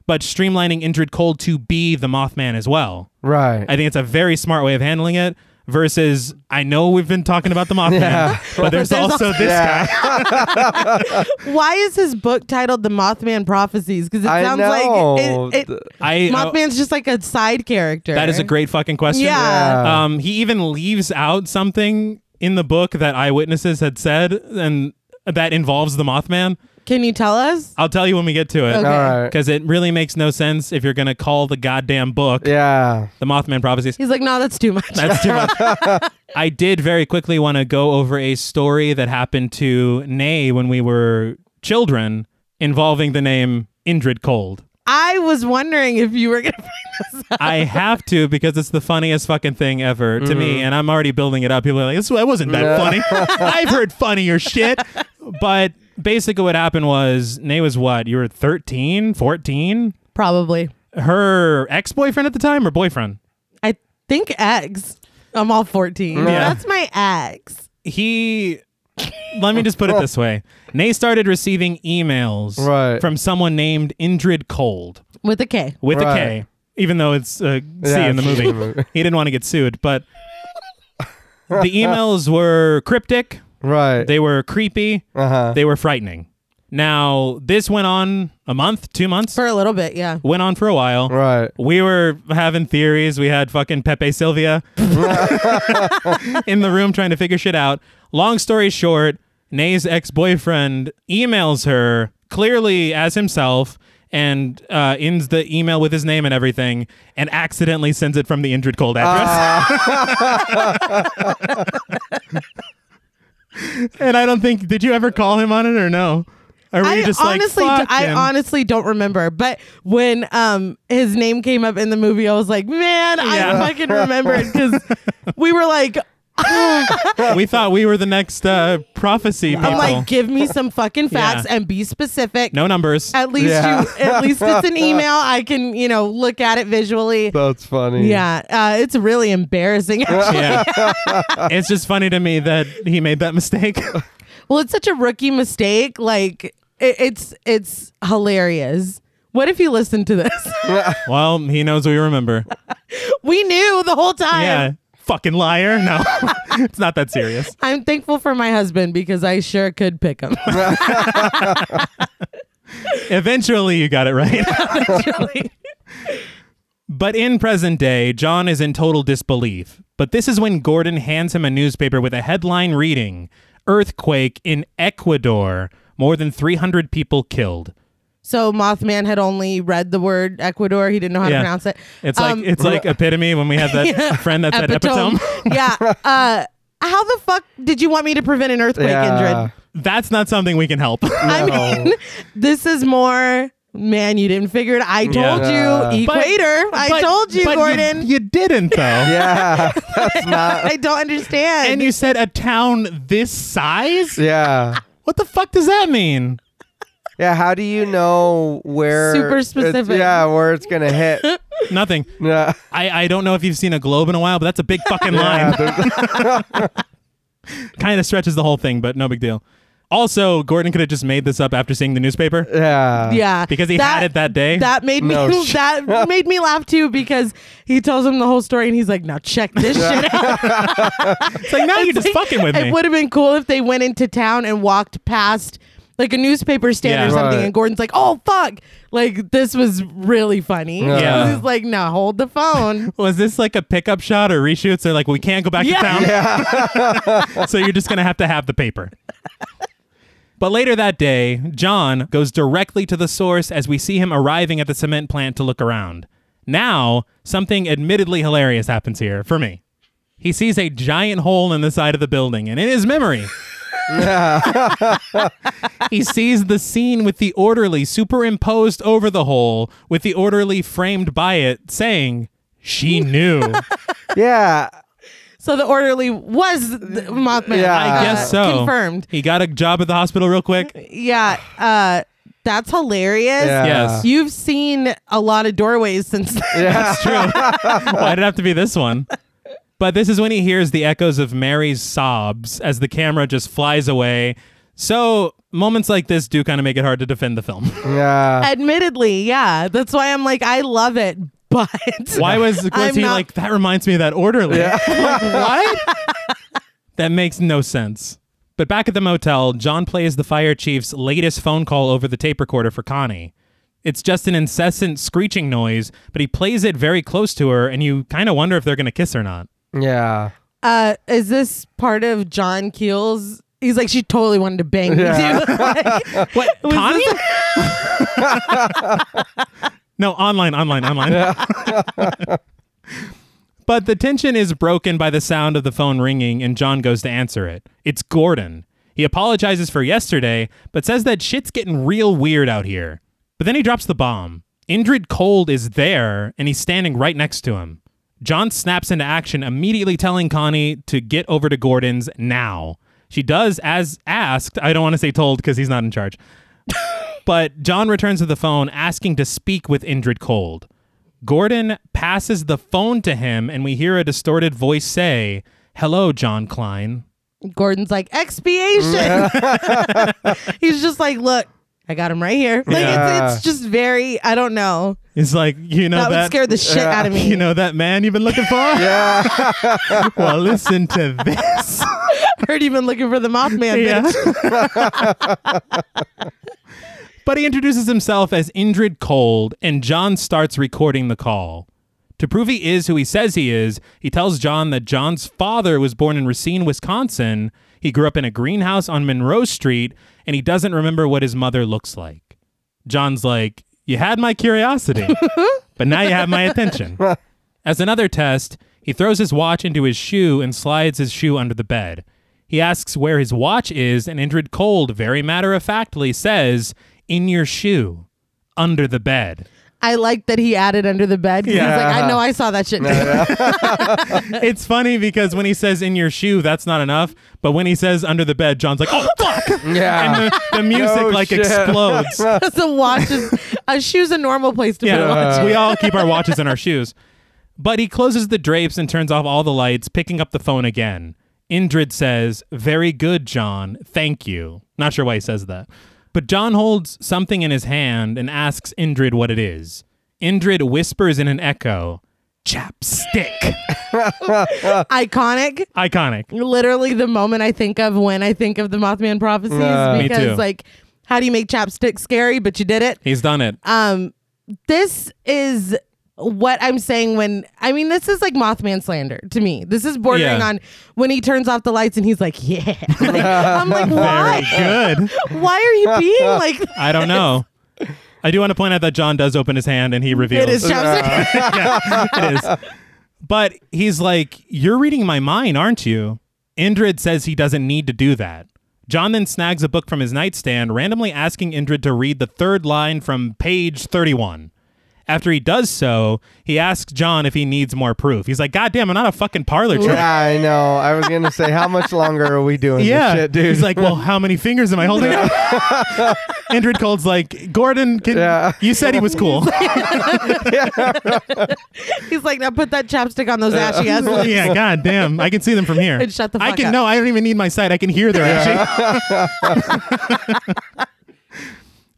S1: but streamlining Indrid Cold to be the Mothman as well.
S3: Right.
S1: I think it's a very smart way of handling it. Versus, I know we've been talking about the Mothman,
S3: Yeah.
S1: but there's,
S2: There's
S1: also
S2: also-
S1: this
S3: Yeah.
S1: guy.
S2: Why is his book titled The Mothman Prophecies? Because it
S3: I
S2: sounds
S3: know.
S2: like it, it,
S1: I uh,
S2: Mothman's just like a side character.
S1: that is a great fucking question.
S2: Yeah.
S3: Yeah.
S1: Um, he even leaves out something in the book that eyewitnesses had said, and that involves the Mothman.
S2: Can you tell us?
S1: I'll tell you when we get to
S2: Okay.
S1: it,
S3: All right.
S1: because it really makes no sense if you're gonna call the goddamn book
S3: Yeah.
S1: the Mothman prophecies.
S2: He's like, no, that's too much.
S1: That's too much. I did very quickly want to go over a story that happened to Nay when we were children involving the name Indrid Cold.
S2: I was wondering if you were gonna bring this up.
S1: I have to because it's the funniest fucking thing ever to me, and I'm already building it up. People are like, "This that wasn't that funny." I've heard funnier shit, but basically, what happened was Nay was what you were 13, 14.
S2: Probably.
S1: Her ex-boyfriend at the time, or boyfriend.
S2: I think eggs. I'm all 14. That's my ex.
S1: he let me just put it this way nay started receiving emails
S3: Right.
S1: from someone named indrid cold
S2: With a K.
S1: with a k
S3: Right.
S1: even though it's a c
S3: Yeah,
S1: in the
S3: it's
S1: movie he didn't want to get sued but the emails were cryptic
S3: Right.
S1: they were creepy
S3: uh huh.
S1: they were frightening now this went on a month two months
S2: For a little bit, yeah.
S1: went on for a while
S3: Right.
S1: we were having theories. We had fucking Pepe Sylvia in the room trying to figure shit out. Long story short, Nay's ex boyfriend emails her clearly as himself and uh, ends the email with his name and everything and accidentally sends it from the Indrid Cold address. and I don't think, did you ever call him on it or no? Or were you
S2: I
S1: just
S2: honestly,
S1: like, "Fuck
S2: I
S1: him."
S2: honestly don't remember. But when um his name came up in the movie, I was like, man,
S1: Yeah.
S2: I fucking remember it because we were like,
S1: we thought we were the next uh, prophecy people.
S2: I'm like, give me some fucking facts and be specific.
S1: no numbers.
S2: At least
S3: Yeah.
S2: you, at least it's an email. I can, you know, look at it visually.
S3: That's funny.
S2: Yeah, uh, it's really embarrassing. actually.
S1: yeah. it's just funny to me that he made that mistake.
S2: Well, it's such a rookie mistake. Like it, it's it's hilarious. What if you listened to this?
S1: well, he knows we remember.
S2: we knew the whole time.
S1: Yeah. Fucking liar. No, it's not that serious.
S2: I'm thankful for my husband because I sure could pick him.
S1: Eventually, you got it right.
S2: Actually.
S1: But in present day, John is in total disbelief. But this is when Gordon hands him a newspaper with a headline reading Earthquake in Ecuador, more than 300 people killed.
S2: So Mothman had only read the word Ecuador. He didn't know how
S1: Yeah.
S2: to pronounce it.
S1: It's like
S2: Um,
S1: it's like epitome when we had that friend that said epitome.
S2: yeah. Uh, how the fuck did you want me to prevent an earthquake,
S3: Yeah. Oh.
S2: Indrid?
S1: That's not something we can help.
S2: I mean, this is more. Man, you didn't figure it. I told
S3: Yeah.
S2: you,
S1: But-
S2: equator. I
S1: But-
S2: told you,
S1: but
S2: Gordon.
S1: You, didn't though.
S3: Yeah.
S2: I don't understand.
S1: And you said a town this size?
S3: Yeah.
S1: What the fuck does that mean?
S3: Yeah. How do you know where?
S2: Super
S3: it's-
S2: specific.
S3: yeah, where it's gonna hit.
S1: Nothing.
S3: Yeah.
S1: I, I don't know if you've seen a globe in a while, but that's a big fucking
S3: Yeah,
S1: line.
S3: there's-
S1: kind of stretches the whole thing, but no big deal. Also, Gordon could have just made this up after seeing the newspaper
S3: yeah.
S2: yeah,
S1: because he had it that day.
S2: That made me
S3: No, sh-
S2: that made me laugh too because he tells him the whole story and he's like, "Now check this shit out."
S1: it's like now you're just fucking with me.
S2: It would have been cool if they went into town and walked past like a newspaper stand
S1: Yeah.
S2: or something,
S3: Right.
S2: and Gordon's like, "Oh fuck!" Like this was really funny.
S1: Yeah.
S2: he's like, "No, hold the phone."
S1: Was this like a pickup shot or reshoots? They're like, we can't go back
S2: Yeah.
S1: to town. so you're just going to have to have the paper. But later that day, John goes directly to the source as we see him arriving at the cement plant to look around. Now, something admittedly hilarious happens here for me. He sees a giant hole in the side of the building, and in his memory, he sees the scene with the orderly superimposed over the hole, with the orderly framed by it, saying, She knew.
S3: Yeah.
S2: so the orderly was the Mothman.
S3: Yeah.
S1: I guess
S2: Uh,
S1: so.
S2: Confirmed.
S1: He got a job at the hospital real quick.
S2: Yeah, uh, that's hilarious.
S3: Yeah.
S1: Yes.
S2: You've seen a lot of doorways since then.
S3: Yeah.
S1: It's true. Why'd it have to be this one? But this is when he hears the echoes of Mary's sobs as the camera just flies away. So moments like this do kind of make it hard to defend the film.
S3: Yeah.
S2: Admittedly, yeah. That's why I'm like, I love it, but
S1: Why was was
S2: I'm
S1: he
S2: not-
S1: like that? Reminds me of that orderly. Like, what? that makes no sense. But back at the motel, John plays the fire chief's latest phone call over the tape recorder for Connie. It's just an incessant screeching noise, but he plays it very close to her, and you kind of wonder if they're going to kiss or not.
S3: Yeah.
S2: uh, is this part of John Keel's? He's like, she totally wanted to bang me too. Like,
S1: What, Connie? no, online, online, online. but the tension is broken by the sound of the phone ringing, and John goes to answer it. It's Gordon. He apologizes for yesterday, but says that shit's getting real weird out here. But then he drops the bomb. Indrid Cold is there, and he's standing right next to him. John snaps into action, immediately telling Connie to get over to Gordon's now. She does, as asked. I don't want to say told because he's not in charge. But John returns to the phone asking to speak with Indrid Cold. Gordon passes the phone to him, and we hear a distorted voice say, Hello, John Klein.
S2: Gordon's like, expiation. He's just like, look, I got him right here. Like,
S3: Yeah.
S2: it's, it's just very, I don't know.
S1: It's like, you know
S2: That, would
S1: that,
S2: scare the shit out of me.
S1: you know that man you've been looking for?
S3: Yeah.
S1: Well, listen to this.
S2: Heard you've been looking for the Mothman.
S1: Yeah.
S2: Bitch.
S1: but he introduces himself as Indrid Cold, and John starts recording the call. To prove he is who he says he is, he tells John that John's father was born in Racine, Wisconsin. He grew up in a greenhouse on Monroe Street, and he doesn't remember what his mother looks like. John's like, You had my curiosity, but now you have my attention. As another test, he throws his watch into his shoe and slides his shoe under the bed. He asks where his watch is, and Indrid Cold, very matter of factly, says, In your shoe, under the bed.
S2: I like that he added under the bed. 'cause He's like,
S3: Yeah.
S2: I know I saw that shit.
S3: Uh,
S1: It's funny because when he says in your shoe, that's not enough. But when he says under the bed, John's like, Oh, fuck!
S3: Yeah.
S1: And the, the music
S3: Oh,
S1: like
S3: shit.
S1: explodes.
S2: Because the watch is, a shoe's a normal place to put a watch.
S1: Yeah, we all keep our watches in our shoes. But he closes the drapes and turns off all the lights, picking up the phone again. Indrid says, Very good, John. Thank you. Not sure why he says that. But John holds something in his hand and asks Indrid what it is. Indrid whispers in an echo, Chapstick.
S2: Iconic.
S1: Iconic.
S2: literally the moment I think of when I think of the Mothman prophecies
S3: Yeah.
S1: Me
S2: because
S1: too.
S2: like how do you make chapstick scary but you did it.
S1: He's done it.
S2: Um this is what I'm saying when I mean this is like Mothman slander to me. This is bordering
S1: Yeah.
S2: on when he turns off the lights and he's like, "Yeah." Like, I'm like,
S1: Very
S2: "Why?
S1: good.
S2: Why are you being like that?"
S1: I don't know. I do want to point out that John does open his hand and he reveals
S2: It is chopstick.
S1: it is. But he's like, You're reading my mind, aren't you? Indrid says he doesn't need to do that. John then snags a book from his nightstand, randomly asking Indrid to read the third line from page 31. After he does so, he asks John if he needs more proof. He's like, God damn, I'm not a fucking parlor trick.
S3: Yeah, I know. I was gonna say, how much longer are we doing
S1: Yeah.
S3: this shit, dude?
S1: He's like, Well, how many fingers am I holding up? Indrid Cold's like, Gordon, can,
S3: Yeah.
S1: you said he was cool.
S2: He's like, "Now put that chapstick on those ashy ass lips."
S1: yeah, god damn. I can see them from here.
S2: And shut the
S1: I
S2: fuck
S1: can
S2: up.
S1: no, I don't even need my sight. I can hear their actually.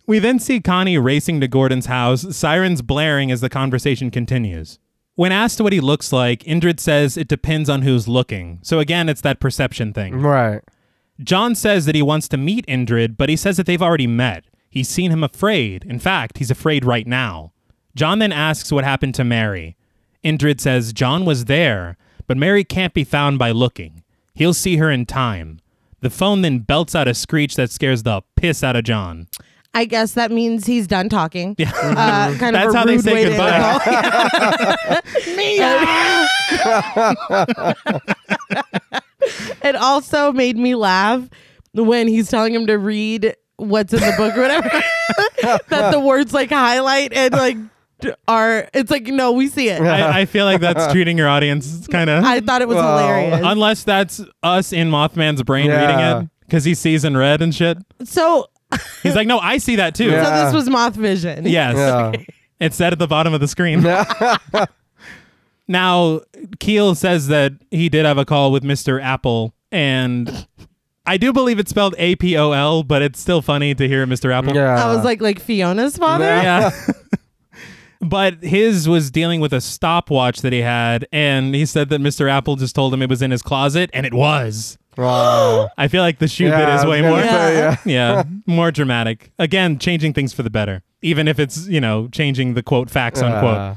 S1: we then see Connie racing to Gordon's house, sirens blaring as the conversation continues. When asked what he looks like, Indrid says it depends on who's looking. So again, it's that perception thing.
S3: right.
S1: John says that he wants to meet Indrid, but he says that they've already met. He's seen him afraid. In fact, he's afraid right now. John then asks what happened to Mary. Indrid says John was there, but Mary can't be found by looking. He'll see her in time. The phone then belts out a screech that scares the piss out of John.
S2: I guess that means he's done talking. Yeah. Uh, kind of
S1: That's
S2: a
S1: how they
S2: rude
S1: say
S2: way to end
S1: goodbye.
S2: the call. Mia. it also made me laugh when he's telling him to read what's in the book or whatever. that the words like highlight and like d- are it's like no, we see it.
S1: I, I feel like that's treating your audience kind of.
S2: I thought it was
S3: Wow.
S2: hilarious.
S1: Unless that's us in Mothman's brain
S3: Yeah.
S1: reading it because he sees in red and shit.
S2: So
S1: He's like, no, I see that too.
S3: Yeah.
S2: so this was moth vision.
S1: Yes.
S3: Yeah.
S1: It's said at the bottom of the screen. now, Keel says that he did have a call with Mr. Apple, and I do believe it's spelled A P O L, but it's still funny to hear Mr. Apple.
S3: Yeah.
S2: I was like like Fiona's father.
S3: Yeah.
S1: Yeah. but his was dealing with a stopwatch that he had, and he said that Mr. Apple just told him it was in his closet, and it was.
S3: wow.
S1: I feel like the shoe
S3: Yeah,
S1: bit
S3: I
S1: is
S3: was
S1: way
S3: gonna
S1: more.
S3: say, yeah.
S1: yeah, more dramatic. Again, changing things for the better, even if it's, you know, changing the quote facts unquote.
S3: Uh,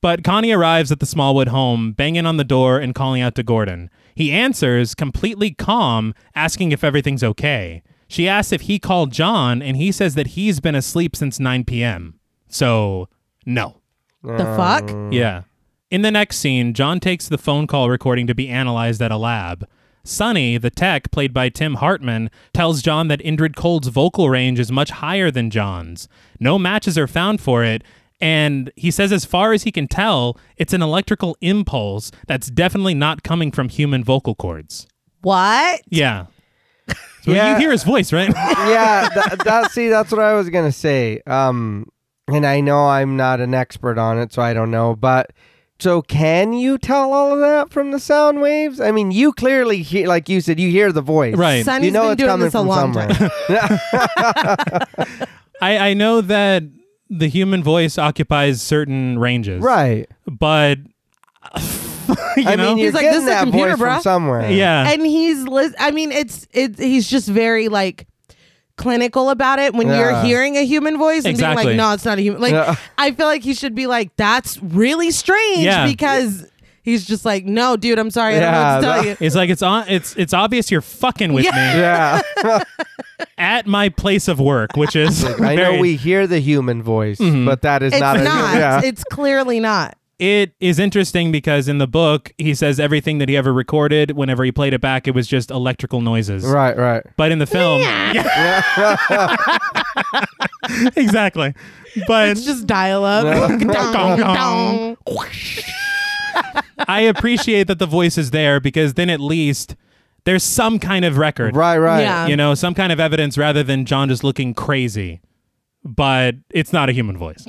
S1: But Connie arrives at the Smallwood home, banging on the door and calling out to Gordon. He answers, completely calm, asking if everything's okay. She asks if he called John, and he says that he's been asleep since 9 p.m. So, no.
S2: The fuck?
S3: Mm.
S1: Yeah. In the next scene, John takes the phone call recording to be analyzed at a lab. Sonny, the tech, played by Tim Hartman, tells John that Indrid Cold's vocal range is much higher than John's. No matches are found for it, and he says, as far as he can tell, it's an electrical impulse that's definitely not coming from human vocal cords.
S2: What?
S1: Yeah. So
S3: Yeah.
S1: You hear his voice, right?
S3: yeah, that, that see, that's what I was gonna say. Um, and I know I'm not an expert on it, so I don't know. But so, can you tell all of that from the sound waves? I mean, you clearly hear, like you said, you hear the voice,
S1: Right.
S2: Sonny's
S3: you know
S2: been
S3: it's
S2: doing
S3: coming
S2: this a
S3: from
S2: long
S3: somewhere.
S2: time.
S1: I, I know that the human voice occupies certain ranges.
S3: right.
S1: But, you
S3: I
S1: know?
S3: mean, you're
S2: He's like,
S3: getting
S2: "This is a
S3: that
S2: computer,
S3: voice from
S2: bruh."
S3: somewhere.
S1: yeah.
S2: and he's lis- i mean it's it he's just very like clinical about it when you're
S3: Yeah.
S2: hearing a human voice and
S1: Exactly.
S2: being like no it's not a human like
S3: Yeah.
S2: i feel like he should be like that's really strange
S1: Yeah.
S2: because he's just like no dude i'm sorry i don't know
S3: Yeah,
S2: what to
S3: that-
S2: tell you
S1: It's like it's on. It's it's obvious you're fucking with me
S3: yeah.
S1: at my place of work, which is
S3: I
S1: very- Mm-hmm.
S3: know we hear the human voice, but that is
S2: it's
S3: not.
S2: not,
S3: A, yeah.
S2: it's clearly not
S1: It is interesting because in the book he says everything that he ever recorded, whenever he played it back, it was just electrical noises.
S3: right. Right.
S1: But in the film, Yeah. exactly. But
S2: it's just dial up
S1: Dong, dong. I appreciate that the voice is there because then at least there's some kind of record.
S3: Right. Right.
S2: Yeah.
S1: you know, some kind of evidence rather than John just looking crazy. But it's not a human voice.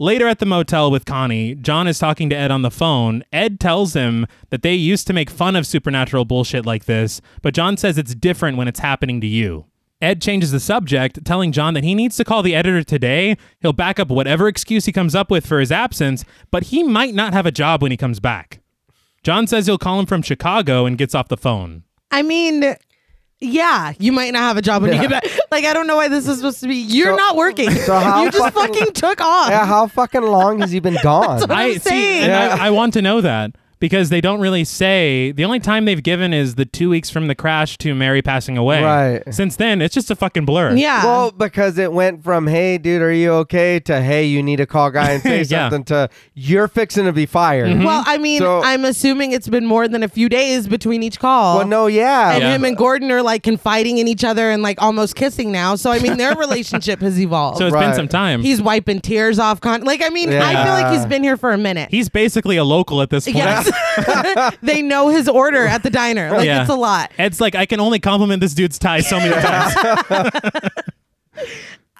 S1: Later at the motel with Connie, John is talking to Ed on the phone. Ed tells him that they used to make fun of supernatural bullshit like this, but John says it's different when it's happening to you. Ed changes the subject, telling John that he needs to call the editor today. He'll back up whatever excuse he comes up with for his absence, but he might not have a job when he comes back. John says he'll call him from Chicago and gets off the phone.
S2: i mean yeah, you might not have a job when you
S3: Yeah.
S2: get back. Like, I don't know why this is supposed to be. You're
S3: So-
S2: not working.
S3: so how
S2: you just
S3: fucking-
S2: fucking, took off.
S3: Yeah, how fucking long has he been gone?
S2: what I'm saying.
S1: and
S3: Yeah.
S1: I, I want to know that because they don't really say. The only time they've given is the two weeks from the crash to Mary passing away.
S3: Right.
S1: Since then, it's just a fucking blur.
S2: yeah.
S3: Well, because it went from "Hey, dude, are you okay?" to "Hey, you need to call guy and
S1: Yeah.
S3: say
S1: Mm-hmm.
S3: something." to "You're fixing to be fired."
S2: Well, I mean,
S3: Hmm? So-
S2: I'm assuming it's been more than a few days between each call.
S3: Well, no, yeah,
S2: And
S1: Yeah.
S2: him and Gordon are like confiding in each other and like almost kissing now. So I mean, their relationship has evolved.
S1: So it's been
S3: Right.
S1: some time.
S2: he's wiping tears off. Con- like I mean, I feel like
S3: Yeah.
S2: he's been here for a minute.
S1: He's basically a local at this point.
S2: yes, they know his order at the diner. Like
S1: Yeah.
S2: it's a lot.
S1: Ed's like, I can only compliment this dude's tie so many times.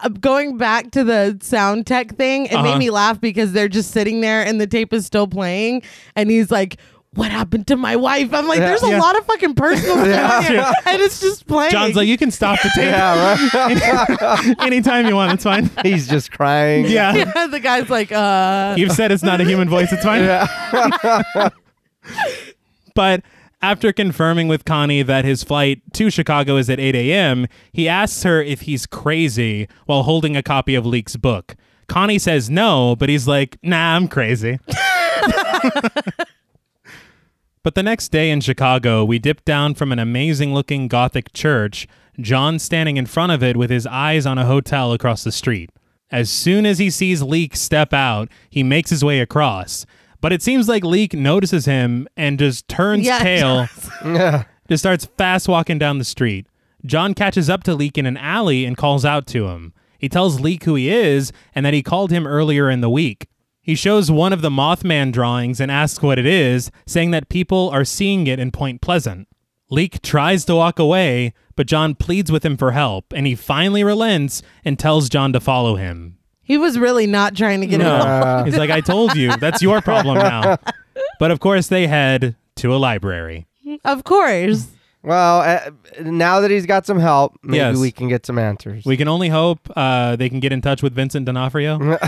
S2: Uh, going back to the sound tech thing, it
S1: Uh-huh.
S2: made me laugh because they're just sitting there and the tape is still playing, and he's like. What happened to my wife? I'm like,
S3: Yeah.
S2: there's a
S1: Yeah.
S2: lot of fucking personal stuff in here, and it's just playing.
S1: John's like, you can stop the tape
S3: yeah, right.
S1: anytime you want. It's fine.
S3: He's just crying.
S1: Yeah.
S2: yeah, the guy's like, uh,
S1: You've said it's not a human voice. It's fine. but after confirming with Connie that his flight to Chicago is at 8 a.m., he asks her if he's crazy while holding a copy of Leek's book. Connie says no, but he's like, nah, I'm crazy. But the next day in Chicago, we dip down from an amazing looking Gothic church, John standing in front of it with his eyes on a hotel across the street. As soon as he sees Leek step out, he makes his way across. But it seems like Leek notices him and just turns
S2: Yeah,
S1: tail,
S3: Yeah.
S1: just starts fast walking down the street. John catches up to Leek in an alley and calls out to him. He tells Leek who he is and that he called him earlier in the week. He shows one of the Mothman drawings and asks what it is, saying that people are seeing it in Point Pleasant. Leek tries to walk away, but John pleads with him for help, and he finally relents and tells John to follow him.
S2: He was really not trying to get involved.
S1: No. He's like, I told you, that's your problem now. But of course, they head to a library.
S2: Of course.
S3: Well, uh, now that he's got some help, maybe
S1: Yes.
S3: we can get some answers.
S1: We can only hope uh, they can get in touch with Vincent D'Onofrio.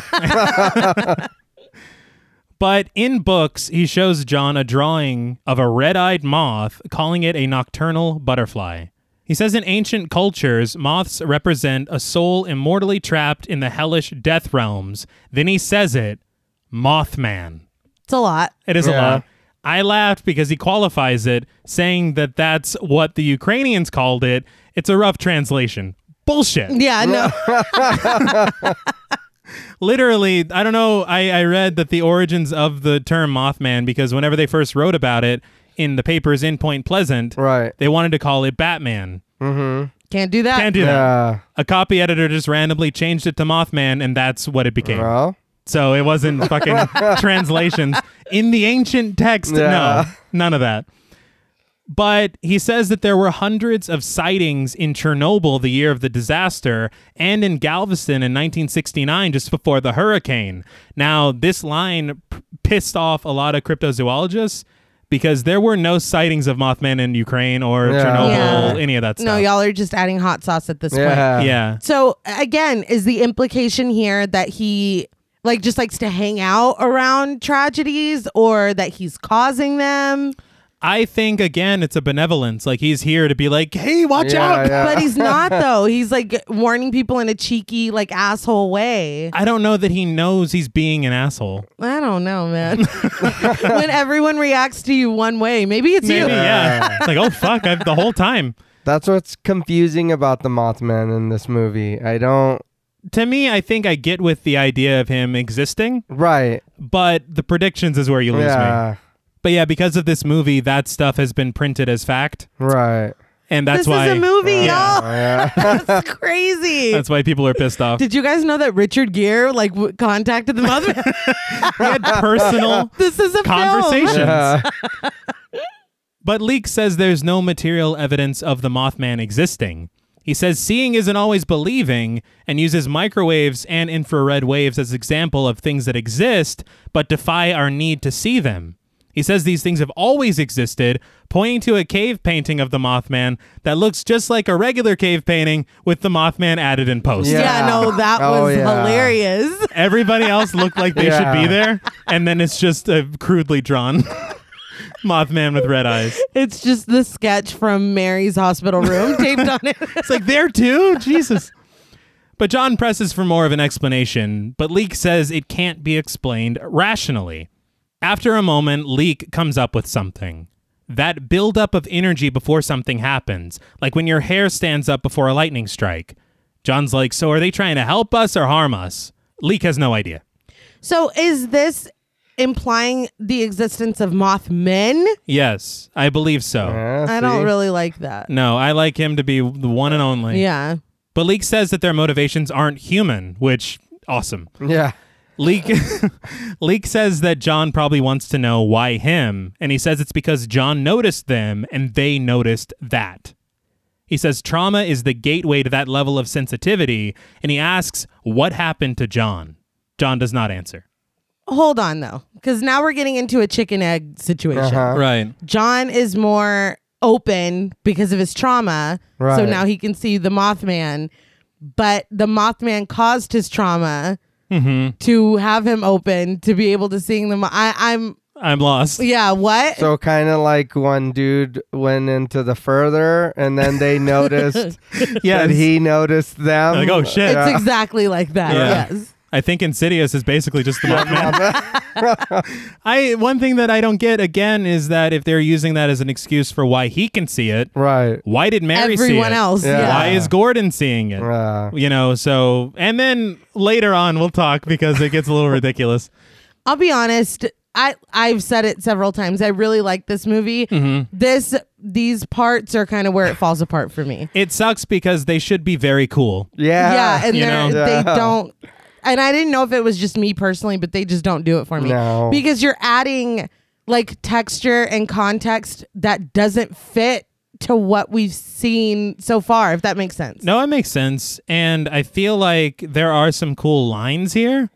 S1: but in books, he shows John a drawing of a red eyed moth, calling it a nocturnal butterfly. He says in ancient cultures, moths represent a soul immortally trapped in the hellish death realms. Then he says it Mothman.
S2: It's a lot.
S1: It is
S3: Yeah.
S1: a lot. I laughed because he qualifies it, saying that that's what the Ukrainians called it. It's a rough translation. Bullshit
S2: Yeah, no.
S1: literally i don't know I, I read that the origins of the term mothman because whenever they first wrote about it in the papers in point pleasant
S3: right.
S1: they wanted to call it batman
S2: Can't do that.
S1: can't do that
S3: Yeah.
S1: a copy editor just randomly changed it to mothman and that's what it became
S3: Well,
S1: so it wasn't fucking translations in the ancient text.
S3: Yeah.
S1: No, none of that. But he says that there were hundreds of sightings in Chernobyl the year of the disaster and in Galveston in 1969, just before the hurricane. Now, this line p- pissed off a lot of cryptozoologists because there were no sightings of Mothman in Ukraine or
S3: Yeah.
S1: Chernobyl,
S2: Yeah.
S1: any of that stuff.
S2: No, y'all are just adding hot sauce at this point.
S3: yeah.
S1: yeah.
S2: So again, is the implication here that he like just likes to hang out around tragedies or that he's causing them?
S1: I think, again, it's a benevolence. Like he's here to be like, hey, watch
S3: Yeah,
S1: out.
S3: yeah.
S2: But he's not though. He's like warning people in a cheeky, like asshole way.
S1: I don't know that he knows he's being an asshole.
S2: I don't know, man. when everyone reacts to you one way, maybe it's
S1: Maybe,
S2: you.
S1: yeah. It's like, oh fuck, I've the whole time.
S3: That's what's confusing about the Mothman in this movie. I don't.
S1: To me, I think I get with the idea of him existing,
S3: Right.
S1: but the predictions is where you lose me.
S3: Yeah.
S1: But yeah, because of this movie, that stuff has been printed as fact,
S3: Right.
S1: and that's
S2: this
S1: why
S2: is a movie,
S1: Yeah.
S2: y'all.
S3: Yeah.
S2: That's crazy.
S1: That's why people are pissed off.
S2: Did you guys know that Richard Gere like w- contacted the mother?
S1: He had personal
S2: this is a
S1: conversations.
S2: Film.
S3: Yeah.
S1: But Leek says there's no material evidence of the Mothman existing. He says seeing isn't always believing and uses microwaves and infrared waves as example of things that exist but defy our need to see them. He says these things have always existed, pointing to a cave painting of the Mothman that looks just like a regular cave painting with the Mothman added in post.
S3: Yeah.
S2: Yeah, no, that
S3: Oh,
S2: was
S3: yeah.
S2: hilarious.
S1: Everybody else looked like they
S3: Yeah.
S1: should be there, and then it's just uh, crudely drawn. Mothman with red eyes.
S2: It's just the sketch from Mary's hospital room taped on it.
S1: It's like there too. Jesus. But John presses for more of an explanation, but Leek says it can't be explained rationally. After a moment, Leek comes up with something. That buildup of energy before something happens, like when your hair stands up before a lightning strike. John's like, So are they trying to help us or harm us? Leek has no idea.
S2: So is this implying the existence of Mothmen?
S1: Yes, I believe so.
S3: Yeah,
S2: I don't
S3: see?
S2: really like that.
S1: No, I like him to be the one and only.
S2: Yeah.
S1: But Leek says that their motivations aren't human, which awesome.
S3: Yeah.
S1: Leek Leek says that John probably wants to know why him, and he says it's because John noticed them and they noticed that. He says trauma is the gateway to that level of sensitivity, and he asks what happened to John. John does not answer.
S2: Hold on though, because now we're getting into a chicken egg situation.
S3: Uh-huh.
S1: Right.
S2: John is more open because of his trauma. So
S3: Right.
S2: now he can see the Mothman, but the Mothman caused his trauma
S3: Mm-hmm.
S2: to have him open to be able to seeing the. Mo- I, I'm
S1: I'm lost.
S2: yeah. What?
S3: So kind of like one dude went into the further, and then they noticed
S1: Yes.
S3: that he noticed them.
S1: Like, oh, shit.
S2: it's exactly like that.
S1: Yeah.
S2: Yes.
S1: I think Insidious is basically just the Mothman. I one thing that I don't get again is that if they're using that as an excuse for why he can see it,
S3: Right.
S1: why did Mary see
S2: Everyone
S1: it?
S2: else.
S3: Yeah.
S2: Yeah.
S1: Why is Gordon seeing it?
S3: Uh,
S1: You know, so and then later on we'll talk because it gets a little ridiculous.
S2: I'll be honest. I I've said it several times. I really like this movie.
S3: Mm-hmm.
S2: This these parts are kind of where it falls apart for me.
S1: It sucks because they should be very cool.
S3: yeah.
S2: yeah, and
S1: You
S2: they're,
S1: know?
S2: they
S3: Yeah.
S2: don't. And I didn't know if it was just me personally, but they just don't do it for me
S3: No.
S2: because you're adding like texture and context that doesn't fit to what we've seen so far. If that makes sense.
S1: No, it makes sense. And I feel like there are some cool lines here.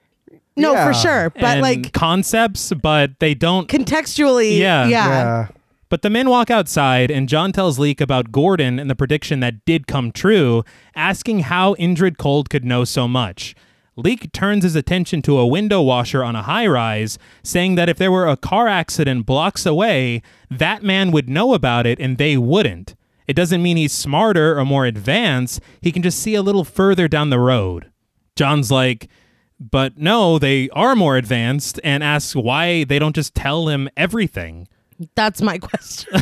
S2: No,
S3: Yeah.
S2: for sure, but
S1: and
S2: like
S1: concepts, but they don't
S2: contextually,
S1: Yeah.
S2: yeah, yeah,
S3: yeah.
S1: But the men walk outside, and John tells Leek about Gordon and the prediction that did come true, asking how Indrid Cold could know so much. Leek turns his attention to a window washer on a high rise, saying that if there were a car accident blocks away, that man would know about it and they wouldn't. It doesn't mean he's smarter or more advanced, he can just see a little further down the road. John's like, but no, they are more advanced, and asks why they don't just tell him everything.
S2: that's my question.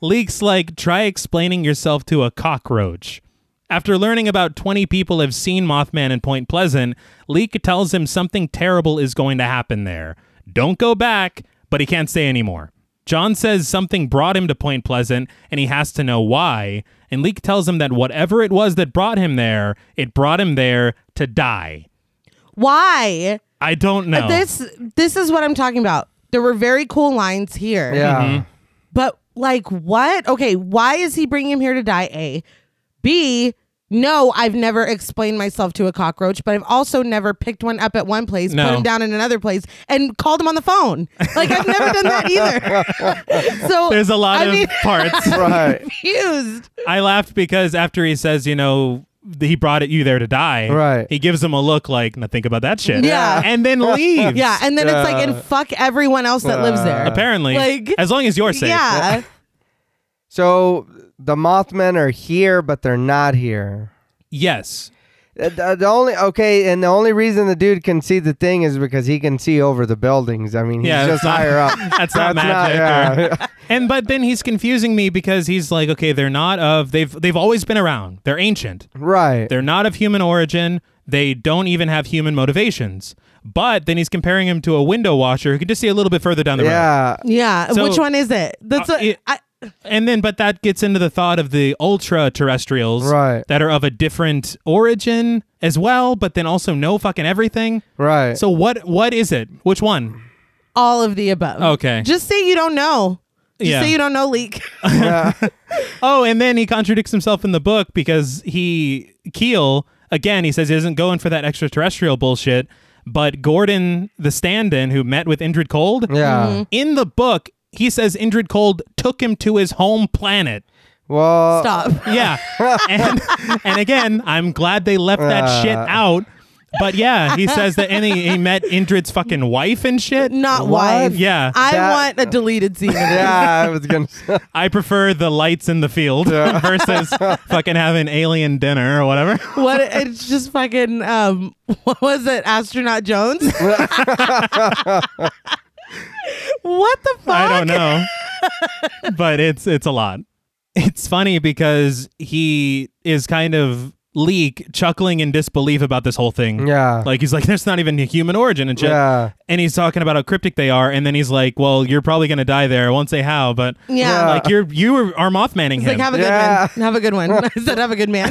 S1: Leaks like, try explaining yourself to a cockroach. After learning about 20 people have seen Mothman in Point Pleasant, Leek tells him something terrible is going to happen there. Don't go back, but he can't say anymore. John says something brought him to Point Pleasant and he has to know why, and Leek tells him that whatever it was that brought him there, it brought him there to die.
S2: Why?
S1: I don't know.
S2: This this is what I'm talking about. There were very cool lines here.
S3: Yeah.
S1: Mm-hmm.
S2: But like what? Okay, why is he bringing him here to die? A. B. No, I've never explained myself to a cockroach, but I've also never picked one up at one place,
S1: No.
S2: put him down in another place, and called him on the phone. Like I've never done that either. so
S1: There's a lot
S2: I
S1: of
S2: mean,
S1: parts.
S3: Right.
S2: confused.
S1: I laughed because after he says, you know, th- he brought it you there to die.
S3: Right.
S1: He gives him a look like, now think about that shit.
S2: Yeah.
S1: And then leaves.
S2: Yeah, and then it's like, and fuck everyone else that lives there.
S1: uh, Apparently.
S2: Like-
S1: as long as you're safe.
S2: Yeah,
S3: So the Mothmen are here, but they're not here.
S1: Yes.
S3: Uh, The the only okay, and the only reason the dude can see the thing is because he can see over the buildings. I mean, he's
S1: Yeah, that's
S3: just
S1: not-
S3: higher up.
S1: That's not magic. or-
S3: yeah.
S1: and but then he's confusing me because he's like, okay, they're not of they've they've always been around. They're ancient.
S3: right.
S1: They're not of human origin. They don't even have human motivations. But then he's comparing him to a window washer who can just see a little bit further down the road.
S3: yeah.
S2: yeah.
S1: So-
S2: Which one is it? That's
S1: Uh,
S2: a,
S1: it-
S2: I-
S1: And then, but that gets into the thought of the ultra terrestrials
S3: Right.
S1: that are of a different origin as well, but then also know fucking everything.
S3: Right.
S1: So what? What is it? Which one?
S2: all of the above.
S1: Okay.
S2: Just say you don't know. Just
S1: Yeah.
S2: say you don't know leak.
S1: Oh, and then he contradicts himself in the book because he Keel again. He says he isn't going for that extraterrestrial bullshit. But Gordon, the stand-in who met with Indrid Cold,
S3: yeah.
S1: in the book he says Indrid Cold took him to his home planet.
S3: Well,
S2: Stop.
S3: Uh.
S1: Yeah. and, and again, I'm glad they left that shit out. But yeah, he says that and he, he met Indrid's fucking wife and shit.
S2: Not
S3: What?
S2: wife.
S1: Yeah.
S2: I
S3: That-
S2: want a deleted scene. of this.
S3: yeah, I was gonna. Say.
S1: I prefer the lights in the field versus fucking having alien dinner or whatever.
S2: What it's just fucking um what was it? Astronaut Jones? what the fuck?
S1: I don't know. but it's it's a lot. It's funny because he is kind of leak chuckling in disbelief about this whole thing.
S3: Yeah.
S1: Like he's like, there's not even a human origin and shit.
S3: Yeah.
S1: And he's talking about how cryptic they are, and then he's like, Well, you're probably gonna die there. I won't say how, but
S2: Yeah.
S1: like you're you were are mothmanning
S2: It's like
S1: him.
S2: have a good
S3: Yeah.
S2: man. Have a good one. I said have a good man.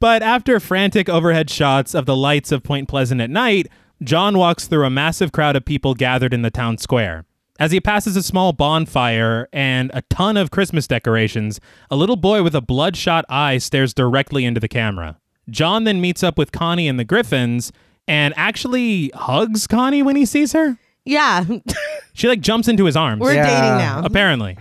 S1: But after frantic overhead shots of the lights of Point Pleasant at night, John walks through a massive crowd of people gathered in the town square. As he passes a small bonfire and a ton of Christmas decorations, a little boy with a bloodshot eye stares directly into the camera. John then meets up with Connie and the Griffins and actually hugs Connie when he sees her.
S2: yeah.
S1: She like jumps into his arms.
S2: We're
S3: Yeah.
S2: dating now.
S1: Apparently.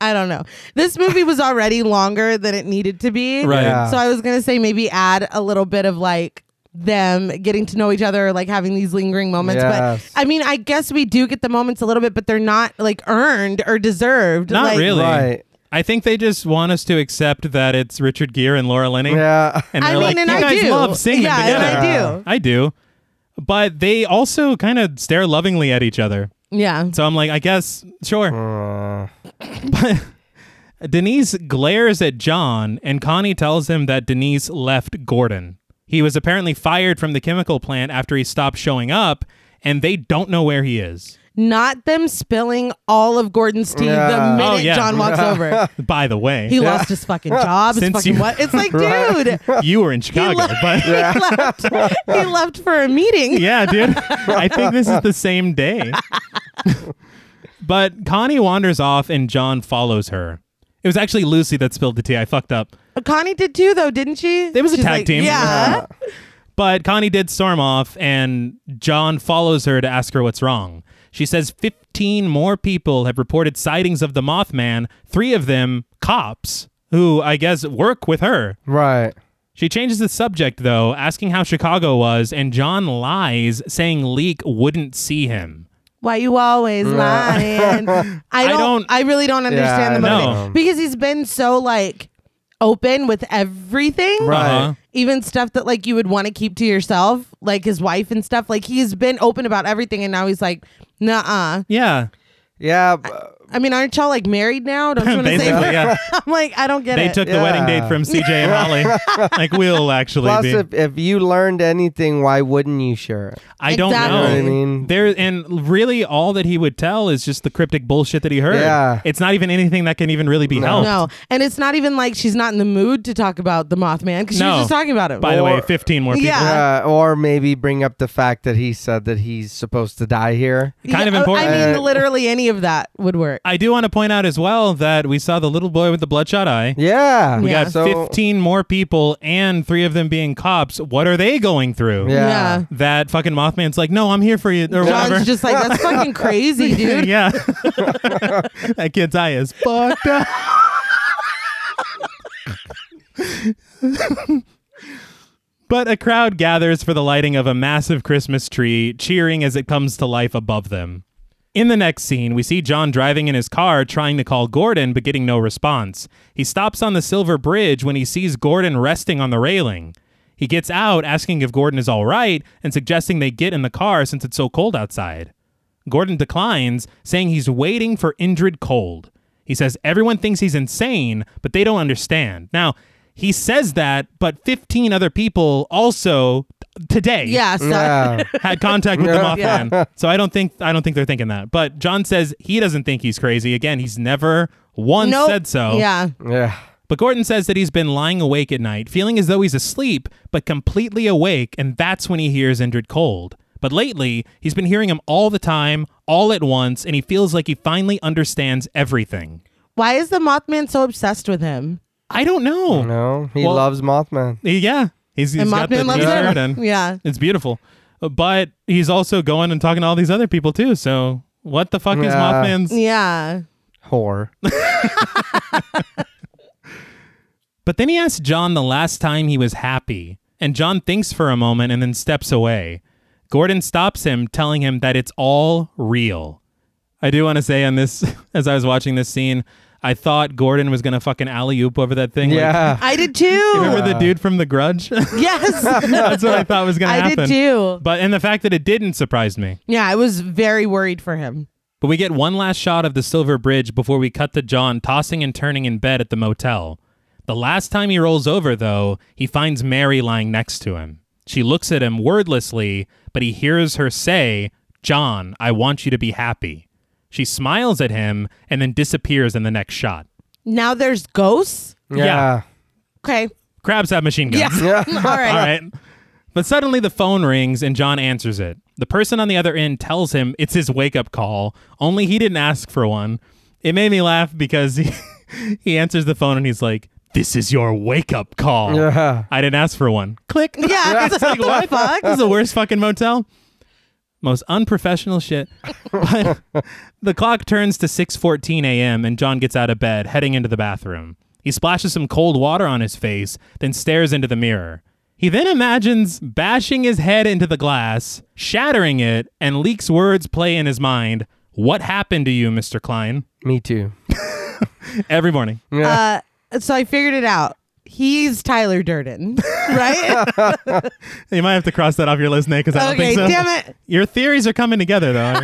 S2: I don't know. This movie was already longer than it needed to be.
S1: Right.
S3: Yeah.
S2: So I was gonna say maybe add a little bit of like them getting to know each other, like having these lingering moments.
S3: Yes.
S2: But I mean, I guess we do get the moments a little bit, but they're not like earned or deserved.
S1: Not
S2: Like,
S1: really.
S3: Right.
S1: I think they just want us to accept that it's Richard Gere and Laura Linney.
S3: Yeah.
S1: And
S2: I
S1: they're
S2: mean,
S1: like,
S2: and
S1: you
S2: I
S1: guys
S2: do.
S1: love singing
S2: Yeah, and
S1: together.
S2: I do.
S1: I do. But they also kind of stare lovingly at each other.
S2: Yeah.
S1: So I'm like, I guess, sure.
S3: Uh,
S1: Denise glares at John, and Connie tells him that Denise left Gordon. He was apparently fired from the chemical plant after he stopped showing up, and they don't know where he is.
S2: Not them spilling all of Gordon's tea
S3: Yeah.
S2: the minute
S1: Oh, yeah.
S2: John walks over.
S1: By the way,
S2: He lost his fucking job. His
S1: Since
S2: fucking
S1: you-
S2: what? It's like,
S3: Right.
S2: dude,
S1: you were in Chicago,
S2: left-
S1: but.
S2: he left. He left for a meeting.
S1: Yeah, dude. I think this is the same day. but Connie wanders off and John follows her. It was actually Lucy that spilled the tea. I fucked up.
S2: Connie did too, though, didn't she?
S1: It was a
S2: She's
S1: tag
S2: like,
S1: team.
S2: Yeah.
S1: But Connie did storm off and John follows her to ask her what's wrong. She says 15 more people have reported sightings of the Mothman, three of them cops who I guess work with her.
S3: right.
S1: She changes the subject though, asking how Chicago was, and John lies, saying Leek wouldn't see him.
S2: Why you always lying? I don't, I
S1: don't-
S2: really don't understand
S3: I
S2: the
S1: know.
S2: motivation because he's been so like open with everything.
S3: Right.
S1: Uh-huh.
S2: even stuff that like you would want to keep to yourself, like his wife and stuff. Like he's been open about everything, and now he's like, nah.
S1: Yeah.
S3: Yeah. b-
S2: I mean, aren't y'all like married now? Don't you want to say?
S1: Basically, yeah.
S2: I'm like, I don't get
S1: They
S2: it.
S1: took the
S3: Yeah.
S1: wedding date from CJ and Holly. like we'll actually
S3: Plus,
S1: be.
S3: if, if you learned anything, why wouldn't you share it?
S1: I don't know.
S2: Exactly. You know what I
S3: mean?
S1: There and really, all that he would tell is just the cryptic bullshit that he heard.
S3: Yeah.
S1: It's not even anything that can even really be helped.
S2: no, and it's not even like she's not in the mood to talk about the Mothman because she
S1: No.
S2: was just talking about it.
S1: By the way,
S3: Or-
S1: fifteen more people.
S2: Yeah.
S3: Uh, or maybe bring up the fact that he said that he's supposed to die here.
S1: Kind of important.
S2: oh, I mean, literally any of that would work.
S1: I do want to point out as well that we saw the little boy with the bloodshot eye.
S3: Yeah.
S1: We
S2: Yeah.
S1: got
S3: So-
S1: fifteen more people, and three of them being cops. What are they going through?
S3: Yeah.
S1: That fucking Mothman's like, no, I'm here for you, or whatever.
S2: John's just like, that's fucking crazy, dude.
S1: yeah. that kid's eye is fucked up. but a crowd gathers for the lighting of a massive Christmas tree, cheering as it comes to life above them. In the next scene, we see John driving in his car trying to call Gordon but getting no response. He stops on the Silver Bridge when he sees Gordon resting on the railing. He gets out, asking if Gordon is all right and suggesting they get in the car since it's so cold outside. Gordon declines, saying he's waiting for Indrid Cold. He says everyone thinks he's insane, but they don't understand. Now, he says that, but 15 other people also t- today
S2: Yeah. So
S3: Yeah.
S1: had contact with the
S2: Yeah.
S1: Mothman. So I don't think I don't think they're thinking that. But John says he doesn't think he's crazy. Again, he's never once
S2: nope.
S1: said so.
S2: Yeah.
S3: yeah.
S1: But Gordon says that he's been lying awake at night, feeling as though he's asleep, but completely awake, and that's when he hears Indrid Cold. But lately, he's been hearing him all the time, all at once, and he feels like he finally understands everything.
S2: Why is the Mothman so obsessed with him?
S1: I don't know.
S3: No, he
S1: Well-
S3: loves Mothman.
S1: Yeah. He's, he's
S2: and
S1: got the
S2: Mothman loves
S1: t-shirt
S2: him.
S1: and
S2: Yeah.
S1: it's beautiful. But he's also going and talking to all these other people too. So what the fuck is
S3: Yeah.
S1: Mothman's
S2: Yeah.
S3: Whore.
S1: But then he asks John the last time he was happy, and John thinks for a moment and then steps away. Gordon stops him, telling him that it's all real. I do want to say on this, as I was watching this scene, I thought Gordon was going to fucking alley oop over that thing. like-
S3: Yeah.
S2: I did too.
S1: remember the dude from The Grudge?
S2: yes.
S1: That's what I thought was going to
S2: I
S1: happen.
S2: did too.
S1: But and the fact that it didn't surprised me.
S2: Yeah, I was very worried for him.
S1: But we get one last shot of the Silver Bridge before we cut to John tossing and turning in bed at the motel. The last time he rolls over, though, he finds Mary lying next to him. She looks at him wordlessly, but he hears her say, John, I want you to be happy. She smiles at him and then disappears in the next shot.
S2: Now there's ghosts.
S1: Yeah.
S3: Yeah.
S2: Okay.
S1: Crabs have machine guns.
S2: Yeah. All right.
S1: All right. But suddenly the phone rings and John answers it. The person on the other end tells him it's his wake up call, only he didn't ask for one. It made me laugh because he, he answers the phone and he's like, This is your wake up call.
S3: Yeah.
S1: I didn't ask for one.
S2: Click. Yeah. I was like, what the fuck?
S1: This is the worst fucking motel. Most unprofessional shit. But the clock turns to 6:14 a.m. and John gets out of bed, heading into the bathroom. He splashes some cold water on his face, then stares into the mirror. He then imagines bashing his head into the glass, shattering it, and leaks words play in his mind. What happened to you, Mr. Klein?
S3: Me too.
S1: Every morning.
S2: Uh, so I figured it out. He's Tyler Durden, right?
S1: You might have to cross that off your list, Nate, because I don't
S2: okay,
S1: think so.
S2: damn it.
S1: Your theories are coming together, though.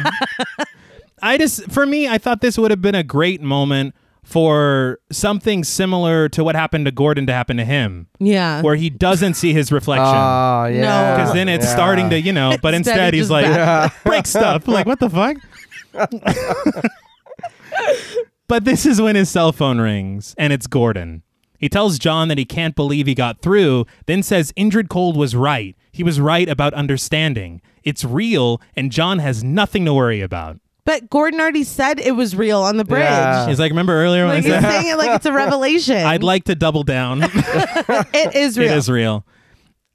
S1: I just, for me, I thought this would have been a great moment for something similar to what happened to Gordon to happen to him,
S2: Yeah.
S1: where he doesn't see his reflection.
S3: Oh, yeah.
S1: because then it's
S3: Yeah.
S1: starting to, you know, but
S2: Instead,
S1: instead
S2: it's
S1: he's
S2: just
S1: like,
S2: bad.
S1: break stuff. Like, what the fuck? but this is when his cell phone rings, and it's Gordon. He tells John that he can't believe he got through, then says Indrid Cold was right. He was right about understanding. It's real, and John has nothing to worry about.
S2: But Gordon already said it was real on the bridge.
S3: Yeah.
S1: He's like, remember earlier when
S2: Like
S1: I
S2: he's
S1: said,
S2: saying it like it's a revelation.
S1: I'd like to double down.
S2: it is real.
S1: It is real.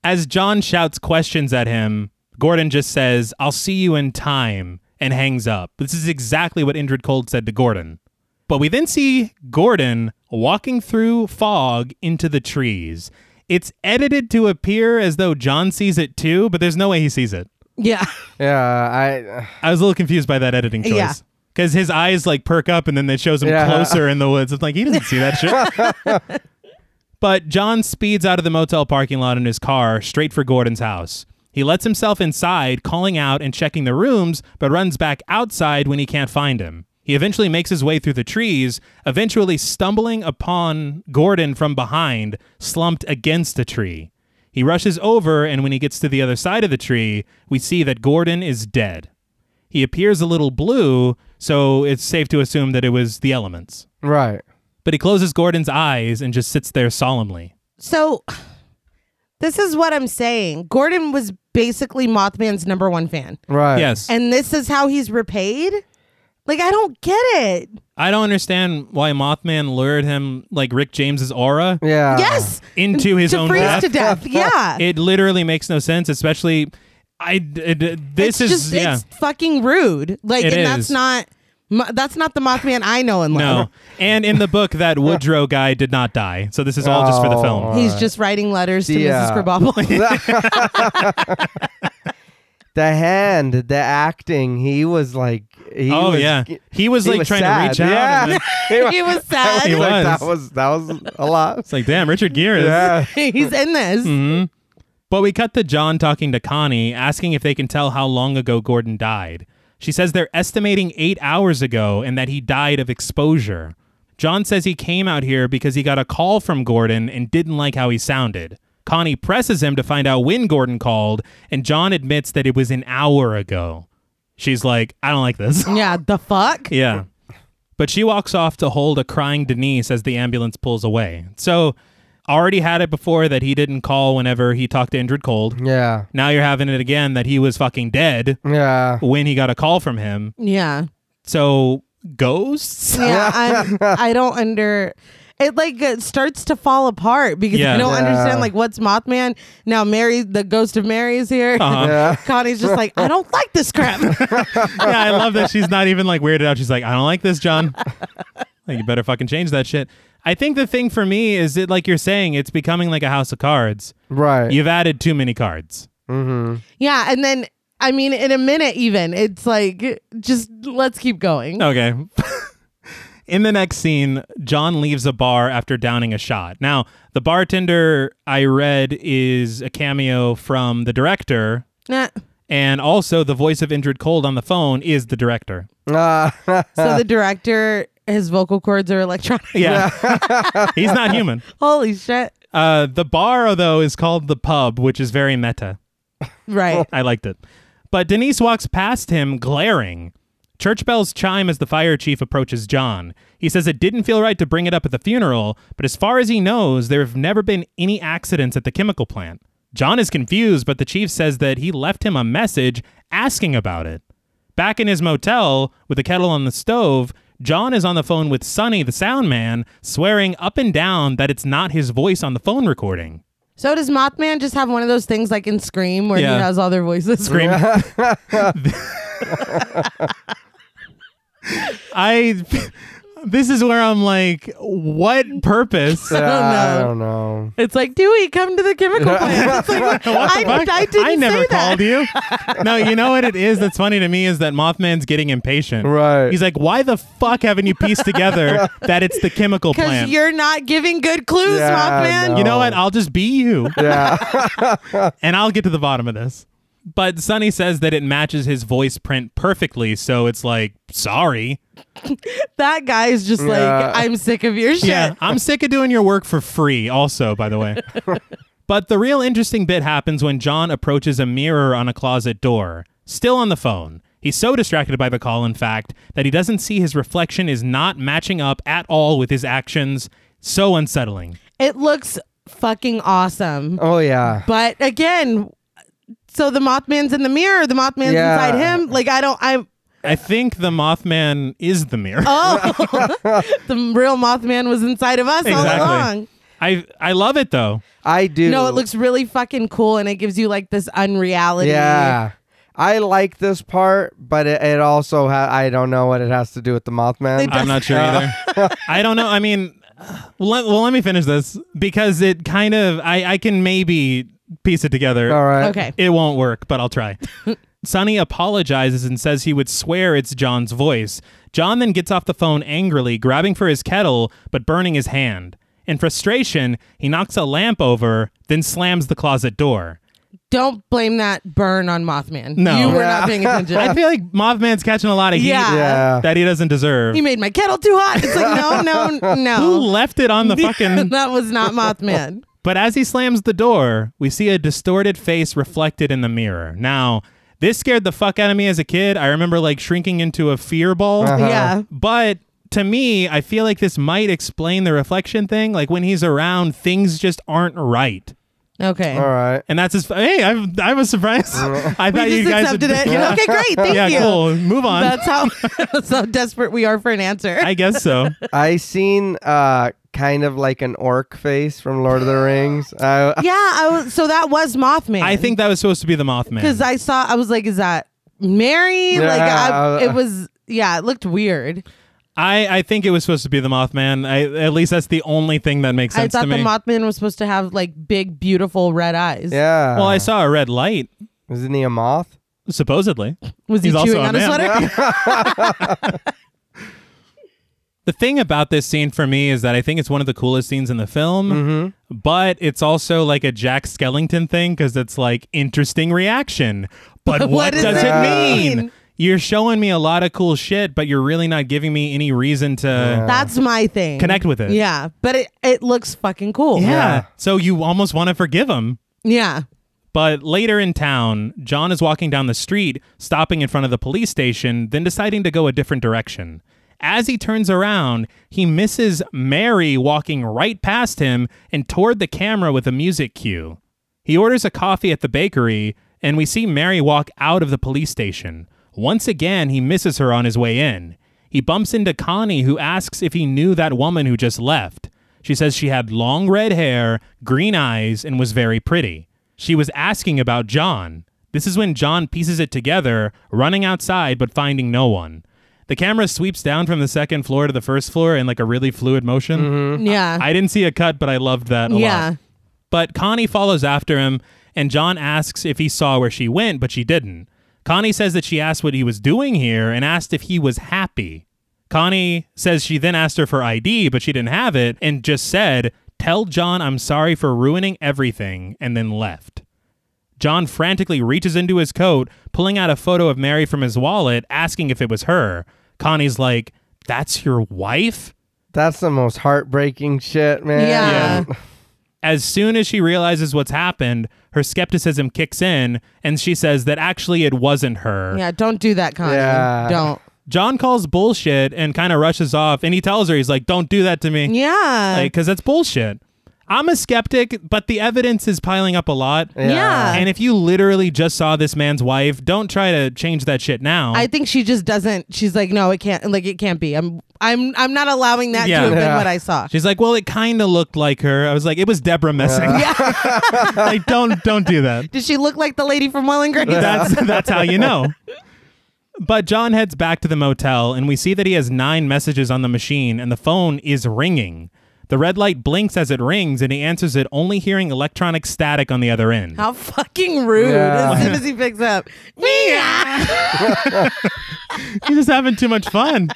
S1: As John shouts questions at him, Gordon just says, I'll see you in time, and hangs up. This is exactly what Indrid Cold said to Gordon. But we then see Gordon walking through fog into the trees. It's edited to appear as though John sees it too, but there's no way he sees it.
S2: Yeah.
S3: Yeah. I.
S1: I was a little confused by that editing choice.
S2: Yeah.
S1: Because his eyes like perk up and then it shows him
S3: Yeah.
S1: closer in the woods. It's like he doesn't see that shit. but John speeds out of the motel parking lot in his car straight for Gordon's house. He lets himself inside, calling out and checking the rooms, but runs back outside when he can't find him. He eventually makes his way through the trees, eventually stumbling upon Gordon from behind, slumped against a tree. He rushes over, and when he gets to the other side of the tree, we see that Gordon is dead. He appears a little blue, so it's safe to assume that it was the elements.
S3: Right.
S1: But he closes Gordon's eyes and just sits there solemnly.
S2: So this is what I'm saying. Gordon was basically Mothman's number one fan.
S3: Right.
S1: Yes.
S2: And this is how he's repaid? Like I don't get it.
S1: I don't understand why Mothman lured him like Rick James's aura
S3: Yeah.
S2: yes.
S1: into Uh, his
S2: to
S1: own
S2: freeze
S1: death.
S2: to death. Yeah.
S1: It literally makes no sense, especially I d- d- this
S2: it's
S1: is
S2: just
S1: yeah.
S2: it's fucking rude. Like
S1: It
S2: and
S1: is.
S2: that's not mo- that's not the Mothman I know and love.
S1: No. and in the book that Woodrow guy did not die. So this is all just for the film.
S2: He's just writing letters to
S3: Yeah.
S2: Mrs. Krabappel.
S3: The hand, the acting. He was like. He
S1: oh
S3: was,
S1: yeah. He was
S3: he
S1: like
S3: was
S1: trying
S3: sad.
S1: to reach out
S3: Yeah.
S1: and then-
S2: he was
S3: I
S2: sad.
S1: He
S3: was like,
S1: was.
S3: that was that was a lot.
S1: it's like damn Richard Gere is
S3: Yeah.
S2: He's in this.
S1: Mm-hmm. But we cut to John talking to Connie, asking if they can tell how long ago Gordon died. She says they're estimating eight hours ago and that he died of exposure. John says he came out here because he got a call from Gordon and didn't like how he sounded. Connie presses him to find out when Gordon called, and John admits that it was an hour ago. She's like, I don't like this.
S2: Yeah, the fuck?
S1: Yeah. But she walks off to hold a crying Denise as the ambulance pulls away. So, already had it before that he didn't call whenever he talked to Indrid Cold.
S3: Yeah.
S1: Now you're having it again that he was fucking dead
S3: Yeah.
S1: when he got a call from him.
S2: Yeah.
S1: So, ghosts?
S2: Yeah, I'm, I don't under. It like it starts to fall apart because
S1: Yeah.
S2: I don't
S1: Yeah.
S2: understand like what's Mothman now. Mary, the ghost of Mary is here.
S1: Uh-huh.
S3: Yeah.
S2: Connie's just like I don't like this crap.
S1: yeah, I love that she's not even like weirded out. She's like, I don't like this, John. like, you better fucking change that shit. I think the thing for me is that, like you're saying, it's becoming like a house of cards.
S3: Right.
S1: You've added too many cards.
S3: mm-hmm.
S2: Yeah, and then I mean, in a minute, even it's like just let's keep going.
S1: Okay. In the next scene, John leaves a bar after downing a shot. Now, the bartender I read is a cameo from the director,
S2: Nah.
S1: and also the voice of Indrid Cold on the phone is the director.
S3: Ah,
S2: So the director, his vocal cords are electronic.
S1: Yeah. He's not human.
S2: Holy shit!
S1: Uh, the bar, though, is called The Pub, which is very meta.
S2: Right.
S1: I liked it. But Denise walks past him, glaring. Church bells chime as the fire chief approaches John. He says it didn't feel right to bring it up at the funeral, but as far as he knows, there have never been any accidents at the chemical plant. John is confused, but the chief says that he left him a message asking about it. Back in his motel, with a kettle on the stove, John is on the phone with Sonny, the sound man, swearing up and down that it's not his voice on the phone recording.
S2: So does Mothman just have one of those things like in Scream where
S1: Yeah.
S2: he has all their voices?
S1: Scream. I. This is where I'm like, what purpose?
S3: I
S2: know.
S3: don't know.
S2: It's like Dewey, come to the chemical plant. It's like, I, I didn't
S1: I never
S2: say
S1: called
S2: that.
S1: you. No, you know what it is that's funny to me is that Mothman's getting impatient.
S3: Right.
S1: He's like, why the fuck haven't you pieced together that it's the chemical
S2: Because
S1: plant?
S2: you're not giving good clues,
S3: Yeah,
S2: Mothman.
S1: You
S3: no.
S1: know what? I'll just be you.
S3: Yeah.
S1: and I'll get to the bottom of this. But Sonny says that it matches his voice print perfectly, so it's like, sorry.
S2: That guy is just
S3: Yeah.
S2: like, I'm sick of your shit.
S1: Yeah, I'm sick of doing your work for free, also, by the way. but the real interesting bit happens when John approaches a mirror on a closet door, still on the phone. He's so distracted by the call, in fact, that he doesn't see his reflection is not matching up at all with his actions. So unsettling.
S2: It looks fucking awesome.
S3: Oh yeah.
S2: But again, so the Mothman's in the mirror, the Mothman's
S3: Yeah.
S2: inside him. Like, I don't, I'm,
S1: I think the Mothman is the mirror.
S2: oh, the real Mothman was inside of us all
S1: Exactly.
S2: along.
S1: I I love it though.
S3: I do.
S2: No, it looks really fucking cool and it gives you like this unreality.
S3: Yeah. I like this part, but it, it also ha- I don't know what it has to do with the Mothman.
S1: I'm not sure either. I don't know. I mean, let, well, let me finish this because it kind of I I can maybe piece it together.
S3: All right.
S2: Okay.
S1: It won't work, but I'll try. Sonny apologizes and says he would swear it's John's voice. John then gets off the phone angrily, grabbing for his kettle but burning his hand. In frustration, he knocks a lamp over, then slams the closet door.
S2: Don't blame that burn on Mothman.
S1: No.
S2: You were
S3: Yeah.
S2: not paying attention.
S1: I feel like Mothman's catching a lot of heat
S2: Ah. Yeah.
S3: Yeah.
S1: that he doesn't deserve.
S2: you made my kettle too hot. It's like, no,
S1: Who
S2: no, no.
S1: left it on the fucking
S2: that was not Mothman.
S1: But as he slams the door, we see a distorted face reflected in the mirror. Now, this scared the fuck out of me as a kid. I remember like shrinking into a fear ball.
S2: Yeah.
S1: But to me, I feel like this might explain the reflection thing. Like when he's around, things just aren't right.
S2: Okay.
S3: All right.
S1: And that's his. Hey, I, I was surprised. I thought
S2: We
S1: you
S2: just
S1: guys
S2: accepted
S1: would-
S2: it. You're like, okay, great. Thank
S1: yeah,
S2: you.
S1: cool. Move on.
S2: That's how, that's how desperate we are for an answer.
S1: I guess so.
S3: I seen uh kind of like an orc face from Lord of the Rings. I,
S2: yeah. I was, so that was Mothman.
S1: I think that was supposed to be the Mothman.
S2: because I saw, I was like, is that Mary? Like, I,
S3: Yeah.
S2: it was, yeah, it looked weird.
S1: I, I think it was supposed to be the Mothman. I, at least that's the only thing that makes
S2: I
S1: sense
S2: thought
S1: to
S2: the
S1: me.
S2: Mothman was supposed to have like big, beautiful red eyes.
S3: yeah.
S1: well, I saw a red light,
S3: Isn't he a moth?
S1: supposedly.
S2: Was he
S1: He's also
S2: chewing
S1: a
S2: on a
S1: man.
S2: sweater?
S1: The thing about this scene for me is that I think it's one of the coolest scenes in the film, but it's also like a Jack Skellington thing because it's like interesting reaction. But what,
S2: What does
S1: does
S2: it
S1: it mean?
S2: mean?
S1: You're showing me a lot of cool shit, but you're really not giving me any reason to.
S2: That's my thing.
S1: Connect with it.
S2: Yeah, but it, it looks fucking cool.
S1: Yeah.
S3: Yeah.
S1: So you almost want to forgive him.
S2: Yeah.
S1: But later in town, John is walking down the street, stopping in front of the police station, then deciding to go a different direction. As he turns around, he misses Mary walking right past him and toward the camera with a music cue. He orders a coffee at the bakery, and we see Mary walk out of the police station. Once again, he misses her on his way in. He bumps into Connie, who asks if he knew that woman who just left. She says she had long red hair, green eyes, and was very pretty. She was asking about John. This is when John pieces it together, running outside but finding no one. The camera sweeps down from the second floor to the first floor in like a really fluid motion.
S3: Mm-hmm.
S2: yeah.
S1: I didn't see a cut, but I loved that a
S2: yeah.
S1: lot. But Connie follows after him, and John asks if he saw where she went, but she didn't. Connie says that she asked what he was doing here and asked if he was happy. Connie says she then asked her for ID, but she didn't have it and just said, Tell John I'm sorry for ruining everything, and then left. John frantically reaches into his coat, pulling out a photo of Mary from his wallet, asking if it was her. Connie's like, That's your wife?
S3: That's the most heartbreaking shit, man.
S2: Yeah.
S1: As soon as she realizes what's happened, her skepticism kicks in and she says that actually it wasn't her.
S2: Yeah. Don't do that, Connie.
S3: Yeah.
S2: Don't.
S1: John calls bullshit and kind of rushes off and he tells her, he's like, don't do that to me.
S2: Yeah.
S1: Like, cause that's bullshit. I'm a skeptic, but the evidence is piling up a lot.
S2: yeah.
S1: And if you literally just saw this man's wife, don't try to change that shit now.
S2: I think she just doesn't. She's like, no, it can't. Like, it can't be. I'm, I'm, I'm not allowing that
S1: Yeah.
S2: to have been
S3: Yeah.
S2: what I saw.
S1: She's like, well, it kind of looked like her. I was like, it was Deborah Messing. like, don't don't do that.
S2: Did she look like the lady from Well and Grace?
S1: that's that's how you know. But John heads back to the motel and we see that he has 9 messages on the machine and the phone is ringing. The red light blinks as it rings and he answers it only hearing electronic static on the other end.
S2: How fucking rude!
S3: Yeah.
S2: As soon as he picks up, yeah.
S1: He's just having too much fun.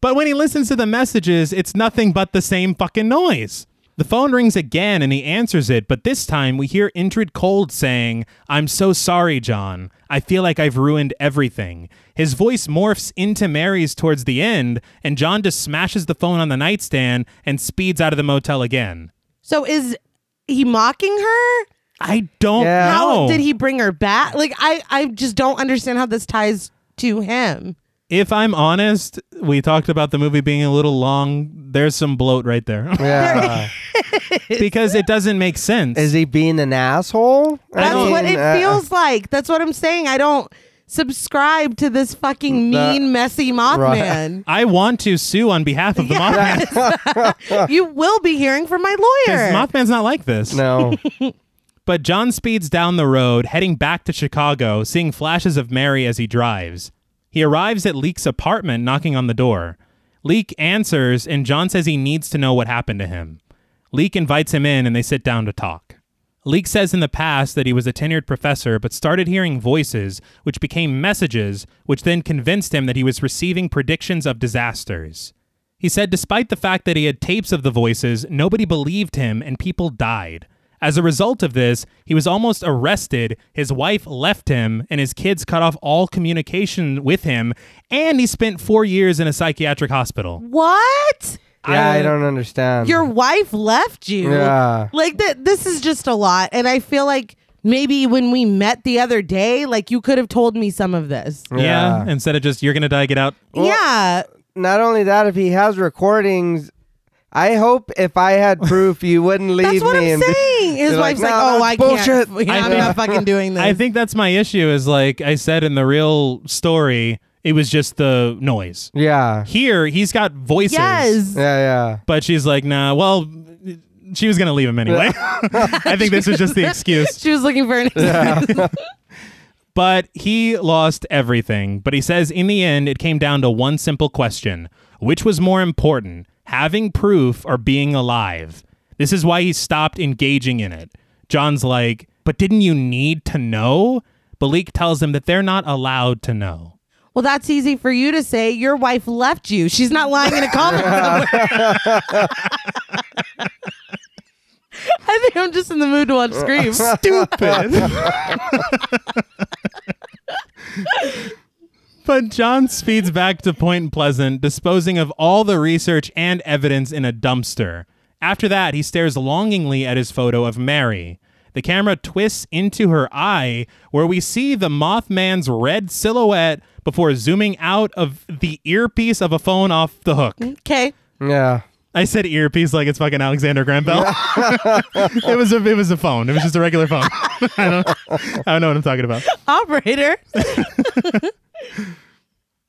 S1: But when he listens to the messages, it's nothing but the same fucking noise. The phone rings again and he answers it, but this time we hear Intrid Cold saying, I'm so sorry, John. I feel like I've ruined everything. His voice morphs into Mary's towards the end, and John just smashes the phone on the nightstand and speeds out of the motel again.
S2: So is he mocking her?
S1: I don't
S3: Yeah.
S1: know.
S2: How did he bring her back? Like I, I just don't understand how this ties to him.
S1: if I'm honest, we talked about the movie being a little long. There's some bloat right there.
S3: Yeah.
S1: because it doesn't make sense.
S3: Is he being an asshole? I
S2: That's
S3: mean,
S2: what it
S3: uh,
S2: feels like. That's what I'm saying. I don't subscribe to this fucking
S3: The-
S2: mean, messy Mothman.
S1: I want to sue on behalf of the Mothman
S2: you will be hearing from my lawyer.
S1: because Mothman's not like this.
S3: No.
S1: But John speeds down the road, heading back to Chicago, seeing flashes of Mary as he drives. He arrives at Leek's apartment, knocking on the door. Leek answers, and John says he needs to know what happened to him. Leek invites him in, and they sit down to talk. Leek says in the past that he was a tenured professor, but started hearing voices, which became messages, which then convinced him that he was receiving predictions of disasters. He said, despite the fact that he had tapes of the voices, nobody believed him and people died. As a result of this, he was almost arrested, his wife left him, and his kids cut off all communication with him, and he spent four years in a psychiatric hospital.
S2: what?
S3: Yeah,
S1: I-
S3: I, don't understand.
S2: Your wife left you.
S3: Yeah.
S2: Like that this is just a lot and I feel like maybe when we met the other day like you could have told me some of this.
S1: Yeah. Instead of just, you're going to die, get out.
S2: yeah.
S3: Not only that, if he has recordings, I hope if I had proof, you wouldn't leave
S2: That's what
S3: me.
S2: I'm
S3: and be-
S2: saying. His
S3: be like,
S2: wife's like,
S3: "No,
S2: "Oh,
S3: that's
S2: I
S3: bullshit."
S2: can't. Yeah, I'm
S1: I-
S2: not fucking doing this."
S1: I think that's my issue is like I said in the real story, it was just the noise.
S3: Yeah.
S1: Here, he's got voices.
S2: yes.
S3: Yeah, yeah.
S1: But she's like, nah, well, she was going to leave him anyway. I think this was just the excuse.
S2: She was looking for an
S1: But he lost everything. But he says in the end, it came down to one simple question which was more important, having proof or being alive? This is why he stopped engaging in it. John's like, but didn't you need to know? Balik tells him that they're not allowed to know.
S2: Well, that's easy for you to say. Your wife left you. She's not lying in a comment somewhere. I think I'm just in the mood to watch Scream.
S1: stupid. but John speeds back to Point Pleasant, disposing of all the research and evidence in a dumpster. After that, he stares longingly at his photo of Mary. The camera twists into her eye, where we see the Mothman's red silhouette before zooming out of the earpiece of a phone off the hook.
S2: Okay.
S3: Yeah.
S1: I said earpiece like it's fucking Alexander Graham Bell. it was a it was a phone. It was just a regular phone. I don't I don't know what I'm talking about.
S2: Operator.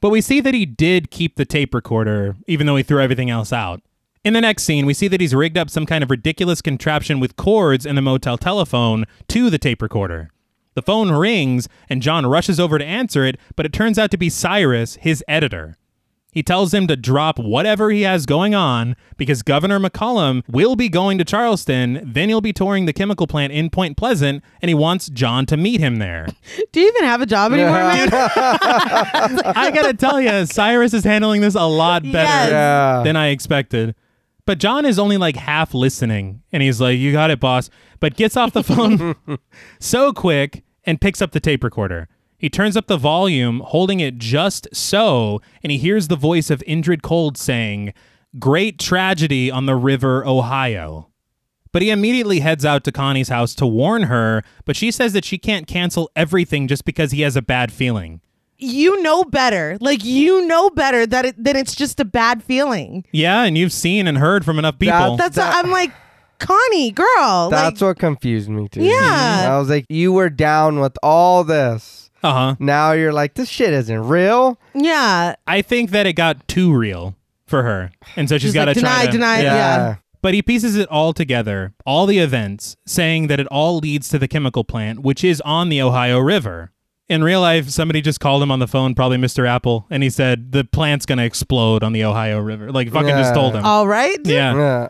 S1: But we see that he did keep the tape recorder, even though he threw everything else out. In the next scene, we see that he's rigged up some kind of ridiculous contraption with cords and the motel telephone to the tape recorder. The phone rings, and John rushes over to answer it, but it turns out to be Cyrus, his editor. He tells him to drop whatever he has going on because Governor McCollum will be going to Charleston, then he'll be touring the chemical plant in Point Pleasant, and he wants John to meet him there.
S2: Do you even have a job anymore, man?
S1: I gotta tell you, Cyrus is handling this a lot better
S2: Yes.
S3: Yeah.
S1: than I expected. But John is only like half listening, and he's like, "You got it, boss." But gets off the phone so quick and picks up the tape recorder. He turns up the volume, holding it just so, and he hears the voice of Indrid Cold saying, "Great tragedy on the River Ohio." But he immediately heads out to Connie's house to warn her, but she says that she can't cancel everything just because he has a bad feeling.
S2: You know better. Like you know better that it, that it's just a bad feeling.
S1: Yeah, and you've seen and heard from enough people.
S2: That's what I'm like, Connie, girl.
S3: That's
S2: like,
S3: what confused me too.
S2: Yeah.
S3: I was like, you were down with all this.
S1: uh huh.
S3: Now you're like, this shit isn't real.
S2: yeah.
S1: I think that it got too real for her, and so she's
S2: She's
S1: got
S2: like,
S1: to
S2: deny,
S1: try to
S2: deny, yeah.
S1: But he pieces it all together, all the events, saying that it all leads to the chemical plant, which is on the Ohio River. In real life, somebody just called him on the phone, probably Mr. Apple, and he said the plant's gonna explode on the Ohio River. Like fucking just
S3: Yeah.
S1: told him.
S2: All right.
S1: yeah.
S3: Yeah.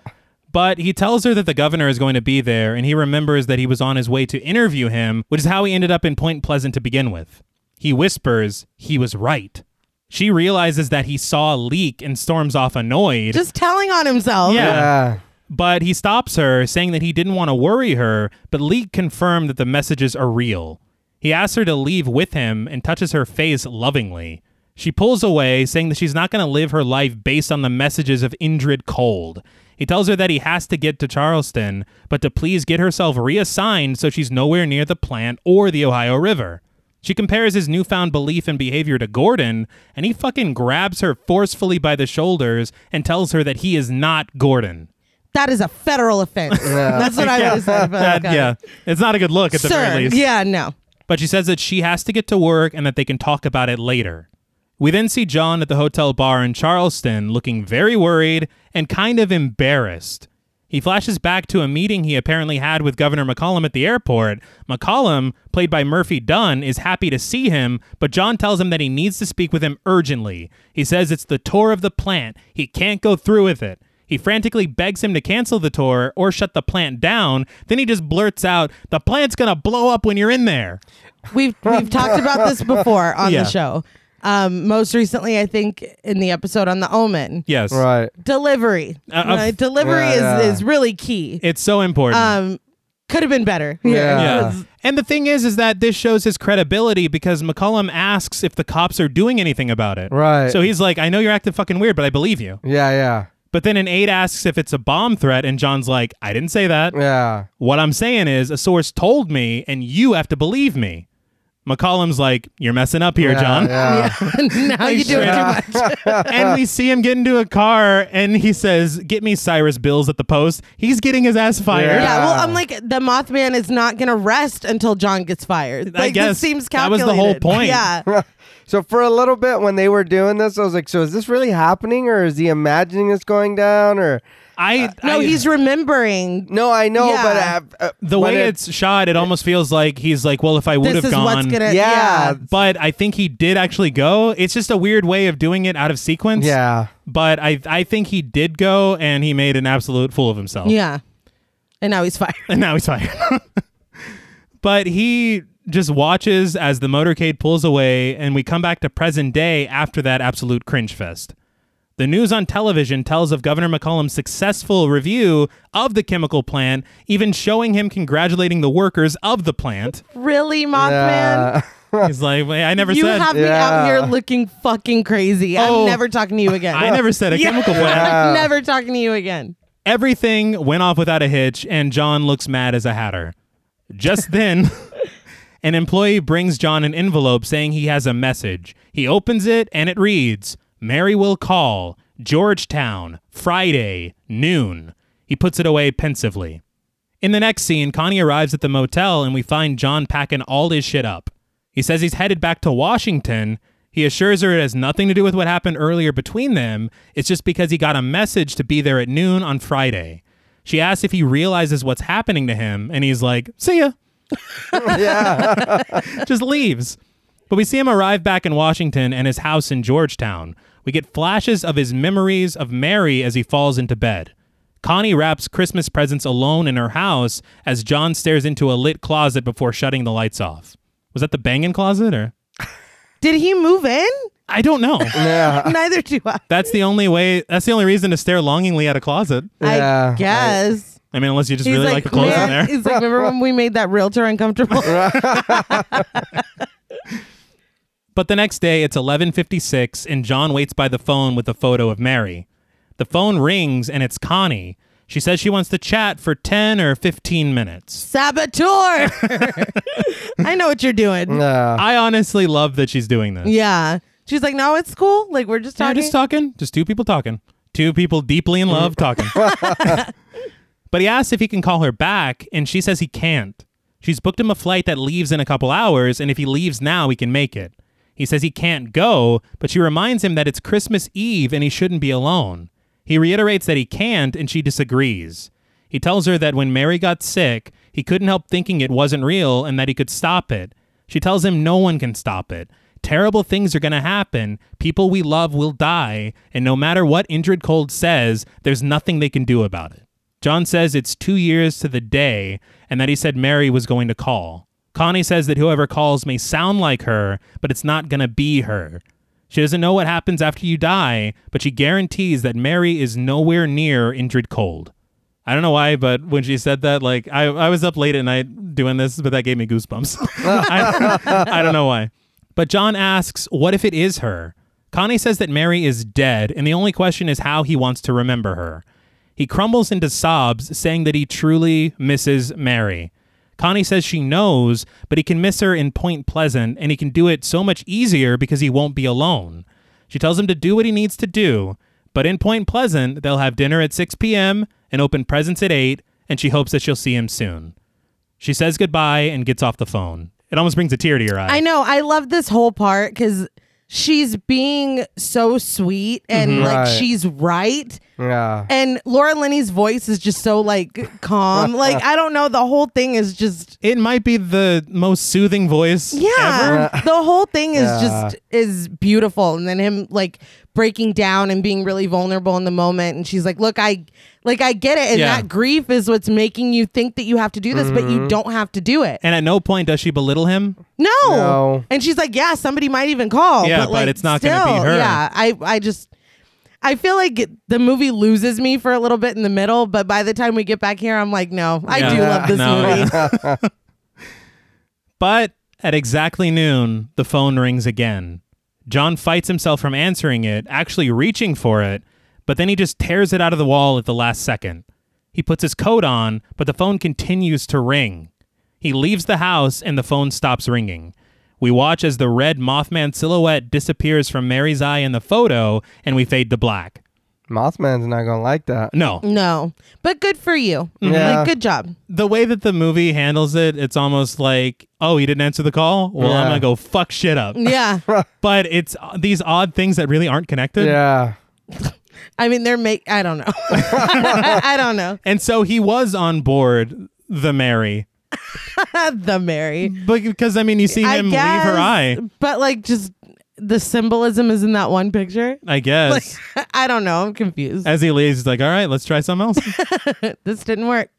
S1: But he tells her that the governor is going to be there, and he remembers that he was on his way to interview him, which is how he ended up in Point Pleasant to begin with. He whispers, he was right. She realizes that he saw a leak and storms off annoyed,
S2: Just telling on himself.
S1: Yeah.
S3: Yeah.
S1: but he stops her, saying that he didn't want to worry her, but Leak confirmed that the messages are real. He asks her to leave with him and touches her face lovingly. She pulls away, saying that she's not going to live her life based on the messages of Indrid Cold. He tells her that he has to get to Charleston, but to please get herself reassigned so she's nowhere near the plant or the Ohio River. She compares his newfound belief and behavior to Gordon, and he fucking grabs her forcefully by the shoulders and tells her that he is not Gordon.
S2: That is a federal offense. That's what I would say.
S1: That- yeah, it's not a good look at the
S2: Sir.
S1: very least.
S2: Yeah. No.
S1: But she says that she has to get to work and that they can talk about it later. We then see John at the hotel bar in Charleston looking very worried and kind of embarrassed. He flashes back to a meeting he apparently had with Governor McCollum at the airport. McCollum, played by Murphy Dunn, is happy to see him, but John tells him that he needs to speak with him urgently. He says it's the tour of the plant. He can't go through with it. He frantically begs him to cancel the tour or shut the plant down. Then he just blurts out, The plant's gonna blow up when you're in there.
S2: We've we've talked about this before on
S1: Yeah.
S2: the show. Um, most recently, I think in the episode on the Omen.
S1: Yes.
S3: Right.
S2: Delivery.
S1: Uh, of-
S2: Right? Delivery
S3: Yeah,
S2: is
S3: yeah.
S2: is really key.
S1: It's so important.
S3: Uh,
S2: Um, could have been better.
S3: Yeah.
S1: yeah. And the thing is, is that this shows his credibility because McCollum asks if the cops are doing anything about it.
S3: Right.
S1: So he's like, I know you're acting fucking weird, but I believe you.
S3: Yeah. Yeah.
S1: But then an aide asks if it's a bomb threat, and John's like, I didn't say that.
S3: Yeah.
S1: What I'm saying is, a source told me, and you have to believe me. McCollum's like, You're messing up here,
S3: Yeah,
S1: John.
S3: Yeah.
S2: now you do it too much.
S1: and we see him get into a car, and he says, Get me Cyrus Bills at the post. He's getting his ass fired.
S2: Yeah, well,
S3: Yeah.
S2: I'm like the Mothman is not gonna rest until John gets fired. Like
S1: guess
S2: this seems
S1: that was
S2: calculated.
S1: the whole point.
S2: Yeah,
S3: So for a little bit when they were doing this, I was like, so is this really happening or is he imagining this going down or
S1: I
S3: Uh,
S2: no,
S1: I-
S2: he's remembering.
S3: No, I know,
S2: Yeah.
S3: but uh, uh,
S1: the
S3: when
S1: way
S3: it-
S1: it's shot, it almost feels like he's like, well, if I would
S2: This
S1: have
S2: is
S1: gone,
S2: what's gonna.
S3: Yeah.
S2: Yeah,
S1: but I think he did actually go. It's just a weird way of doing it out of sequence.
S3: Yeah.
S1: but I I think he did go, and he made an absolute fool of himself.
S2: yeah. And now he's fired.
S1: and now he's fired. but he just watches as the motorcade pulls away, and we come back to present day after that absolute cringe fest. The news on television tells of Governor McCollum's successful review of the chemical plant, even showing him congratulating the workers of the plant.
S2: Really, Mothman?
S3: Yeah.
S1: He's like, "Wait, I never
S2: You
S1: said.
S2: have me out
S3: Yeah.
S2: here looking fucking crazy.
S1: Oh.
S2: I'm never talking to you again.
S1: I never said a
S2: Yeah.
S1: chemical plant.
S2: I'm never talking to you again.
S1: Everything went off without a hitch, and John looks mad as a hatter. Just then, an employee brings John an envelope saying he has a message. He opens it, and it reads Mary will call, Georgetown, Friday, noon. He puts it away pensively. In the next scene, Connie arrives at the motel and we find John packing all his shit up. He says he's headed back to Washington. He assures her it has nothing to do with what happened earlier between them. It's just because he got a message to be there at noon on Friday. She asks if he realizes what's happening to him, and he's like, See ya
S3: yeah.
S1: just leaves. But we see him arrive back in Washington and his house in Georgetown. we get flashes of his memories of Mary as he falls into bed. Connie wraps Christmas presents alone in her house as John stares into a lit closet before shutting the lights off. Was that the banging closet or?
S2: Did he move in?
S1: I don't know.
S3: Yeah.
S2: Neither do I.
S1: that's the only way. That's the only reason to stare longingly at a closet.
S3: Yeah,
S2: I
S3: right.
S2: guess.
S1: I mean, unless you just really like, the clothes
S2: "Man,"
S1: in there.
S2: He's like, remember when we made that realtor uncomfortable?
S1: But the next day, it's 11:56 and John waits by the phone with a photo of Mary. The phone rings and it's Connie. She says she wants to chat for 10 or 15 minutes.
S2: Saboteur. I know what you're doing.
S3: Yeah.
S1: I honestly love that she's doing this.
S2: Yeah. She's like, no, it's cool. Like we're just
S1: They're
S2: talking.
S1: just talking, just two people talking. Two people deeply in love talking. but he asks if he can call her back and she says he can't. She's booked him a flight that leaves in a couple hours and if he leaves now, he can make it. He says he can't go, but she reminds him that it's Christmas Eve and he shouldn't be alone. He reiterates that he can't and she disagrees. He tells her that when Mary got sick, he couldn't help thinking it wasn't real and that he could stop it. She tells him no one can stop it. Terrible things are going to happen. People we love will die. And no matter what Indrid Cold says, there's nothing they can do about it. John says it's two years to the day and that he said Mary was going to call. Connie says that whoever calls may sound like her, but it's not going to be her. She doesn't know what happens after you die, but she guarantees that Mary is nowhere near Indrid Cold. I don't know why, but when she said that, like I, I was up late at night doing this, but that gave me goosebumps. I, I don't know why. But John asks, what if it is her? Connie says that Mary is dead, and the only question is how he wants to remember her. He crumbles into sobs, saying that he truly misses Mary. Connie says she knows, but he can miss her in Point Pleasant, and he can do it so much easier because he won't be alone. She tells him to do what he needs to do, but in Point Pleasant, they'll have dinner at 6 p.m. and open presents at 8, and she hopes that she'll see him soon. She says goodbye and gets off the phone. It almost brings a tear to your eye.
S2: I know. I love this whole part because she's being so sweet and like
S3: Right.
S2: she's right.
S3: Yeah.
S2: And Laura Linney's voice is just so like calm. like I don't know. The whole thing is just
S1: it might be the most soothing voice ever.
S2: yeah. The whole thing is
S3: Yeah.
S2: just is beautiful. And then him like breaking down and being really vulnerable in the moment. And she's like, "Look, I like I get it. And
S1: Yeah.
S2: that grief is what's making you think that you have to do this, but
S3: Mm-hmm.
S2: you don't have to do it.
S1: And at no point does she belittle him.
S2: No.
S3: No.
S2: And she's like, yeah, somebody might even call.
S1: Yeah, but
S2: like,
S1: it's not gonna be
S2: still,
S1: her.
S2: Yeah, I, I just, I feel like the movie loses me for a little bit in the middle, but by the time we get back here, I'm like, no, I
S1: Yeah.
S2: do love this
S1: No,
S2: movie.
S1: But at exactly noon, the phone rings again. John fights himself from answering it, actually reaching for it, but then he just tears it out of the wall at the last second. He puts his coat on, but the phone continues to ring. He leaves the house and the phone stops ringing. We watch as the red Mothman silhouette disappears from Mary's eye in the photo and we fade to black.
S3: Mothman's not gonna like that.
S1: No,
S2: No, but good for you.
S3: Yeah.
S2: Like, good job.
S1: the way that the movie handles it, it's almost like, oh, he didn't answer the call? Well, I'm
S3: Yeah.
S1: going to go fuck shit up.
S2: Yeah.
S1: but it's uh, these odd things that really aren't connected.
S3: Yeah.
S2: I mean, they're make, I don't know. I don't know.
S1: And so he was on board the Mary.
S2: the Mary.
S1: But because I mean you see
S2: I
S1: him
S2: guess,
S1: leave her eye,
S2: But like, just the symbolism is in that one picture.
S1: I guess.
S2: Like, I don't know. I'm confused.
S1: As he leaves, he's like, all right, let's try something else.
S2: this didn't work.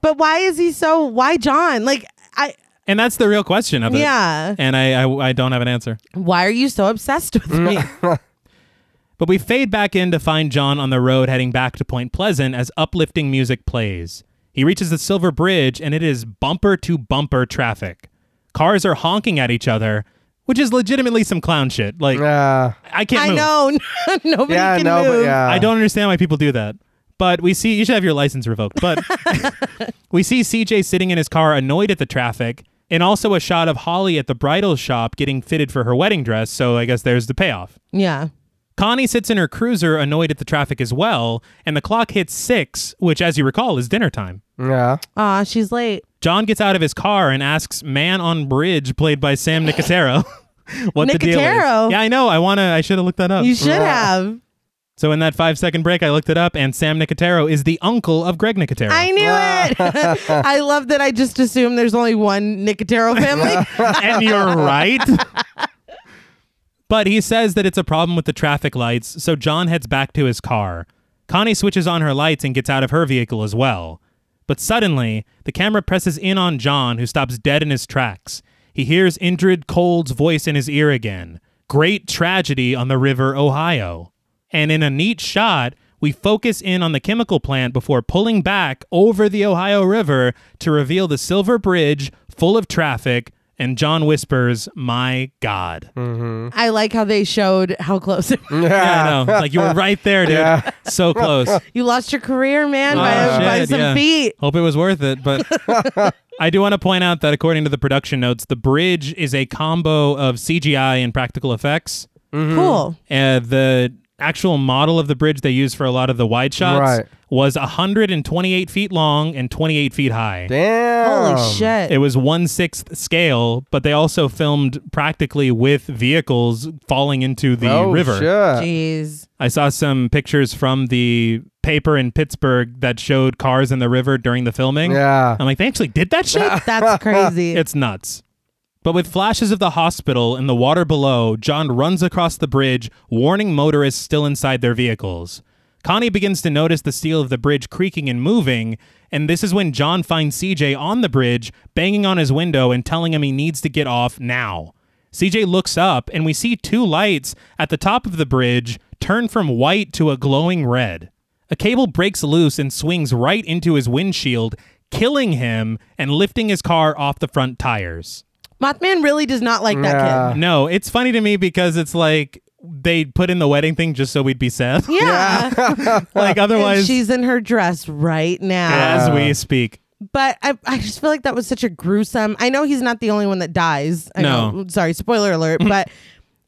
S2: But why is he so? Why John? Like I,
S1: and that's the real question of it.
S2: yeah.
S1: And I, I I don't have an answer.
S2: Why are you so obsessed with me?
S1: But we fade back in to find John on the road heading back to Point Pleasant as uplifting music plays. He reaches the Silver Bridge and it is bumper to bumper traffic. Cars are honking at each other, which is legitimately some clown shit. Like
S3: Yeah.
S1: I can't
S2: I
S1: move.
S2: know nobody
S3: Yeah.
S2: can
S3: No.
S2: move.
S3: But yeah.
S1: I don't understand why people do that. But we see you should have your license revoked. But we see CJ sitting in his car annoyed at the traffic and also a shot of Holly at the bridal shop getting fitted for her wedding dress, so I guess there's the payoff.
S2: Yeah,
S1: Connie sits in her cruiser annoyed at the traffic as well, and the clock hits 6, which as you recall is dinner time.
S3: Yeah.
S2: ah, she's late.
S1: John gets out of his car and asks Man on Bridge played by Sam Nicotero what the deal
S2: Nicotero?
S1: is. Yeah, I know. I want to I should have looked that up.
S2: You should have.
S1: So in that five second break, I looked it up, and Sam Nicotero is the uncle of Greg Nicotero.
S2: I knew
S3: uh.
S2: it. I love that. I just assume there's only one Nicotero family.
S1: and you're right. But he says that it's a problem with the traffic lights, so John heads back to his car. Connie switches on her lights and gets out of her vehicle as well. But suddenly, the camera presses in on John, who stops dead in his tracks. He hears Indrid Cold's voice in his ear again. Great tragedy on the River Ohio. And in a neat shot, we focus in on the chemical plant before pulling back over the Ohio River to reveal the Silver Bridge full of traffic. And John whispers, My God.
S2: I like how they showed how close it was.
S1: Yeah, I know. Like you were right there, dude. So close.
S2: you lost your career, man,
S1: Oh,
S2: by, by
S1: shit,
S2: some
S1: yeah.
S2: feet.
S1: Hope it was worth it, but I do want to point out that according to the production notes, the bridge is a combo of CGI and practical effects.
S2: Cool.
S1: Uh, the actual model of the bridge they use for a lot of the wide shots
S3: Right.
S1: was 128 feet long and 28 feet high.
S3: Damn.
S2: Holy shit.
S1: Um, It was one sixth scale, but they also filmed practically with vehicles falling into the
S3: oh,
S1: river.
S3: Shit.
S2: Jeez.
S1: I saw some pictures from the paper in Pittsburgh that showed cars in the river during the filming.
S3: Yeah.
S1: I'm like, they actually did that shit?
S2: That's crazy.
S1: It's nuts. But with flashes of the hospital and the water below, John runs across the bridge, warning motorists still inside their vehicles. Connie begins to notice the steel of the bridge creaking and moving, and this is when John finds CJ on the bridge, banging on his window and telling him he needs to get off now. CJ looks up, and we see two lights at the top of the bridge turn from white to a glowing red. A cable breaks loose and swings right into his windshield, killing him and lifting his car off the front tires.
S2: Mothman really does not like that
S3: Yeah.
S2: kid.
S1: No, it's funny to me because it's like they put in the wedding thing just so we'd be sad.
S2: Yeah.
S1: like
S2: And
S1: otherwise,
S2: she's in her dress right now.
S1: as we speak,
S2: But I, I just feel like that was such a gruesome. I know he's not the only one that dies. I
S1: No.
S2: Know, sorry, spoiler alert. but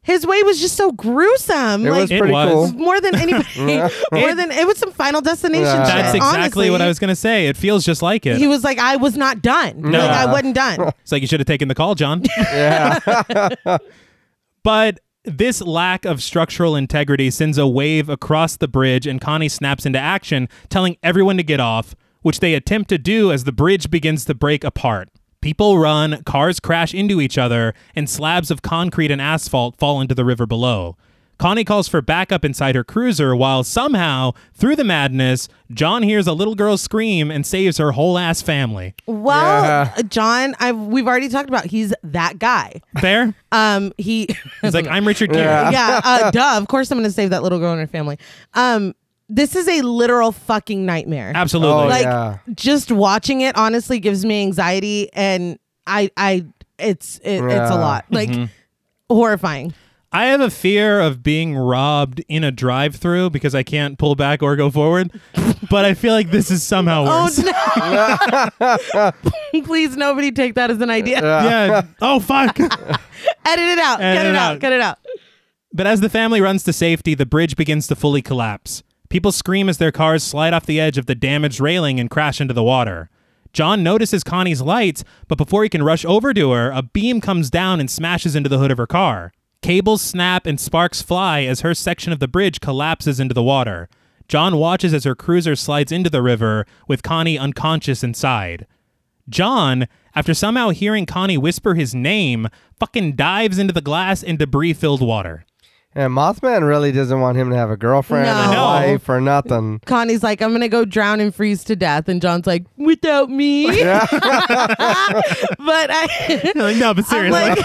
S2: his way was just so gruesome.
S3: It
S2: like,
S3: was
S1: It
S3: pretty
S1: was.
S3: cool.
S2: more than anybody. more than it was some Final Destination.
S3: Yeah.
S2: shit,
S1: that's exactly
S2: honestly.
S1: what I was gonna say. It feels just like it.
S2: He was like, I was not done.
S1: No.
S2: Like I wasn't done.
S1: it's like you should have taken the call, John.
S3: Yeah.
S1: But this lack of structural integrity sends a wave across the bridge, and Connie snaps into action, telling everyone to get off, which they attempt to do as the bridge begins to break apart. People run, cars crash into each other, and slabs of concrete and asphalt fall into the river below. Connie calls for backup inside her cruiser while somehow, through the madness, John hears a little girl scream and saves her whole ass family.
S2: Well, uh,
S3: Yeah.
S2: John, I've we've already talked about he's that guy.
S1: There?
S2: Um he
S1: He's like, I'm Richard Gere.
S2: yeah, uh, duh. Of course, I'm going to save that little girl and her family. Um, this is a literal fucking nightmare.
S1: Absolutely.
S3: Oh,
S2: Like,
S3: yeah.
S2: just watching it honestly gives me anxiety, and I, I, it's, it, it's
S3: Yeah.
S2: a lot. Like,
S1: Mm-hmm.
S2: horrifying.
S1: I have a fear of being robbed in a drive through because I can't pull back or go forward. but I feel like this is somehow worse.
S2: Oh no! Please, nobody take that as an idea.
S1: yeah. Oh fuck.
S2: Edit it
S1: Edit
S2: out. Cut
S1: it out.
S2: it out. Cut it out.
S1: but as the family runs to safety, the bridge begins to fully collapse. People scream as their cars slide off the edge of the damaged railing and crash into the water. John notices Connie's lights, but before he can rush over to her, a beam comes down and smashes into the hood of her car. Cables snap and sparks fly as her section of the bridge collapses into the water. John watches as her cruiser slides into the river, with Connie unconscious inside. John, after somehow hearing Connie whisper his name, fucking dives into the glass and debris filled water.
S3: And Mothman really doesn't want him to have a girlfriend
S2: No.
S3: or
S1: No.
S3: wife or nothing.
S2: Connie's like, I'm gonna go drown and freeze to death, and John's like, without me. but I.
S1: no, but
S2: I'm
S1: seriously.
S2: like,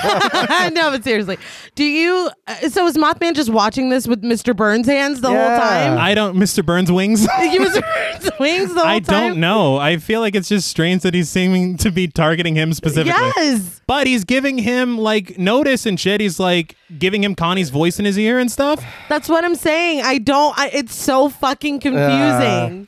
S2: no, but seriously, do you? Uh, so was Mothman just watching this with Mr. Burns' hands the
S3: Yeah.
S2: whole time?
S1: I don't, Mr. Burns Wings.
S2: He was wings the whole
S1: I
S2: time.
S1: don't know. I feel like it's just strange that he's seeming to be targeting him specifically.
S2: Yes,
S1: But he's giving him like notice and shit. He's like giving him Connie's voice in his ear and stuff.
S2: that's what I'm saying. I don't. I, it's so fucking confusing.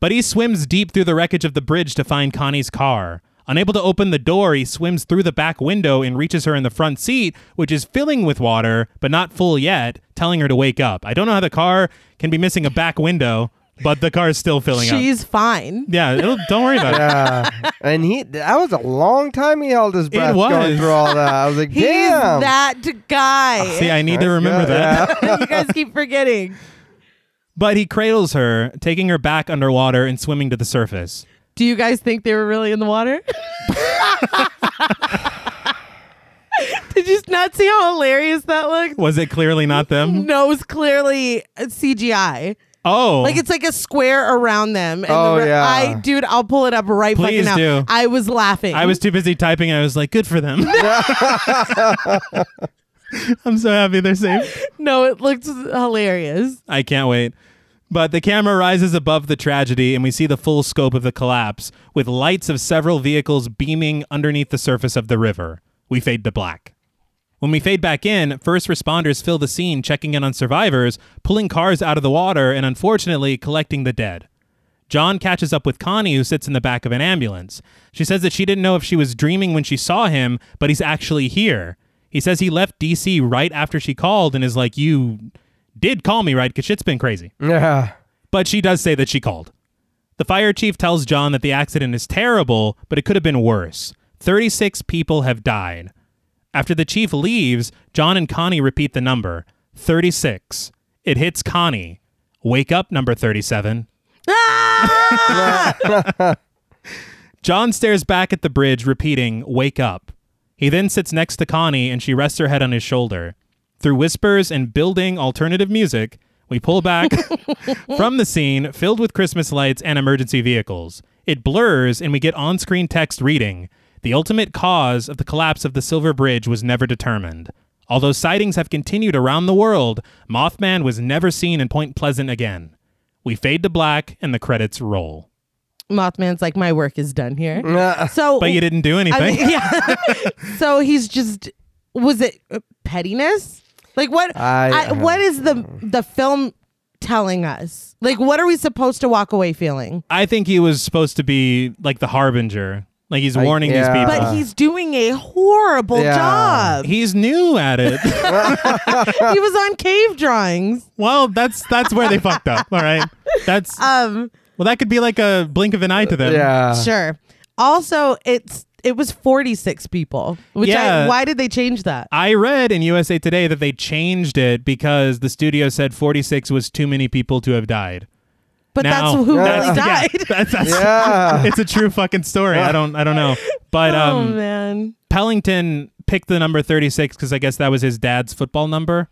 S1: But he swims deep through the wreckage of the bridge to find Connie's car. Unable to open the door, he swims through the back window and reaches her in the front seat, which is filling with water, but not full yet, telling her to wake up. I don't know how the car can be missing a back window, but the car is still filling up.
S2: She's fine.
S1: Yeah, it'll, don't worry about it.
S3: Yeah. and he that was a long time he held his breath
S1: was.
S3: going through all that. I was like,
S2: He's
S3: damn.
S2: that guy.
S1: See, I need to remember that.
S2: you guys keep forgetting.
S1: But he cradles her, taking her back underwater and swimming to the surface.
S2: Do you guys think they were really in the water? Did you not see how hilarious that looked?
S1: Was it clearly not them?
S2: No, it was clearly uh, CGI.
S1: Oh,
S2: Like it's like a square around them. And
S3: Oh,
S2: the re-
S3: yeah.
S2: I dude, I'll pull it up right
S1: Please
S2: fucking now.
S1: do.
S2: I was laughing.
S1: I was too busy typing. And I was like, good for them. I'm so happy they're safe.
S2: no, it looked hilarious.
S1: I can't wait. But the camera rises above the tragedy, and we see the full scope of the collapse, with lights of several vehicles beaming underneath the surface of the river. We fade to black. When we fade back in, first responders fill the scene, checking in on survivors, pulling cars out of the water, and unfortunately, collecting the dead. John catches up with Connie, who sits in the back of an ambulance. She says that she didn't know if she was dreaming when she saw him, but he's actually here. He says he left DC right after she called and is like, You did call me, right? Because shit's been crazy.
S3: Yeah.
S1: But she does say that she called. The fire chief tells John that the accident is terrible, but it could have been worse. 36 people have died. After the chief leaves, John and Connie repeat the number 36. It hits Connie. Wake up, number 37. John stares back at the bridge, repeating, Wake up. He then sits next to Connie and she rests her head on his shoulder. Through whispers and building alternative music, we pull back from the scene filled with Christmas lights and emergency vehicles. It blurs and we get on screen text reading The ultimate cause of the collapse of the Silver Bridge was never determined. Although sightings have continued around the world, Mothman was never seen in Point Pleasant again. We fade to black and the credits roll.
S2: Mothman's like, my work is done here. So
S1: Mm. But you didn't do anything.
S2: I mean, yeah. so he's just was it uh, pettiness? Like what?
S3: I-
S2: I- what is the the film telling us? Like what are we supposed to walk away feeling?
S1: I think he was supposed to be like the harbinger. Like he's warning
S3: yeah.
S1: these
S2: But
S1: people.
S2: he's doing a horrible
S3: Yeah.
S2: job.
S1: he's new at it.
S2: he was on cave drawings.
S1: well, that's that's where they fucked up. All right. That's
S2: Um,
S1: well that could be like a blink of an eye to them.
S3: Yeah.
S2: sure. Also, it's it was forty six people. Which
S1: Yeah.
S2: I, why did they change that?
S1: I read in USA Today that they changed it because the studio said 46 was too many people to have died.
S2: But
S1: Now-
S2: that's who really
S1: yeah,
S2: died.
S1: that's, that's,
S3: Yeah.
S1: It's a true fucking story. I don't I don't know. But
S2: oh
S1: um
S2: man!
S1: Pellington picked the number 36 cuz I guess that was his dad's football number.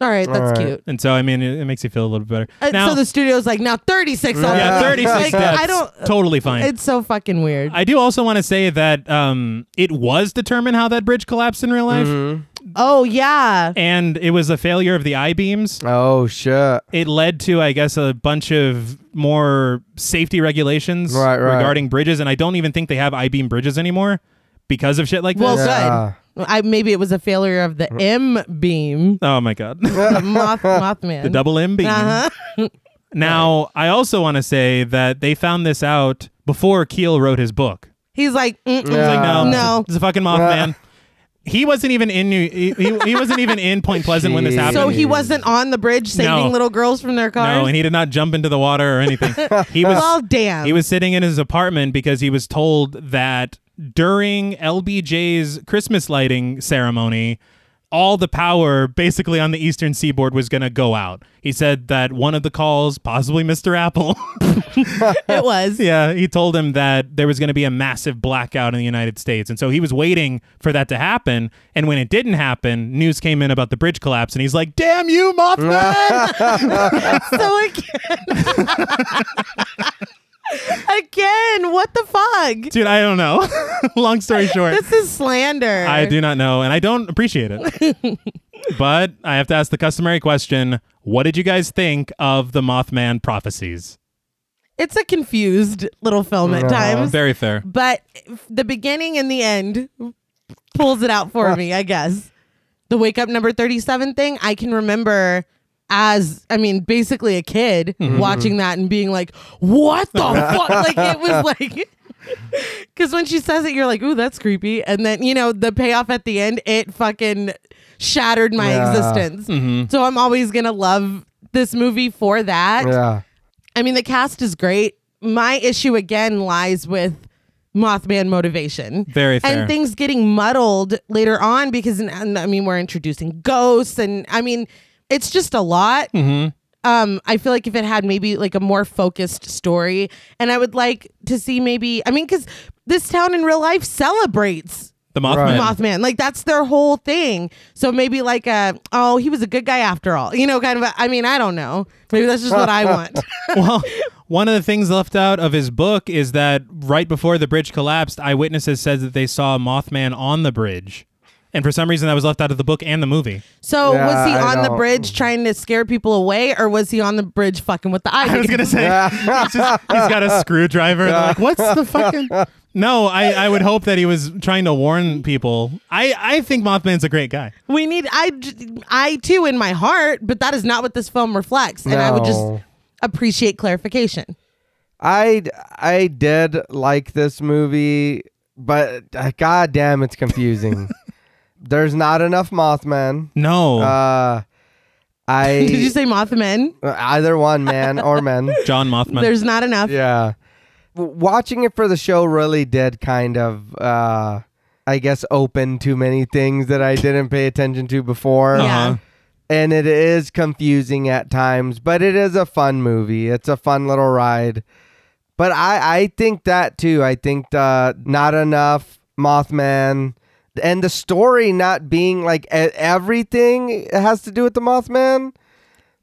S2: All right, that's
S3: right.
S2: cute.
S1: And so I mean it, it makes you feel a little better.
S2: Uh, so the studio's like now thirty six.
S1: Yeah,
S3: Uh,
S1: 36
S2: Like,
S1: deaths.
S2: I don't.
S1: totally fine.
S2: It's so fucking weird.
S1: I do also want to say that um, it was determined how that bridge collapsed in real
S3: Mm-hmm.
S1: life,
S2: oh yeah.
S1: and it was a failure of the I beams.
S3: Oh shit.
S1: It led to, I guess, a bunch of more safety regulations
S3: Right, right.
S1: regarding bridges, and I don't even think they have I beam bridges anymore because of shit like
S2: Well,
S1: this.
S3: Yeah.
S2: good. I maybe it was a failure of the M beam,
S1: Oh my god, the
S2: the moth mothman.
S1: double M beam.
S2: Uh-huh.
S1: Now, I also want to say that they found this out before Keel wrote his book.
S2: He's like, mm
S1: It's like,
S3: Yeah.
S1: no,
S2: No.
S1: it's a fucking
S3: Uh,
S1: Mothman. He wasn't even in New. He, he, he wasn't even in Point Pleasant when this
S3: Jeez.
S1: happened.
S2: so he wasn't on the bridge saving
S1: No.
S2: little girls from their cars.
S1: No, and he did not jump into the water or anything. he was
S2: well, damn.
S1: he was sitting in his apartment because he was told that during LBJ's Christmas lighting ceremony, all the power basically on the eastern seaboard was going to go out. He said that one of the calls, possibly Mr. Apple,
S2: it was.
S1: yeah, he told him that there was going to be a massive blackout in the United States. And so he was waiting for that to happen. And when it didn't happen, news came in about the bridge collapse. And he's like, damn you, Mothman!
S2: So again. again, what the fuck?
S1: Dude, I don't know. Long story short.
S2: This is slander.
S1: I do not know, and I don't appreciate it. but I have to ask the customary question What did you guys think of the Mothman prophecies?
S2: It's a confused little film
S3: Uh-huh.
S2: at times,
S1: Very fair.
S2: but f- the beginning and the end pulls it out for me, I guess. The wake up number 37 thing, I can remember as I mean, basically a kid
S3: Mm-hmm.
S2: watching that and being like, "What the fuck?" Like it was like Because when she says it, you're like, ooh, that's creepy. And then, you know, the payoff at the end, it fucking shattered my
S3: Yeah. Mm-hmm.
S2: existence. So I'm always going to love this movie for that.
S3: Yeah.
S2: I mean, the cast is great. My issue again lies with Mothman motivation.
S1: Very fair.
S2: And things getting muddled later on because, and I mean, we're introducing ghosts, and I mean, it's just a lot.
S1: Mm-hmm.
S2: Um, I feel like if it had maybe like a more focused story, and I would like to see maybe, I mean, because this town in real life celebrates
S1: The Mothman.
S3: Right.
S2: Mothman. Like that's their whole thing. So maybe like a oh, he was a good guy after all. You know, kind of. A, I mean, I don't know. Maybe that's just what I want.
S1: well, one of the things left out of his book is that right before the bridge collapsed, eyewitnesses said that they saw a Mothman on the bridge. And for some reason, that was left out of the book and the movie.
S2: So
S3: Yeah,
S2: was he
S3: I
S2: on the
S3: don't-
S2: bridge trying to scare people away, or was he on the bridge fucking with the eye?
S1: I was gonna say he's, just- he's got a screwdriver. They're like, what's the fucking? No, I, I would hope that he was trying to warn people. I, I think Mothman's a great guy.
S2: we need I, j- I too in my heart, but that is not what this film reflects, and I would
S3: No.
S2: just appreciate clarification.
S3: I I did like this movie, but uh, god damn, it's confusing. There's not enough Mothman.
S1: No,
S3: Uh, I
S2: Oh.
S3: uh,
S2: Did you say Mothman?
S3: either one, man or men.
S1: John Mothman.
S2: There's not enough.
S3: yeah W- watching it for the show really did kind of uh i guess open too many things that i didn't pay attention to before
S2: Yeah.
S3: and it is confusing at times but it is a fun movie it's a fun little ride but i i think that too i think uh not enough mothman and the story not being like e- everything has to do with the mothman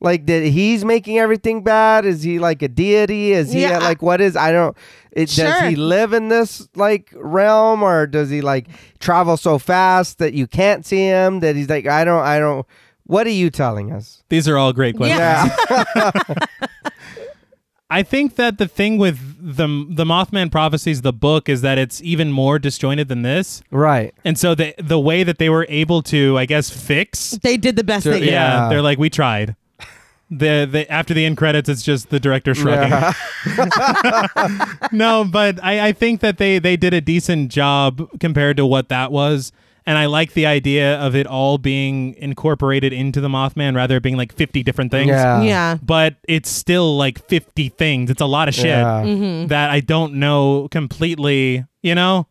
S3: like that he's making everything bad is he like a deity is he
S2: Yeah, I-
S3: like what is i don't it, does
S2: Sure.
S3: he live in this like realm or does he like travel so fast that you can't see him that he's like i don't i don't what are you telling us
S1: These are all great questions.
S2: Yeah.
S1: I think that the thing with the the Mothman prophecies, the book, is that it's even more disjointed than this.
S3: right
S1: And so the the way that they were able to, I guess, fix
S2: They did the best
S3: Sure,
S2: they could.
S1: yeah,
S3: Yeah.
S1: they're like we tried. The, the after the end credits, it's just the director shrugging. no, but I, I think that they they did a decent job compared to what that was, and I like the idea of it all being incorporated into the Mothman rather than being like fifty different things.
S3: yeah
S2: yeah.
S1: But it's still like fifty things. It's a lot of shit
S3: Yeah.
S2: Mm-hmm.
S1: that I don't know completely. You know,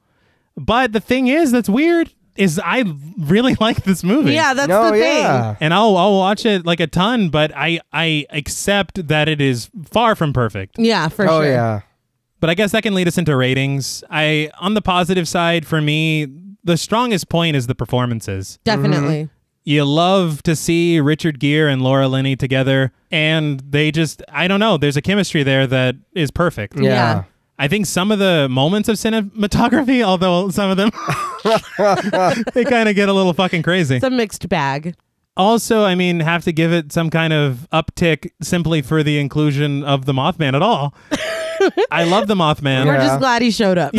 S1: but the thing is that's weird is I really like this movie
S2: Yeah, that's
S3: no
S2: the thing.
S3: yeah
S1: and I'll I'll watch it like a ton, but I I accept that it is far from perfect.
S2: Yeah, for
S3: oh
S2: sure.
S3: yeah
S1: But I guess that can lead us into ratings. I on the positive side for me, the strongest point is the performances.
S2: Definitely.
S3: Mm-hmm.
S1: You love to see Richard Gere and Laura Linney together, and they just I don't know. There's a chemistry there that is perfect.
S3: yeah,
S2: Yeah.
S1: I think some of the moments of cinematography, although some of them they kind of get a little fucking crazy.
S2: It's a mixed bag.
S1: also, I mean, have to give it some kind of uptick simply for the inclusion of the Mothman at all. I love the Mothman.
S2: We're
S1: Yeah.
S2: just glad he showed up.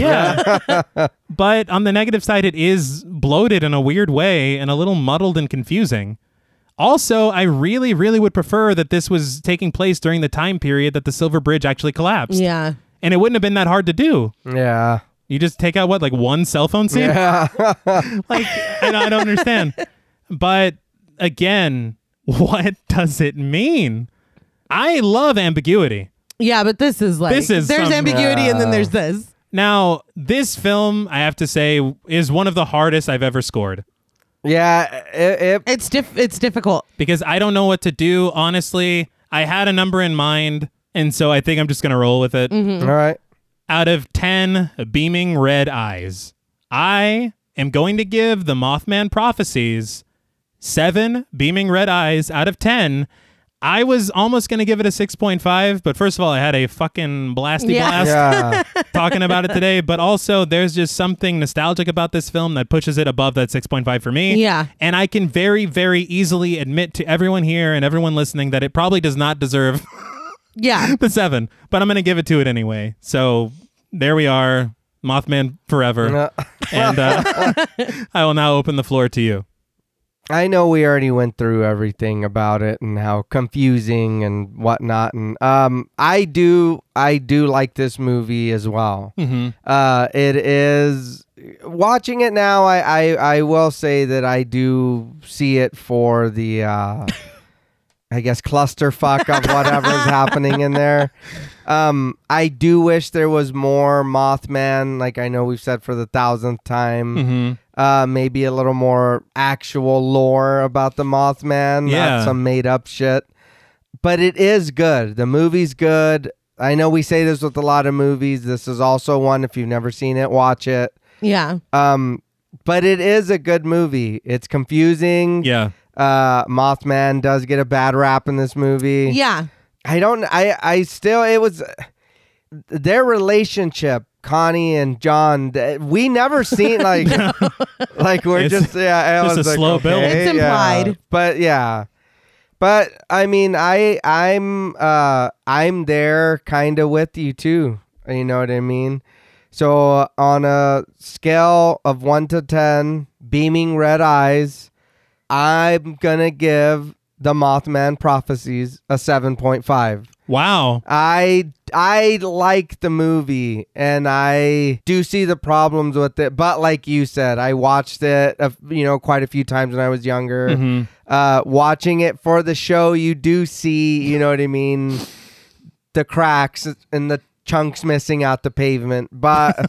S1: but on the negative side, it is bloated in a weird way and a little muddled and confusing. Also, I really, really would prefer that this was taking place during the time period that the Silver Bridge actually collapsed.
S2: Yeah.
S1: And it wouldn't have been that hard to do.
S3: yeah.
S1: You just take out what, like one cell phone scene? like, I don't, I don't understand. But again, what does it mean? I love ambiguity.
S2: Yeah, but this is like
S1: This is
S2: there's
S1: some-
S2: ambiguity and then there's this.
S1: Now, this film, I have to say, is one of the hardest I've ever scored
S3: Yeah, it, it
S2: It's diff it's difficult.
S1: because I don't know what to do. Honestly, I had a number in mind, and so I think I'm just going to roll with it.
S3: all right.
S1: Out of 10 beaming red eyes, I am going to give the Mothman Prophecies seven beaming red eyes out of 10. I was almost going to give it a 6.5, but first of all, I had a fucking blasty
S2: Yeah.
S1: blast.
S3: Yeah.
S1: talking about it today, but also there's just something nostalgic about this film that pushes it above that 6.5 for me.
S2: Yeah.
S1: And I can very, very easily admit to everyone here and everyone listening that it probably does not deserve
S2: Yeah.
S1: the seven, but I'm going to give it to it anyway. So there we are. Mothman forever. and uh, I will now open the floor to you.
S3: I know we already went through everything about it and how confusing and whatnot, and um, I do, I do like this movie as well. Uh, it is watching it now. I, I, I will say that I do see it for the, uh, I guess, clusterfuck of whatever's happening in there. Um, I do wish there was more Mothman. Like I know we've said for the thousandth time
S1: Mm-hmm.
S3: uh, maybe a little more actual lore about the Mothman,
S1: Yeah.
S3: not some made up shit. But it is good. The movie's good. I know we say this with a lot of movies. This is also one. If you've never seen it, watch it.
S2: Yeah.
S3: Um, but it is a good movie. It's confusing.
S1: Yeah.
S3: Uh, Mothman does get a bad rap in this movie.
S2: Yeah.
S3: I don't. I. I still. It was their relationship, Connie and John. th- We never seen like, like we're
S1: It's
S3: just yeah. It
S1: just
S3: was
S1: a
S3: like,
S1: slow
S3: okay,
S1: build.
S2: It's
S3: yeah.
S2: implied.
S3: but yeah. But I mean, I I'm uh I'm there kind of with you too. You know what I mean? So on a scale of one to ten, beaming red eyes, I'm gonna give the Mothman prophecies a seven point five.
S1: Wow.
S3: I I like the movie and I do see the problems with it, but like you said, I watched it a f you know quite a few times when I was younger.
S1: Mm-hmm.
S3: Uh, watching it for the show, you do see, you know what I mean, the cracks and the chunks missing out the pavement, but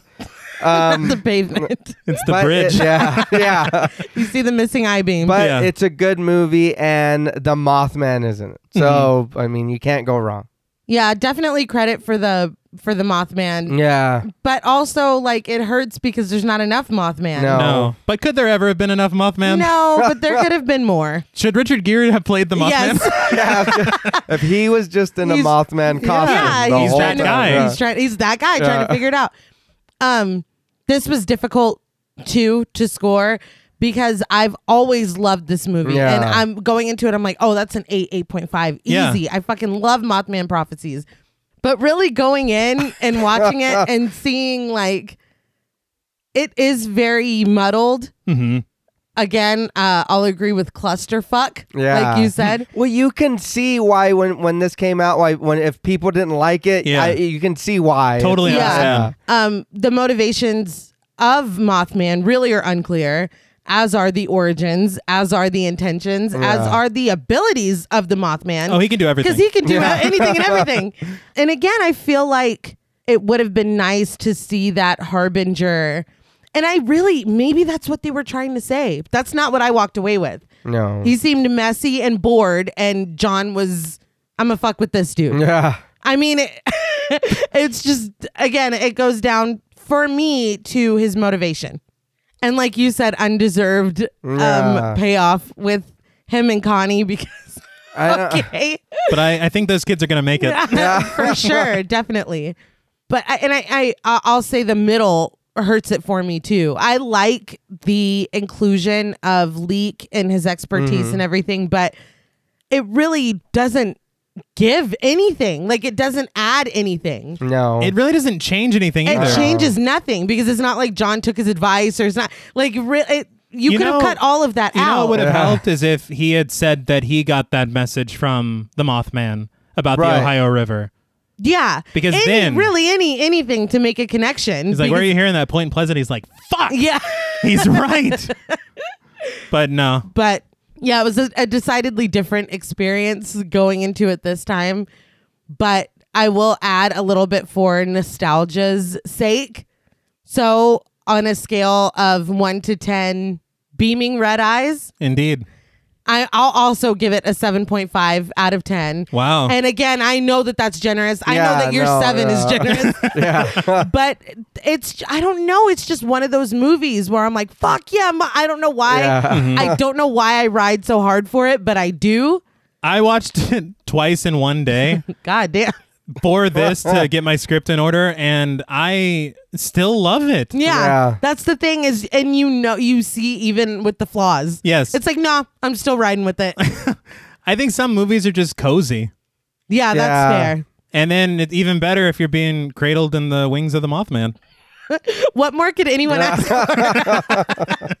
S3: um,
S2: the pavement.
S1: It's the
S3: but uh, it-
S1: bridge.
S3: yeah, yeah.
S2: you see the missing eye beam.
S3: But
S1: Yeah.
S3: it's a good movie, and the Mothman isn't it? So
S1: Mm-hmm.
S3: I mean, you can't go wrong.
S2: yeah, definitely credit for the for the
S3: Mm.
S2: Mothman.
S3: Yeah,
S2: But also like it hurts because there's not enough Mothman.
S3: No.
S1: No. But could there ever have been enough Mothman?
S2: No, but there could have been more.
S1: Should Richard Gere have played the Mothman?
S2: Yes.
S3: yeah, if- if he was just in a
S2: He's-
S3: Mothman costume,
S2: yeah,
S3: the
S2: he's
S3: whole
S2: trying to,
S3: time,
S1: guy.
S2: he's trying he's that guy trying
S3: Yeah.
S2: to figure it out. Um this was difficult too to score because I've always loved this movie.
S3: Yeah.
S2: And I'm going into it, I'm like, oh, that's an eight, eight point five.
S1: Yeah.
S2: Easy. I fucking love Mothman prophecies. But really going in and watching it and seeing like it is very muddled.
S1: Mm-hmm.
S2: Again, uh, I'll agree with clusterfuck,
S3: Yeah.
S2: like you said.
S3: Well, you can see why when when this came out, why when if people didn't like it,
S1: Yeah.
S3: I, you can see why.
S1: Totally
S2: Yeah.
S1: understand.
S2: um, the motivations of Mothman really are unclear, as are the origins, as are the intentions, as are the abilities of the Mothman.
S1: Oh, he can do everything.
S2: because he can do
S3: Yeah.
S2: anything and everything. and again, I feel like it would have been nice to see that harbinger. And I really, maybe that's what they were trying to say. That's not what I walked away with.
S3: No.
S2: He seemed messy and bored, and John was, I'm a fuck with this dude.
S3: yeah.
S2: I mean, it, it's just, again, it goes down for me to his motivation. And like you said, undeserved
S3: Yeah.
S2: um, payoff with him and Connie because,
S3: I uh, don't-
S2: okay,
S1: but I, I think those kids are going to make it.
S2: for sure, definitely. But, I, and I, I, I- I'll say the middle hurts it for me too. I like the inclusion of Leek and his expertise
S1: Mm-hmm.
S2: and everything, but it really doesn't give anything. Like, it doesn't add anything.
S3: no.
S1: It really doesn't change anything
S2: It
S1: either.
S2: changes nothing because it's not like John took his advice or it's not like re- it, you,
S1: You
S2: could
S1: know-
S2: have cut all of that
S1: You know
S2: out.
S1: what would have
S3: Yeah.
S1: helped is if he had said that he got that message from the Mothman about
S3: Right.
S1: the Ohio River.
S2: yeah,
S1: Because
S2: any,
S1: then-
S2: really any anything to make a connection.
S1: He's like, where are you hearing that Point Pleasant? He's like, fuck.
S2: because- Yeah,
S1: He's right. but no.
S2: but yeah, it was a, a decidedly different experience going into it this time. But I will add a little bit for nostalgia's sake. So on a scale of one to ten, beaming red eyes.
S1: Indeed.
S2: I, I'll also give it a 7.5 out of 10.
S1: Wow.
S2: And again, I know that that's generous. I know
S3: Yeah,
S2: that your
S3: no,
S2: seven is
S3: yeah.
S2: generous,
S3: yeah.
S2: but it's, I don't know. It's just one of those movies where I'm like, fuck yeah. Ma- I don't know why.
S3: Yeah.
S1: Mm-hmm.
S2: I don't know why I ride so hard for it, but I do.
S1: I watched it twice in one day
S2: God damn.
S1: for this to get my script in order, and I still love it.
S2: Yeah,
S3: Yeah.
S2: That's the thing is, and you know, you see even with the flaws.
S1: Yes.
S2: It's like, nah, I'm still riding with it.
S1: I think some movies are just cozy.
S2: yeah,
S3: Yeah.
S2: that's fair.
S1: And then it's even better if you're being cradled in the wings of the Mothman.
S2: What more could anyone ask?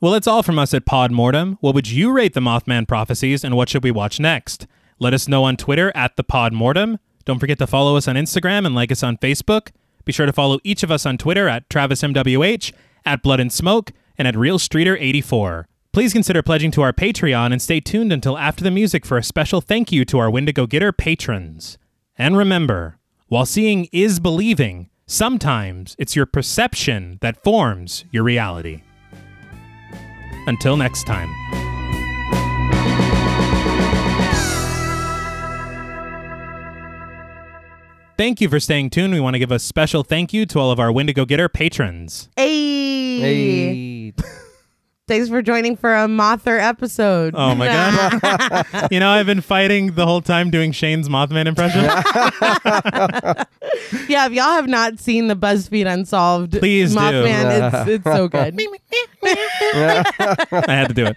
S1: Well, it's all from us at Pod Mortem. What would you rate the Mothman prophecies and what should we watch next? Let us know on Twitter at the Pod Mortem. Don't forget to follow us on Instagram and like us on Facebook. Be sure to follow each of us on Twitter at TravisMWH, at Blood and Smoke, and at RealStreeter84. Please consider pledging to our Patreon and stay tuned until after the music for a special thank you to our Wendigo Getter patrons. And remember, while seeing is believing, sometimes it's your perception that forms your reality. Until next time. Thank you for staying tuned. We want to give a special thank you to all of our Wendigo Getter patrons.
S2: hey. Hey. Thanks for joining for a Mother episode.
S1: Oh my god! you know, I've been fighting the whole time doing Shane's Mothman impression.
S2: Yeah, if y'all have not seen the BuzzFeed Unsolved
S1: Please do.
S2: Mothman, it's, it's so good.
S1: I had to do it.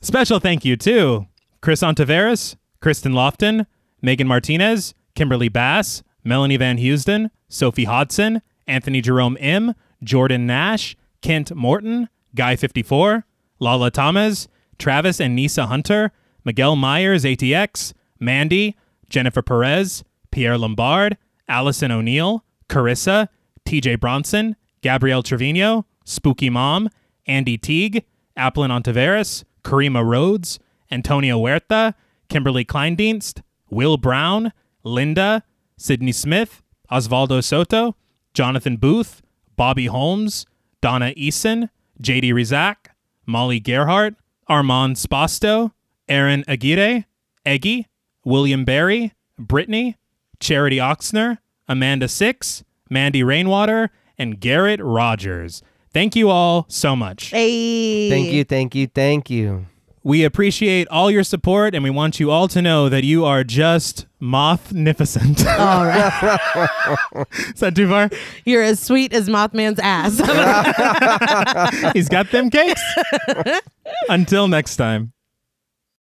S1: Special thank you to Chris Ontiveros, Kristen Lofton, Megan Martinez, Kimberly Bass, Melanie Van Houston, Sophie Hodson, Anthony Jerome M, Jordan Nash, Kent Morton, Guy54, Lala Thomas, Travis and Nisa Hunter, Miguel Myers ATX, Mandy, Jennifer Perez, Pierre Lombard, Allison O'Neill, Carissa, TJ Bronson, Gabrielle Trevino, Spooky Mom, Andy Teague, Applin Ontiveros, Karima Rhodes, Antonio Huerta, Kimberly Kleindienst, Will Brown, Linda, Sydney Smith, Osvaldo Soto, Jonathan Booth, Bobby Holmes, Donna Eason, JD Rizak, Molly Gerhart, Armand Spasto, Aaron Aguirre, Eggy, William Barry, Brittany, Charity Oxner, Amanda Six, Mandy Rainwater, and Garrett Rogers. Thank you all so much.
S2: Hey.
S3: Thank you, thank you, thank you.
S1: We appreciate all your support, and we want you all to know that you are just mothnificent. All right. Is that too far?
S2: You're as sweet as Mothman's ass.
S1: He's got them cakes. Until next time.